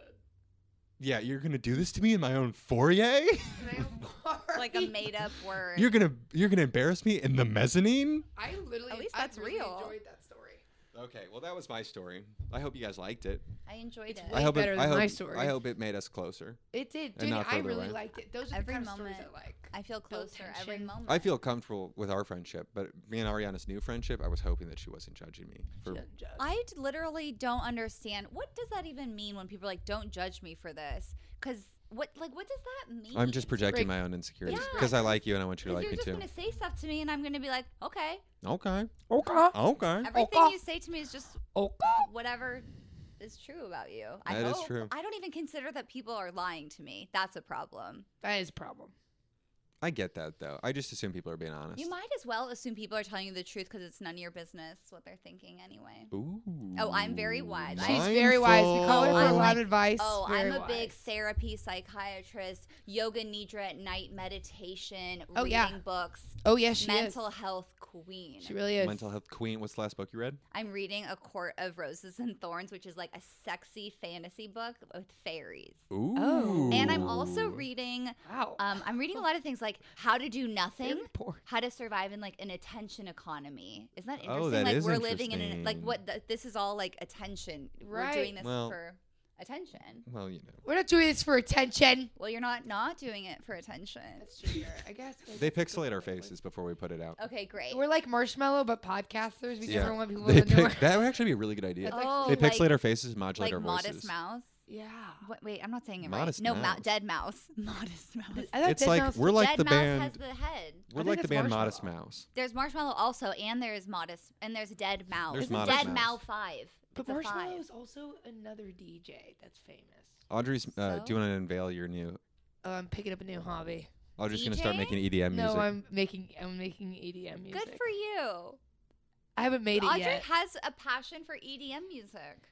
[SPEAKER 1] yeah you're gonna do this to me in my own foyer
[SPEAKER 2] And I'm
[SPEAKER 3] Like a made up word.
[SPEAKER 1] you're gonna you're gonna embarrass me in the mezzanine
[SPEAKER 2] I literally.
[SPEAKER 3] At least
[SPEAKER 2] I
[SPEAKER 3] that's
[SPEAKER 2] really
[SPEAKER 3] real.
[SPEAKER 2] Enjoyed that story.
[SPEAKER 1] okay well that was my story i hope you guys liked it
[SPEAKER 3] I enjoyed
[SPEAKER 2] It's
[SPEAKER 3] it.
[SPEAKER 1] i
[SPEAKER 2] Way
[SPEAKER 1] hope it,
[SPEAKER 2] better
[SPEAKER 1] I
[SPEAKER 2] than my
[SPEAKER 1] hope
[SPEAKER 2] story.
[SPEAKER 1] i hope it made us closer
[SPEAKER 2] It did,
[SPEAKER 1] And
[SPEAKER 2] dude.
[SPEAKER 1] not
[SPEAKER 2] I
[SPEAKER 1] further
[SPEAKER 2] really
[SPEAKER 1] away.
[SPEAKER 2] liked it. Those are
[SPEAKER 3] Every
[SPEAKER 2] the kind of stories
[SPEAKER 3] moment.
[SPEAKER 2] I like.
[SPEAKER 3] I feel
[SPEAKER 2] build
[SPEAKER 3] closer every
[SPEAKER 2] tension.
[SPEAKER 3] moment.
[SPEAKER 1] I feel comfortable with our friendship, but me and Ariana's new friendship, I was hoping that she wasn't judging me. For,
[SPEAKER 2] Shouldn't judge.
[SPEAKER 3] I d- literally don't understand. What does that even mean when people are like, don't judge me for this? Because what, like, what does that mean?
[SPEAKER 1] I'm just projecting
[SPEAKER 2] break.
[SPEAKER 1] my own insecurities
[SPEAKER 3] Yeah.
[SPEAKER 1] because I like you and I want you to
[SPEAKER 3] Because
[SPEAKER 1] like
[SPEAKER 3] you're
[SPEAKER 1] me
[SPEAKER 3] just
[SPEAKER 1] too.
[SPEAKER 3] gonna say stuff to me, and I'm gonna be like, okay.
[SPEAKER 1] Okay.
[SPEAKER 2] okay.
[SPEAKER 1] Okay.
[SPEAKER 3] Everything
[SPEAKER 2] Okay.
[SPEAKER 3] you say to me is just
[SPEAKER 2] Okay.
[SPEAKER 3] whatever is true about you. I
[SPEAKER 1] That is
[SPEAKER 3] hope.
[SPEAKER 1] true.
[SPEAKER 3] I don't even consider that people are lying to me. That's a problem.
[SPEAKER 2] That is a problem.
[SPEAKER 1] I get that though. I just assume people are being honest.
[SPEAKER 3] You might as well assume people are telling you the truth because it's none of your business what they're thinking anyway.
[SPEAKER 1] Ooh.
[SPEAKER 3] Oh, I'm very wise. I-
[SPEAKER 2] She's very wise. We call her for a
[SPEAKER 3] Mindful.
[SPEAKER 2] lot of advice.
[SPEAKER 3] Oh,
[SPEAKER 2] Very
[SPEAKER 3] I'm a big
[SPEAKER 2] wise.
[SPEAKER 3] therapy psychiatrist, yoga nidra at night, meditation,
[SPEAKER 2] Oh,
[SPEAKER 3] reading
[SPEAKER 2] yeah.
[SPEAKER 3] books,
[SPEAKER 2] Oh yes, she
[SPEAKER 3] mental
[SPEAKER 2] is.
[SPEAKER 3] health queen.
[SPEAKER 2] She really is.
[SPEAKER 1] Mental health queen. What's the last book you read?
[SPEAKER 3] I'm reading A Court of Roses and Thorns, which is like a sexy fantasy book with fairies.
[SPEAKER 1] Ooh.
[SPEAKER 2] Oh.
[SPEAKER 3] And I'm also
[SPEAKER 1] Ooh.
[SPEAKER 3] reading
[SPEAKER 2] Wow.
[SPEAKER 3] um, I'm reading a lot of things like how to do nothing.
[SPEAKER 2] Very poor.
[SPEAKER 3] How to survive in like an attention economy? Isn't that
[SPEAKER 1] Oh,
[SPEAKER 3] interesting?
[SPEAKER 1] that
[SPEAKER 3] like
[SPEAKER 1] is
[SPEAKER 3] we're living in an, like
[SPEAKER 1] interesting.
[SPEAKER 3] what the, this is all like attention. We're
[SPEAKER 2] Right.
[SPEAKER 3] doing this
[SPEAKER 1] Well-
[SPEAKER 3] for attention.
[SPEAKER 1] Well, you know.
[SPEAKER 2] We're not doing this for attention.
[SPEAKER 3] Well, you're not not doing it for attention.
[SPEAKER 2] That's true. I guess
[SPEAKER 1] They pixelate our faces before we put it out.
[SPEAKER 3] Okay, great.
[SPEAKER 2] We're like marshmallow, but podcasters. We
[SPEAKER 1] Yeah.
[SPEAKER 2] never want people
[SPEAKER 1] They
[SPEAKER 2] to know.
[SPEAKER 1] pic- that would actually be a really good idea.
[SPEAKER 2] That's like-
[SPEAKER 3] oh,
[SPEAKER 1] They
[SPEAKER 3] like,
[SPEAKER 1] pixelate our faces, modulate
[SPEAKER 3] like
[SPEAKER 1] our
[SPEAKER 3] modest
[SPEAKER 1] voices.
[SPEAKER 3] mouse.
[SPEAKER 2] Yeah.
[SPEAKER 3] What, wait, I'm not saying it
[SPEAKER 1] Modest
[SPEAKER 3] right. No,
[SPEAKER 1] Mouse.
[SPEAKER 3] dead mouse. Modest mouse.
[SPEAKER 2] I thought
[SPEAKER 1] It's
[SPEAKER 2] Dead
[SPEAKER 1] like
[SPEAKER 2] Mouse-
[SPEAKER 1] we're like
[SPEAKER 3] dead
[SPEAKER 1] the
[SPEAKER 3] mouse has
[SPEAKER 1] band.
[SPEAKER 3] the head.
[SPEAKER 1] We're
[SPEAKER 2] think
[SPEAKER 1] like
[SPEAKER 2] that's
[SPEAKER 1] the band
[SPEAKER 2] Marshmallow.
[SPEAKER 1] Modest Mouse.
[SPEAKER 3] There's marshmallow also, and there's modest, and there's dead mouse.
[SPEAKER 1] There's
[SPEAKER 3] It's a
[SPEAKER 1] Modest
[SPEAKER 3] dead
[SPEAKER 1] Mouse.
[SPEAKER 3] mouse five.
[SPEAKER 2] But
[SPEAKER 3] It's a five.
[SPEAKER 2] marshmallow is also another DJ that's famous.
[SPEAKER 1] Audrey's. Uh,
[SPEAKER 3] So?
[SPEAKER 1] Do you want to unveil your new?
[SPEAKER 2] Oh, I'm picking up a new hobby.
[SPEAKER 1] Audrey's gonna start
[SPEAKER 3] DJing?
[SPEAKER 1] making EDM music.
[SPEAKER 2] No, I'm making I'm making EDM music.
[SPEAKER 3] Good for you.
[SPEAKER 2] I haven't made it
[SPEAKER 3] Audrey
[SPEAKER 2] yet,
[SPEAKER 3] has a passion for EDM music.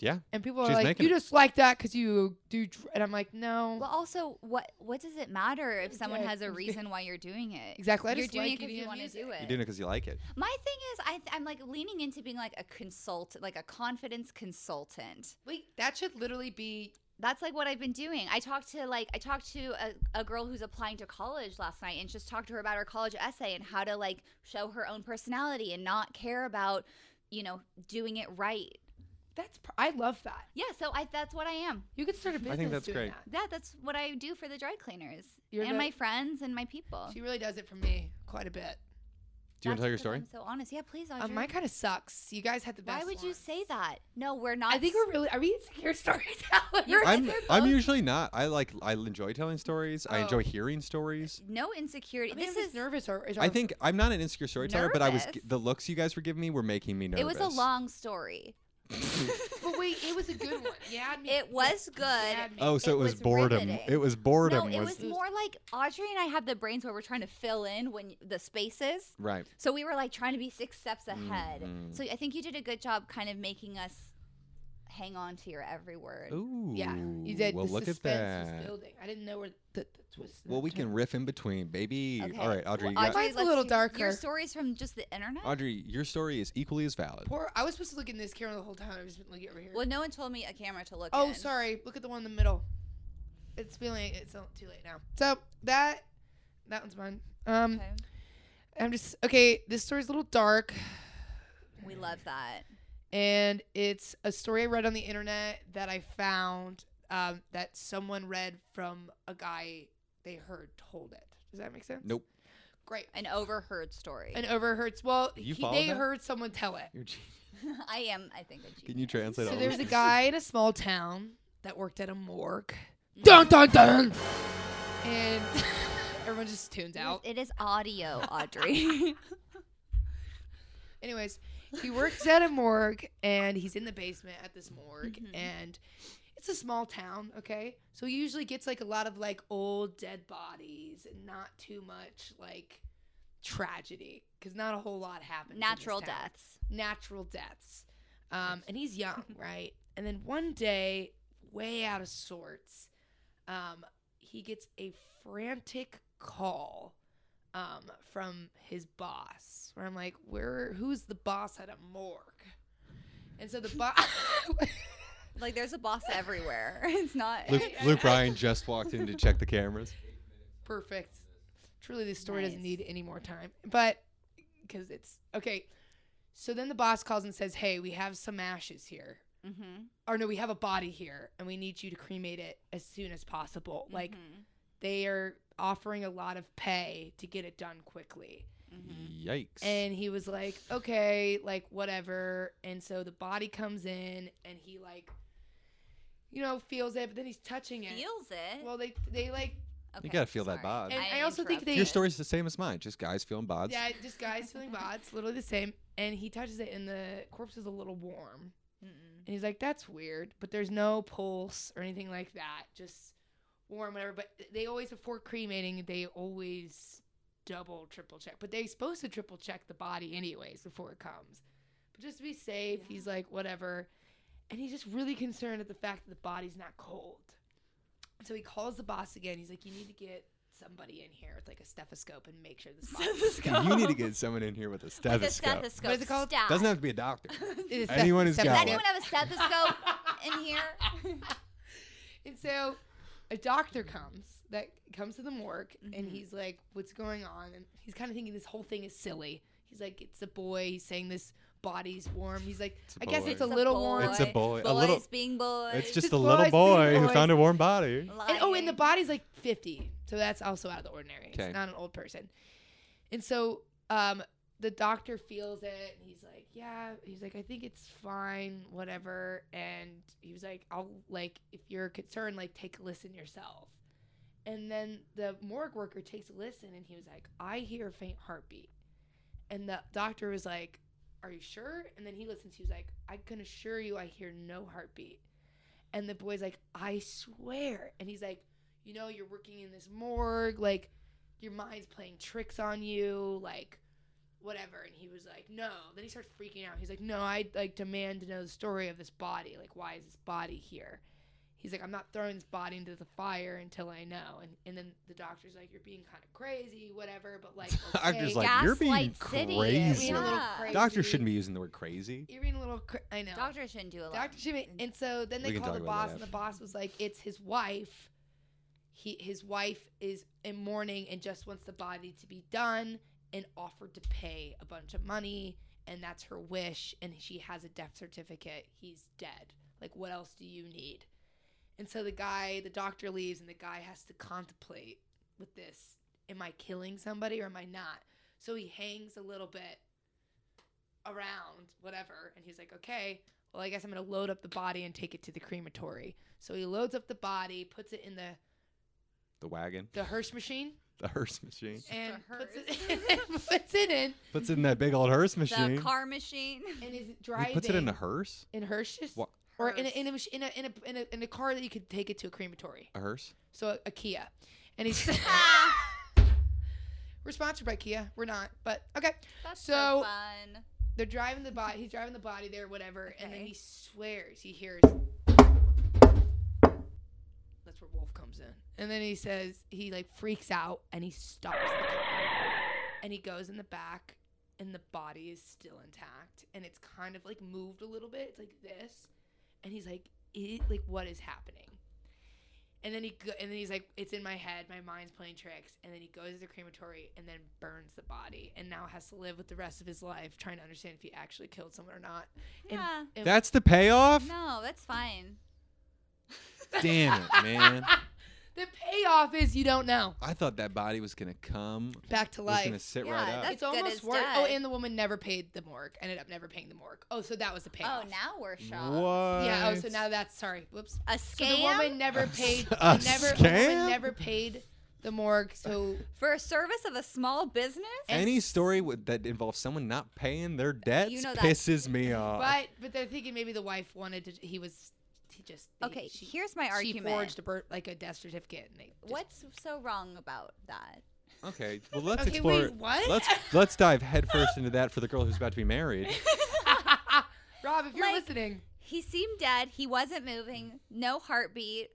[SPEAKER 1] yeah.
[SPEAKER 2] and people are
[SPEAKER 1] she's
[SPEAKER 2] like,
[SPEAKER 1] making
[SPEAKER 2] "You
[SPEAKER 1] it."
[SPEAKER 2] just like that because you do," dr-. and I'm like, "No,
[SPEAKER 3] Well, also, what what does it matter if someone
[SPEAKER 2] Okay,
[SPEAKER 3] has a
[SPEAKER 2] I'm just
[SPEAKER 3] reason why you're doing it?
[SPEAKER 2] exactly. I
[SPEAKER 3] You're
[SPEAKER 2] just
[SPEAKER 3] doing
[SPEAKER 2] like
[SPEAKER 3] it because you
[SPEAKER 2] EDM
[SPEAKER 3] want to
[SPEAKER 2] music.
[SPEAKER 3] do
[SPEAKER 1] You're
[SPEAKER 3] it.
[SPEAKER 1] doing it because you like it.
[SPEAKER 3] My thing is, I th- I'm like leaning into being like a consultant, like a confidence consultant.
[SPEAKER 2] Wait, that should literally be
[SPEAKER 3] That's like what I've been doing. I talked to like I talked to a, a girl who's applying to college last night and just talked to her about her college essay and how to like show her own personality and not care about, you know, doing it right.
[SPEAKER 2] that's. Pr- I love that.
[SPEAKER 3] Yeah, so I that's what I am.
[SPEAKER 2] You could start a business.
[SPEAKER 1] think that's
[SPEAKER 2] doing
[SPEAKER 1] great.
[SPEAKER 2] that.
[SPEAKER 3] Yeah, that's what I do for the dry cleaners
[SPEAKER 2] You're
[SPEAKER 3] and
[SPEAKER 2] the-
[SPEAKER 3] my friends and my people.
[SPEAKER 2] She really does it for me quite a bit.
[SPEAKER 1] Do you want
[SPEAKER 3] That's
[SPEAKER 1] to tell your
[SPEAKER 3] because
[SPEAKER 1] story?
[SPEAKER 3] I'm so honest. Yeah, please, Audrey.
[SPEAKER 2] Um, mine kind of sucks. You guys had the best.
[SPEAKER 3] Why would you
[SPEAKER 2] ones.
[SPEAKER 3] say that? No, we're not.
[SPEAKER 2] I think we're really. Are we insecure storytellers?
[SPEAKER 3] You're-
[SPEAKER 1] I'm
[SPEAKER 3] They're
[SPEAKER 1] I'm
[SPEAKER 3] both-
[SPEAKER 1] usually not. I like I enjoy telling stories. I
[SPEAKER 2] Oh.
[SPEAKER 1] enjoy hearing stories.
[SPEAKER 3] no
[SPEAKER 2] I
[SPEAKER 3] insecurity.
[SPEAKER 2] think
[SPEAKER 3] This
[SPEAKER 2] I'm just
[SPEAKER 3] is
[SPEAKER 2] nervous. Or, is
[SPEAKER 1] I
[SPEAKER 2] our-
[SPEAKER 1] think I'm not an insecure storyteller, but I was
[SPEAKER 3] Nervous?
[SPEAKER 1] the looks you guys were giving me were making me nervous.
[SPEAKER 3] it was a long story.
[SPEAKER 2] But wait, it was a good one. You had me.
[SPEAKER 3] It was
[SPEAKER 2] You had
[SPEAKER 3] good.
[SPEAKER 2] me.
[SPEAKER 1] oh, so
[SPEAKER 3] It
[SPEAKER 1] it, was,
[SPEAKER 3] was
[SPEAKER 1] boredom.
[SPEAKER 3] riveting.
[SPEAKER 1] It was boredom.
[SPEAKER 3] No, it
[SPEAKER 1] was,
[SPEAKER 3] was more like Audrey and I have the brains where we're trying to fill in when the spaces.
[SPEAKER 1] right.
[SPEAKER 3] So we were like trying to be six steps ahead.
[SPEAKER 1] Mhm.
[SPEAKER 3] So I think you did a good job, kind of making us hang on to your every word.
[SPEAKER 1] Ooh.
[SPEAKER 2] Yeah, you did.
[SPEAKER 1] Well,
[SPEAKER 2] the
[SPEAKER 1] look at
[SPEAKER 2] suspense was
[SPEAKER 1] that.
[SPEAKER 2] building. I didn't know where the, the twist. and
[SPEAKER 1] Well,
[SPEAKER 2] the
[SPEAKER 1] we
[SPEAKER 2] turn-
[SPEAKER 1] can riff in between, baby.
[SPEAKER 3] Okay.
[SPEAKER 1] All right, Audrey.
[SPEAKER 3] Well,
[SPEAKER 1] you got-
[SPEAKER 2] Mine's a
[SPEAKER 3] let's
[SPEAKER 2] little
[SPEAKER 3] see-
[SPEAKER 2] darker.
[SPEAKER 3] Your stories from just the internet.
[SPEAKER 1] Audrey, your story is equally as valid.
[SPEAKER 2] Poor. I was supposed to look in this camera the whole time. I've just been looking over here.
[SPEAKER 3] Well, no one told me a camera to look.
[SPEAKER 2] oh,
[SPEAKER 3] in.
[SPEAKER 2] sorry. Look at the one in the middle. It's feeling. It's not too late now. So that that one's mine. Um,
[SPEAKER 3] Okay.
[SPEAKER 2] I'm just okay. This story's a little dark,
[SPEAKER 3] We love that.
[SPEAKER 2] and it's a story I read on the internet that I found um, that someone read from a guy they heard told it. Does that make sense?
[SPEAKER 1] Nope.
[SPEAKER 2] Great.
[SPEAKER 3] An overheard story.
[SPEAKER 2] And overheard. Well,
[SPEAKER 1] You
[SPEAKER 2] he,
[SPEAKER 1] followed
[SPEAKER 2] they
[SPEAKER 1] that?
[SPEAKER 2] heard someone tell it.
[SPEAKER 1] You're g-
[SPEAKER 3] I am, I think, a genius.
[SPEAKER 1] Can you translate
[SPEAKER 2] So
[SPEAKER 1] all
[SPEAKER 2] there was
[SPEAKER 1] of
[SPEAKER 2] a
[SPEAKER 1] this?
[SPEAKER 2] guy in a small town that worked at a morgue. Dun dun dun. And everyone just tunes
[SPEAKER 3] It is-
[SPEAKER 2] out.
[SPEAKER 3] It is audio, Audrey.
[SPEAKER 2] Anyways, he works at a morgue and he's in the basement at this morgue
[SPEAKER 3] Mhm.
[SPEAKER 2] and it's a small town, okay? So he usually gets like a lot of like old dead bodies and not too much like tragedy cuz not a whole lot happens. in this
[SPEAKER 3] Natural
[SPEAKER 2] town.
[SPEAKER 3] deaths.
[SPEAKER 2] natural deaths. Um, and he's young, right? And then one day, way out of sorts, um, he gets a frantic call um, from his boss. Where I'm like, where? Who's the boss at a morgue? And so the boss.
[SPEAKER 3] Like there's a boss everywhere. It's not.
[SPEAKER 1] Luke,
[SPEAKER 2] I-
[SPEAKER 1] Luke
[SPEAKER 2] I-
[SPEAKER 1] Ryan just walked in to check the cameras.
[SPEAKER 2] Perfect. Truly, this story doesn't
[SPEAKER 3] Nice.
[SPEAKER 2] need any more time, but because it's okay. So then the boss calls and says, "Hey, we have some ashes here.
[SPEAKER 3] Mm-hmm.
[SPEAKER 2] or no, we have a body here and we need you to cremate it as soon as possible.
[SPEAKER 3] Mm-hmm.
[SPEAKER 2] Like they are offering a lot of pay to get it done quickly.
[SPEAKER 3] Mm-hmm.
[SPEAKER 1] Yikes.
[SPEAKER 2] Mm-hmm. And he was like, okay, like whatever. And so the body comes in and he like, you know, feels it, but then he's touching it.
[SPEAKER 3] feels it.
[SPEAKER 2] Well, they they like
[SPEAKER 3] okay,
[SPEAKER 1] gotta feel that
[SPEAKER 3] sorry.
[SPEAKER 1] vibe.
[SPEAKER 2] And I also think they-
[SPEAKER 1] your story's the same as mine, just guys feeling bods.
[SPEAKER 2] yeah, just guys feeling bods, literally the same. And he touches it, and the corpse is a little warm.
[SPEAKER 3] Mm-mm.
[SPEAKER 2] And he's like, that's weird, but there's no pulse or anything like that. Just warm, whatever. But they always, before cremating, they always double, triple check. But they're supposed to triple check the body anyways before it comes. just to be safe.
[SPEAKER 3] Yeah.
[SPEAKER 2] He's like, whatever. And he's just really concerned at the fact that the body's not cold. So he calls the boss again. He's like, you need to get somebody in here with like a stethoscope and make sure this body's
[SPEAKER 3] Stethoscope.
[SPEAKER 1] You need to get someone in here with a
[SPEAKER 3] With a
[SPEAKER 1] stethoscope.
[SPEAKER 3] stethoscope.
[SPEAKER 2] What is it called?
[SPEAKER 3] Stat.
[SPEAKER 1] Doesn't have to be a doctor.
[SPEAKER 2] It's a
[SPEAKER 1] Anyone who's
[SPEAKER 2] steth-
[SPEAKER 1] got
[SPEAKER 3] Does
[SPEAKER 1] one.
[SPEAKER 3] anyone have a stethoscope in here?
[SPEAKER 2] and so a doctor comes that comes to the morgue and
[SPEAKER 3] Mhm.
[SPEAKER 2] he's like, What's going on? And he's kind of thinking this whole thing is silly. He's like, It's a boy. He's saying this body's warm. He's like,
[SPEAKER 1] It's a
[SPEAKER 2] I guess
[SPEAKER 1] boy.
[SPEAKER 2] it's a
[SPEAKER 3] It's a
[SPEAKER 2] little
[SPEAKER 3] boy.
[SPEAKER 2] warm.
[SPEAKER 1] It's a boy.
[SPEAKER 3] Boys
[SPEAKER 1] A little.
[SPEAKER 3] being boys.
[SPEAKER 1] It's just
[SPEAKER 2] Just
[SPEAKER 1] a little
[SPEAKER 2] boys being
[SPEAKER 1] boy who
[SPEAKER 2] boys.
[SPEAKER 1] found a warm body.
[SPEAKER 2] And oh, and the
[SPEAKER 3] Lying.
[SPEAKER 2] body's like 50. So that's also out of the ordinary.
[SPEAKER 1] Okay.
[SPEAKER 2] It's not an old person. And so um the doctor feels it and he's like, "Yeah." He's like, "I think it's fine, whatever." And he was like, "I'll like if you're concerned, like take a listen yourself." And then the morgue worker takes a listen and he was like, "I hear a faint heartbeat." And the doctor was like, "Are you sure?" And then he listens. He was like, "I can assure you I hear no heartbeat." And the boy's like, "I swear." And he's like, "You know, you're working in this morgue, like your mind's playing tricks on you, like whatever." And he was like, "No." Then he starts freaking out. He's like, "No, I like demand to know the story of this body. Like, why is this body here?" He's like, "I'm not throwing this body into the fire until I know." And and then the doctor's like, "You're being kind of crazy, whatever, but like okay."
[SPEAKER 1] Doctor's like, you're being
[SPEAKER 3] Gaslight City.
[SPEAKER 1] crazy.
[SPEAKER 2] Being a little
[SPEAKER 3] Yeah.
[SPEAKER 2] crazy.
[SPEAKER 1] Doctors shouldn't be using the word crazy.
[SPEAKER 2] You're being a little. Cr- I know.
[SPEAKER 3] Doctor shouldn't do a lot.
[SPEAKER 2] Dr. Jimmy. And so then
[SPEAKER 1] We
[SPEAKER 2] they
[SPEAKER 1] can
[SPEAKER 2] called
[SPEAKER 1] talk
[SPEAKER 2] the
[SPEAKER 1] about
[SPEAKER 2] boss,
[SPEAKER 1] that
[SPEAKER 2] and the boss was like, "It's his wife. He his wife is in mourning and just wants the body to be done, and offered to pay a bunch of money, and that's her wish. And she has a death certificate. He's dead. Like, what else do you need?" And so the guy, the doctor leaves, and the guy has to contemplate with this: Am I killing somebody or am I not? So he hangs a little bit around, whatever, and he's like, okay, well, I guess I'm gonna load up the body and take it to the crematory. So he loads up the body, puts it in the
[SPEAKER 1] The wagon,
[SPEAKER 2] the hearse machine,
[SPEAKER 1] the hearse machine.
[SPEAKER 3] Just a
[SPEAKER 2] and puts
[SPEAKER 3] hearse.
[SPEAKER 2] it puts it in,
[SPEAKER 1] Puts it in that big old hearse machine.
[SPEAKER 3] The car machine.
[SPEAKER 2] and is
[SPEAKER 1] He
[SPEAKER 2] driving.
[SPEAKER 1] puts it in a hearse.
[SPEAKER 2] in hearse, just-
[SPEAKER 1] What?
[SPEAKER 2] or in a, in a
[SPEAKER 3] Hearse.
[SPEAKER 2] mach- in a in a in a in a car that you could take it to a crematory.
[SPEAKER 1] A hearse.
[SPEAKER 2] So a, a Kia, and he's.
[SPEAKER 3] Ah,
[SPEAKER 2] We're sponsored by Kia. We're not, but okay.
[SPEAKER 3] that's so,
[SPEAKER 2] So-
[SPEAKER 3] fun.
[SPEAKER 2] They're driving the body. He's driving the body there, whatever. And then
[SPEAKER 3] Okay.
[SPEAKER 2] he swears. He hears. That's where Wolf comes in. And then he says he like freaks out and he stops the car. And he goes in the back, and the body is still intact, and it's kind of like moved a little bit. It's like this, and he's like, it, like what is happening? And then he go- and then he's like, it's in my head. My mind's playing tricks. And then he goes to the crematory and then burns the body, and now has to live with the rest of his life trying to understand if he actually killed someone or not. And-
[SPEAKER 3] Yeah.
[SPEAKER 2] And-
[SPEAKER 1] That's the payoff.
[SPEAKER 3] No, that's fine.
[SPEAKER 1] Damn it, man!
[SPEAKER 2] the payoff is you don't know.
[SPEAKER 1] I thought that body was gonna come.
[SPEAKER 2] Back to
[SPEAKER 1] Was
[SPEAKER 2] life.
[SPEAKER 1] gonna sit
[SPEAKER 3] Yeah,
[SPEAKER 1] right up.
[SPEAKER 3] that's-
[SPEAKER 2] it's
[SPEAKER 3] good
[SPEAKER 2] almost
[SPEAKER 3] as
[SPEAKER 2] worse. Oh,
[SPEAKER 3] dead.
[SPEAKER 2] and the woman never paid the morgue. Ended up never paying the morgue. Oh, so that was the payoff.
[SPEAKER 3] Oh, now we're shocked.
[SPEAKER 1] What?
[SPEAKER 2] Yeah. Oh, so now that's sorry. Whoops.
[SPEAKER 3] A
[SPEAKER 2] So
[SPEAKER 3] scam
[SPEAKER 2] the woman never paid.
[SPEAKER 1] A
[SPEAKER 2] the never, the
[SPEAKER 1] scam?
[SPEAKER 2] woman never paid the morgue. So
[SPEAKER 3] for a service of a small business.
[SPEAKER 1] Any story with, that involves someone not paying their debts
[SPEAKER 3] You know that-
[SPEAKER 1] pisses me off.
[SPEAKER 2] But but they're thinking maybe the wife wanted to. He was. He just. they-
[SPEAKER 3] Okay,
[SPEAKER 2] She,
[SPEAKER 3] here's my
[SPEAKER 2] she
[SPEAKER 3] argument.
[SPEAKER 2] forged a birth, like a death certificate. And they just,
[SPEAKER 3] What's so wrong about that?
[SPEAKER 1] okay, well let's
[SPEAKER 2] Okay,
[SPEAKER 1] explore.
[SPEAKER 2] wait. What?
[SPEAKER 1] Let's let's dive headfirst into that for the girl who's about to be married.
[SPEAKER 2] Rob, if you're
[SPEAKER 3] Like-
[SPEAKER 2] listening,
[SPEAKER 3] He seemed dead. He wasn't moving. No heartbeat.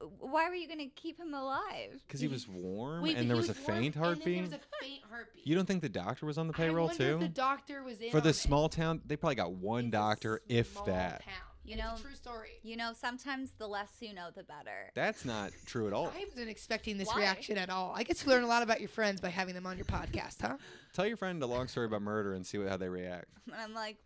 [SPEAKER 3] W- Why were you going to keep him alive?
[SPEAKER 1] Because he was warm
[SPEAKER 2] Wait, but
[SPEAKER 1] and there
[SPEAKER 2] he
[SPEAKER 1] was, a
[SPEAKER 2] warm, and
[SPEAKER 1] faint
[SPEAKER 2] then
[SPEAKER 1] heartbeat.
[SPEAKER 2] There was a faint heartbeat.
[SPEAKER 1] you don't think the doctor was on the
[SPEAKER 2] I
[SPEAKER 1] payroll
[SPEAKER 2] wonder
[SPEAKER 1] too?
[SPEAKER 2] If the doctor was in
[SPEAKER 1] For
[SPEAKER 2] on
[SPEAKER 1] the
[SPEAKER 2] it.
[SPEAKER 1] small town, they probably got one
[SPEAKER 2] It's a
[SPEAKER 1] doctor, if
[SPEAKER 2] small
[SPEAKER 1] that.
[SPEAKER 2] town.
[SPEAKER 3] You
[SPEAKER 2] And
[SPEAKER 3] know-
[SPEAKER 2] it's a true story.
[SPEAKER 3] You know, sometimes the less you know, the better.
[SPEAKER 1] That's not true at all.
[SPEAKER 2] I wasn't expecting this
[SPEAKER 3] Why?
[SPEAKER 2] reaction at all. I get to learn a lot about your friends by having them on your podcast, huh?
[SPEAKER 1] Tell your friend a long story about murder and see what, how they react.
[SPEAKER 3] And I'm like,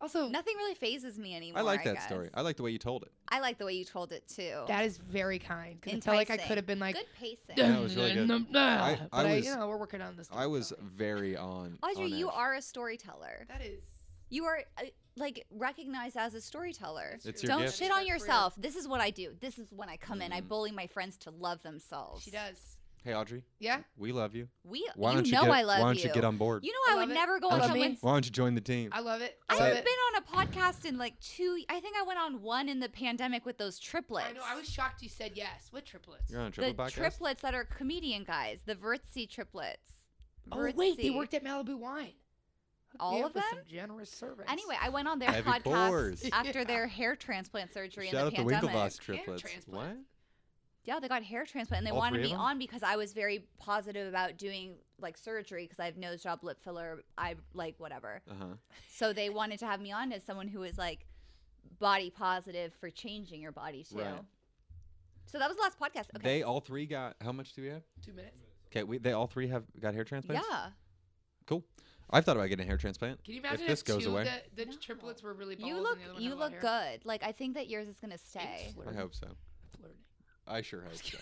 [SPEAKER 2] Also,
[SPEAKER 3] nothing really phases me anymore.
[SPEAKER 1] I like that
[SPEAKER 3] guess.
[SPEAKER 1] story. I like the way you told it.
[SPEAKER 3] I like the way you told it too.
[SPEAKER 2] that is very kind. 'cause I felt like I
[SPEAKER 3] Enticing.
[SPEAKER 2] could have been like,
[SPEAKER 3] Good pacing.
[SPEAKER 1] Yeah, it was really good. I-
[SPEAKER 2] but
[SPEAKER 1] I
[SPEAKER 2] I,
[SPEAKER 1] was-
[SPEAKER 2] you know, we're working on this.
[SPEAKER 1] I was
[SPEAKER 2] tomorrow.
[SPEAKER 1] very on.
[SPEAKER 3] Audrey,
[SPEAKER 1] on
[SPEAKER 3] you
[SPEAKER 1] edge.
[SPEAKER 3] are a storyteller.
[SPEAKER 2] That is.
[SPEAKER 3] You are uh, like recognized as a storyteller.
[SPEAKER 1] It's
[SPEAKER 2] true.
[SPEAKER 1] your
[SPEAKER 3] Don't
[SPEAKER 1] gift.
[SPEAKER 3] shit
[SPEAKER 2] That
[SPEAKER 3] on
[SPEAKER 2] is her career.
[SPEAKER 3] yourself. This is what I do. This is when I come in. I
[SPEAKER 1] Mhm.
[SPEAKER 3] bully my friends to love themselves.
[SPEAKER 2] She does.
[SPEAKER 1] Hey, Audrey,
[SPEAKER 2] Yeah.
[SPEAKER 1] we love you.
[SPEAKER 3] We,
[SPEAKER 1] Why
[SPEAKER 3] you
[SPEAKER 1] don't you
[SPEAKER 3] know
[SPEAKER 1] get,
[SPEAKER 3] I love
[SPEAKER 1] Why don't you. get on board?
[SPEAKER 3] You know I,
[SPEAKER 2] I
[SPEAKER 3] would
[SPEAKER 2] love it.
[SPEAKER 3] never go
[SPEAKER 2] I
[SPEAKER 3] on
[SPEAKER 2] love
[SPEAKER 3] someone's.
[SPEAKER 1] why don't you join the team?
[SPEAKER 2] I love it.
[SPEAKER 3] I
[SPEAKER 2] I love
[SPEAKER 3] haven't
[SPEAKER 2] it.
[SPEAKER 3] been on a podcast in like two. I think I went on one in the pandemic with those triplets.
[SPEAKER 2] I know. I was shocked you said yes. What triplets?
[SPEAKER 1] You're on a
[SPEAKER 3] the
[SPEAKER 1] triple podcast.
[SPEAKER 3] triplets that are comedian guys, the Vertsy triplets.
[SPEAKER 2] oh wait, they
[SPEAKER 3] Vertsy.
[SPEAKER 2] worked at Malibu Wine.
[SPEAKER 3] all
[SPEAKER 2] Give
[SPEAKER 3] of them.
[SPEAKER 2] us Some generous servants.
[SPEAKER 3] Anyway, I went on their
[SPEAKER 1] Heavy
[SPEAKER 3] podcast
[SPEAKER 1] pores.
[SPEAKER 3] after
[SPEAKER 2] Yeah.
[SPEAKER 3] their hair transplant surgery
[SPEAKER 1] Shout out
[SPEAKER 3] in the
[SPEAKER 1] the
[SPEAKER 3] pandemic.
[SPEAKER 1] Winklevoss
[SPEAKER 2] Hair
[SPEAKER 1] triplets. What?
[SPEAKER 2] transplant.
[SPEAKER 3] Yeah, they got hair transplant and they
[SPEAKER 1] All
[SPEAKER 3] wanted
[SPEAKER 1] three of
[SPEAKER 3] me
[SPEAKER 1] them?
[SPEAKER 3] on because I was very positive about doing like surgery because I have nose job, lip filler, I like whatever.
[SPEAKER 1] Uh huh.
[SPEAKER 3] So they wanted to have me on as someone who was like body positive for changing your body too.
[SPEAKER 1] Right.
[SPEAKER 3] So that was the last podcast. Okay.
[SPEAKER 1] They all three got how much do we have?
[SPEAKER 2] two minutes.
[SPEAKER 1] Okay, we they all three have got hair transplants.
[SPEAKER 3] yeah.
[SPEAKER 1] Cool. I've thought about getting a hair transplant.
[SPEAKER 2] Can you imagine if,
[SPEAKER 1] this goes
[SPEAKER 2] two
[SPEAKER 1] away-
[SPEAKER 2] of the, the
[SPEAKER 3] No.
[SPEAKER 2] triplets were really bald?
[SPEAKER 3] You look
[SPEAKER 2] and the other one
[SPEAKER 3] you
[SPEAKER 2] had a lot
[SPEAKER 3] look
[SPEAKER 2] of hair?
[SPEAKER 3] good. Like I think that yours is gonna stay.
[SPEAKER 2] Thanks,
[SPEAKER 1] I
[SPEAKER 2] flirting.
[SPEAKER 1] hope so.
[SPEAKER 2] Flirting.
[SPEAKER 1] I sure hope so.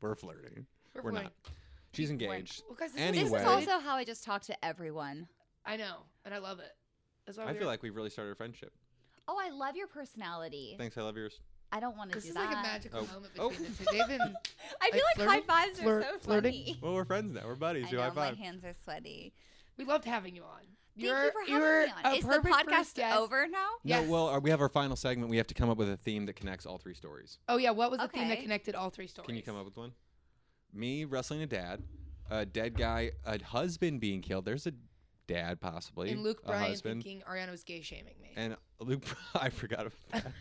[SPEAKER 1] We're flirting.
[SPEAKER 2] We're,
[SPEAKER 1] We're not.
[SPEAKER 2] flirting.
[SPEAKER 1] She's
[SPEAKER 3] We're-
[SPEAKER 1] engaged.
[SPEAKER 2] Well, guys, this
[SPEAKER 3] This
[SPEAKER 1] Anyway.
[SPEAKER 3] is also how I just talk to everyone.
[SPEAKER 2] I know, and I love it. That's why
[SPEAKER 1] I
[SPEAKER 2] we
[SPEAKER 1] feel
[SPEAKER 2] were-
[SPEAKER 1] like we've really started a friendship.
[SPEAKER 3] Oh, I love your personality.
[SPEAKER 1] Thanks, I love yours.
[SPEAKER 3] I don't want to
[SPEAKER 2] this
[SPEAKER 3] do
[SPEAKER 2] is
[SPEAKER 3] that.
[SPEAKER 2] like a magical
[SPEAKER 1] Oh.
[SPEAKER 2] moment
[SPEAKER 1] Oh.
[SPEAKER 2] between the two. They've been
[SPEAKER 3] I feel like,
[SPEAKER 2] Like flirting?
[SPEAKER 3] high fives
[SPEAKER 2] Flirt-
[SPEAKER 3] are so
[SPEAKER 2] flirting?
[SPEAKER 3] funny.
[SPEAKER 1] Well, we're friends now. We're buddies.
[SPEAKER 3] I
[SPEAKER 1] You
[SPEAKER 3] know,
[SPEAKER 1] high
[SPEAKER 3] my
[SPEAKER 1] five.
[SPEAKER 3] hands are sweaty.
[SPEAKER 2] We loved having you on.
[SPEAKER 3] Thank
[SPEAKER 2] You're-
[SPEAKER 3] you for having
[SPEAKER 2] you're
[SPEAKER 3] me on.
[SPEAKER 2] a
[SPEAKER 3] Is the
[SPEAKER 2] perfect first
[SPEAKER 3] podcast
[SPEAKER 2] guest.
[SPEAKER 3] over now?
[SPEAKER 2] Yes.
[SPEAKER 1] No, well, our, we have our final segment. We have to come up with a theme that connects all three stories.
[SPEAKER 2] Oh yeah, what was the theme that
[SPEAKER 3] Okay.
[SPEAKER 2] connected all three stories?
[SPEAKER 1] Can you come up with one? Me wrestling a dad, a dead guy, a husband being killed. There's a dad possibly.
[SPEAKER 2] And Luke
[SPEAKER 1] a
[SPEAKER 2] Bryan
[SPEAKER 1] husband.
[SPEAKER 2] thinking Ariana was gay shaming me.
[SPEAKER 1] and Luke, Bry- I forgot about that.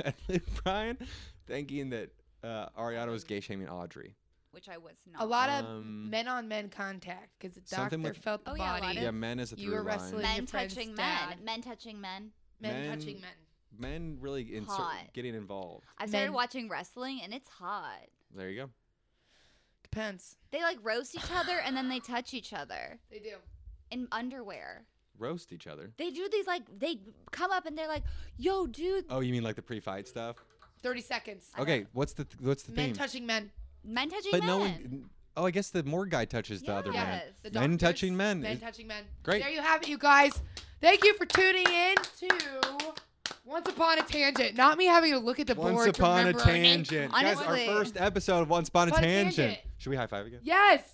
[SPEAKER 1] and Luke Bryan thinking that uh, Ariana was gay shaming Audrey.
[SPEAKER 3] Which I was not.
[SPEAKER 2] a lot of
[SPEAKER 1] Um,
[SPEAKER 2] men on men contact because the doctor
[SPEAKER 1] something with-
[SPEAKER 2] felt the
[SPEAKER 3] Oh, yeah, a lot
[SPEAKER 2] body.
[SPEAKER 3] of-
[SPEAKER 1] Yeah, men is a
[SPEAKER 2] You
[SPEAKER 1] through
[SPEAKER 2] were
[SPEAKER 1] line.
[SPEAKER 2] wrestling-
[SPEAKER 3] men
[SPEAKER 2] your friend's
[SPEAKER 3] touching men.
[SPEAKER 2] dad.
[SPEAKER 3] Men touching men.
[SPEAKER 2] Men,
[SPEAKER 1] Men-
[SPEAKER 2] touching men.
[SPEAKER 1] Men really insert,
[SPEAKER 3] Hot.
[SPEAKER 1] getting involved.
[SPEAKER 3] I started
[SPEAKER 2] Men-
[SPEAKER 3] watching wrestling and it's hot.
[SPEAKER 1] There you go.
[SPEAKER 2] Depends.
[SPEAKER 3] They like roast each other and then they touch each other
[SPEAKER 2] They do.
[SPEAKER 3] in underwear.
[SPEAKER 1] Roast each other.
[SPEAKER 3] They do these like they come up and they're like, "Yo, dude,
[SPEAKER 1] Oh, you mean like the pre-fight stuff?
[SPEAKER 2] Thirty seconds.
[SPEAKER 3] I
[SPEAKER 1] Okay, what's the th- what's the
[SPEAKER 2] Men
[SPEAKER 1] theme?
[SPEAKER 2] touching men.
[SPEAKER 3] men touching
[SPEAKER 1] but
[SPEAKER 3] men."
[SPEAKER 1] no one. Oh, I guess the more guy touches the other man.
[SPEAKER 3] Yes.
[SPEAKER 2] The
[SPEAKER 1] Men
[SPEAKER 2] doctors,
[SPEAKER 1] touching men
[SPEAKER 2] Men
[SPEAKER 1] is-
[SPEAKER 2] touching men.
[SPEAKER 1] Great.
[SPEAKER 2] There you have it, you guys. Thank you for tuning in to Once Upon a Tangent. Not me having to look at the board. to remember our name.
[SPEAKER 1] guys. Our
[SPEAKER 3] Honestly.
[SPEAKER 1] first episode of Once Upon a
[SPEAKER 2] Upon a
[SPEAKER 1] Tangent.
[SPEAKER 2] Tangent.
[SPEAKER 1] Should we high five again?
[SPEAKER 2] Yes.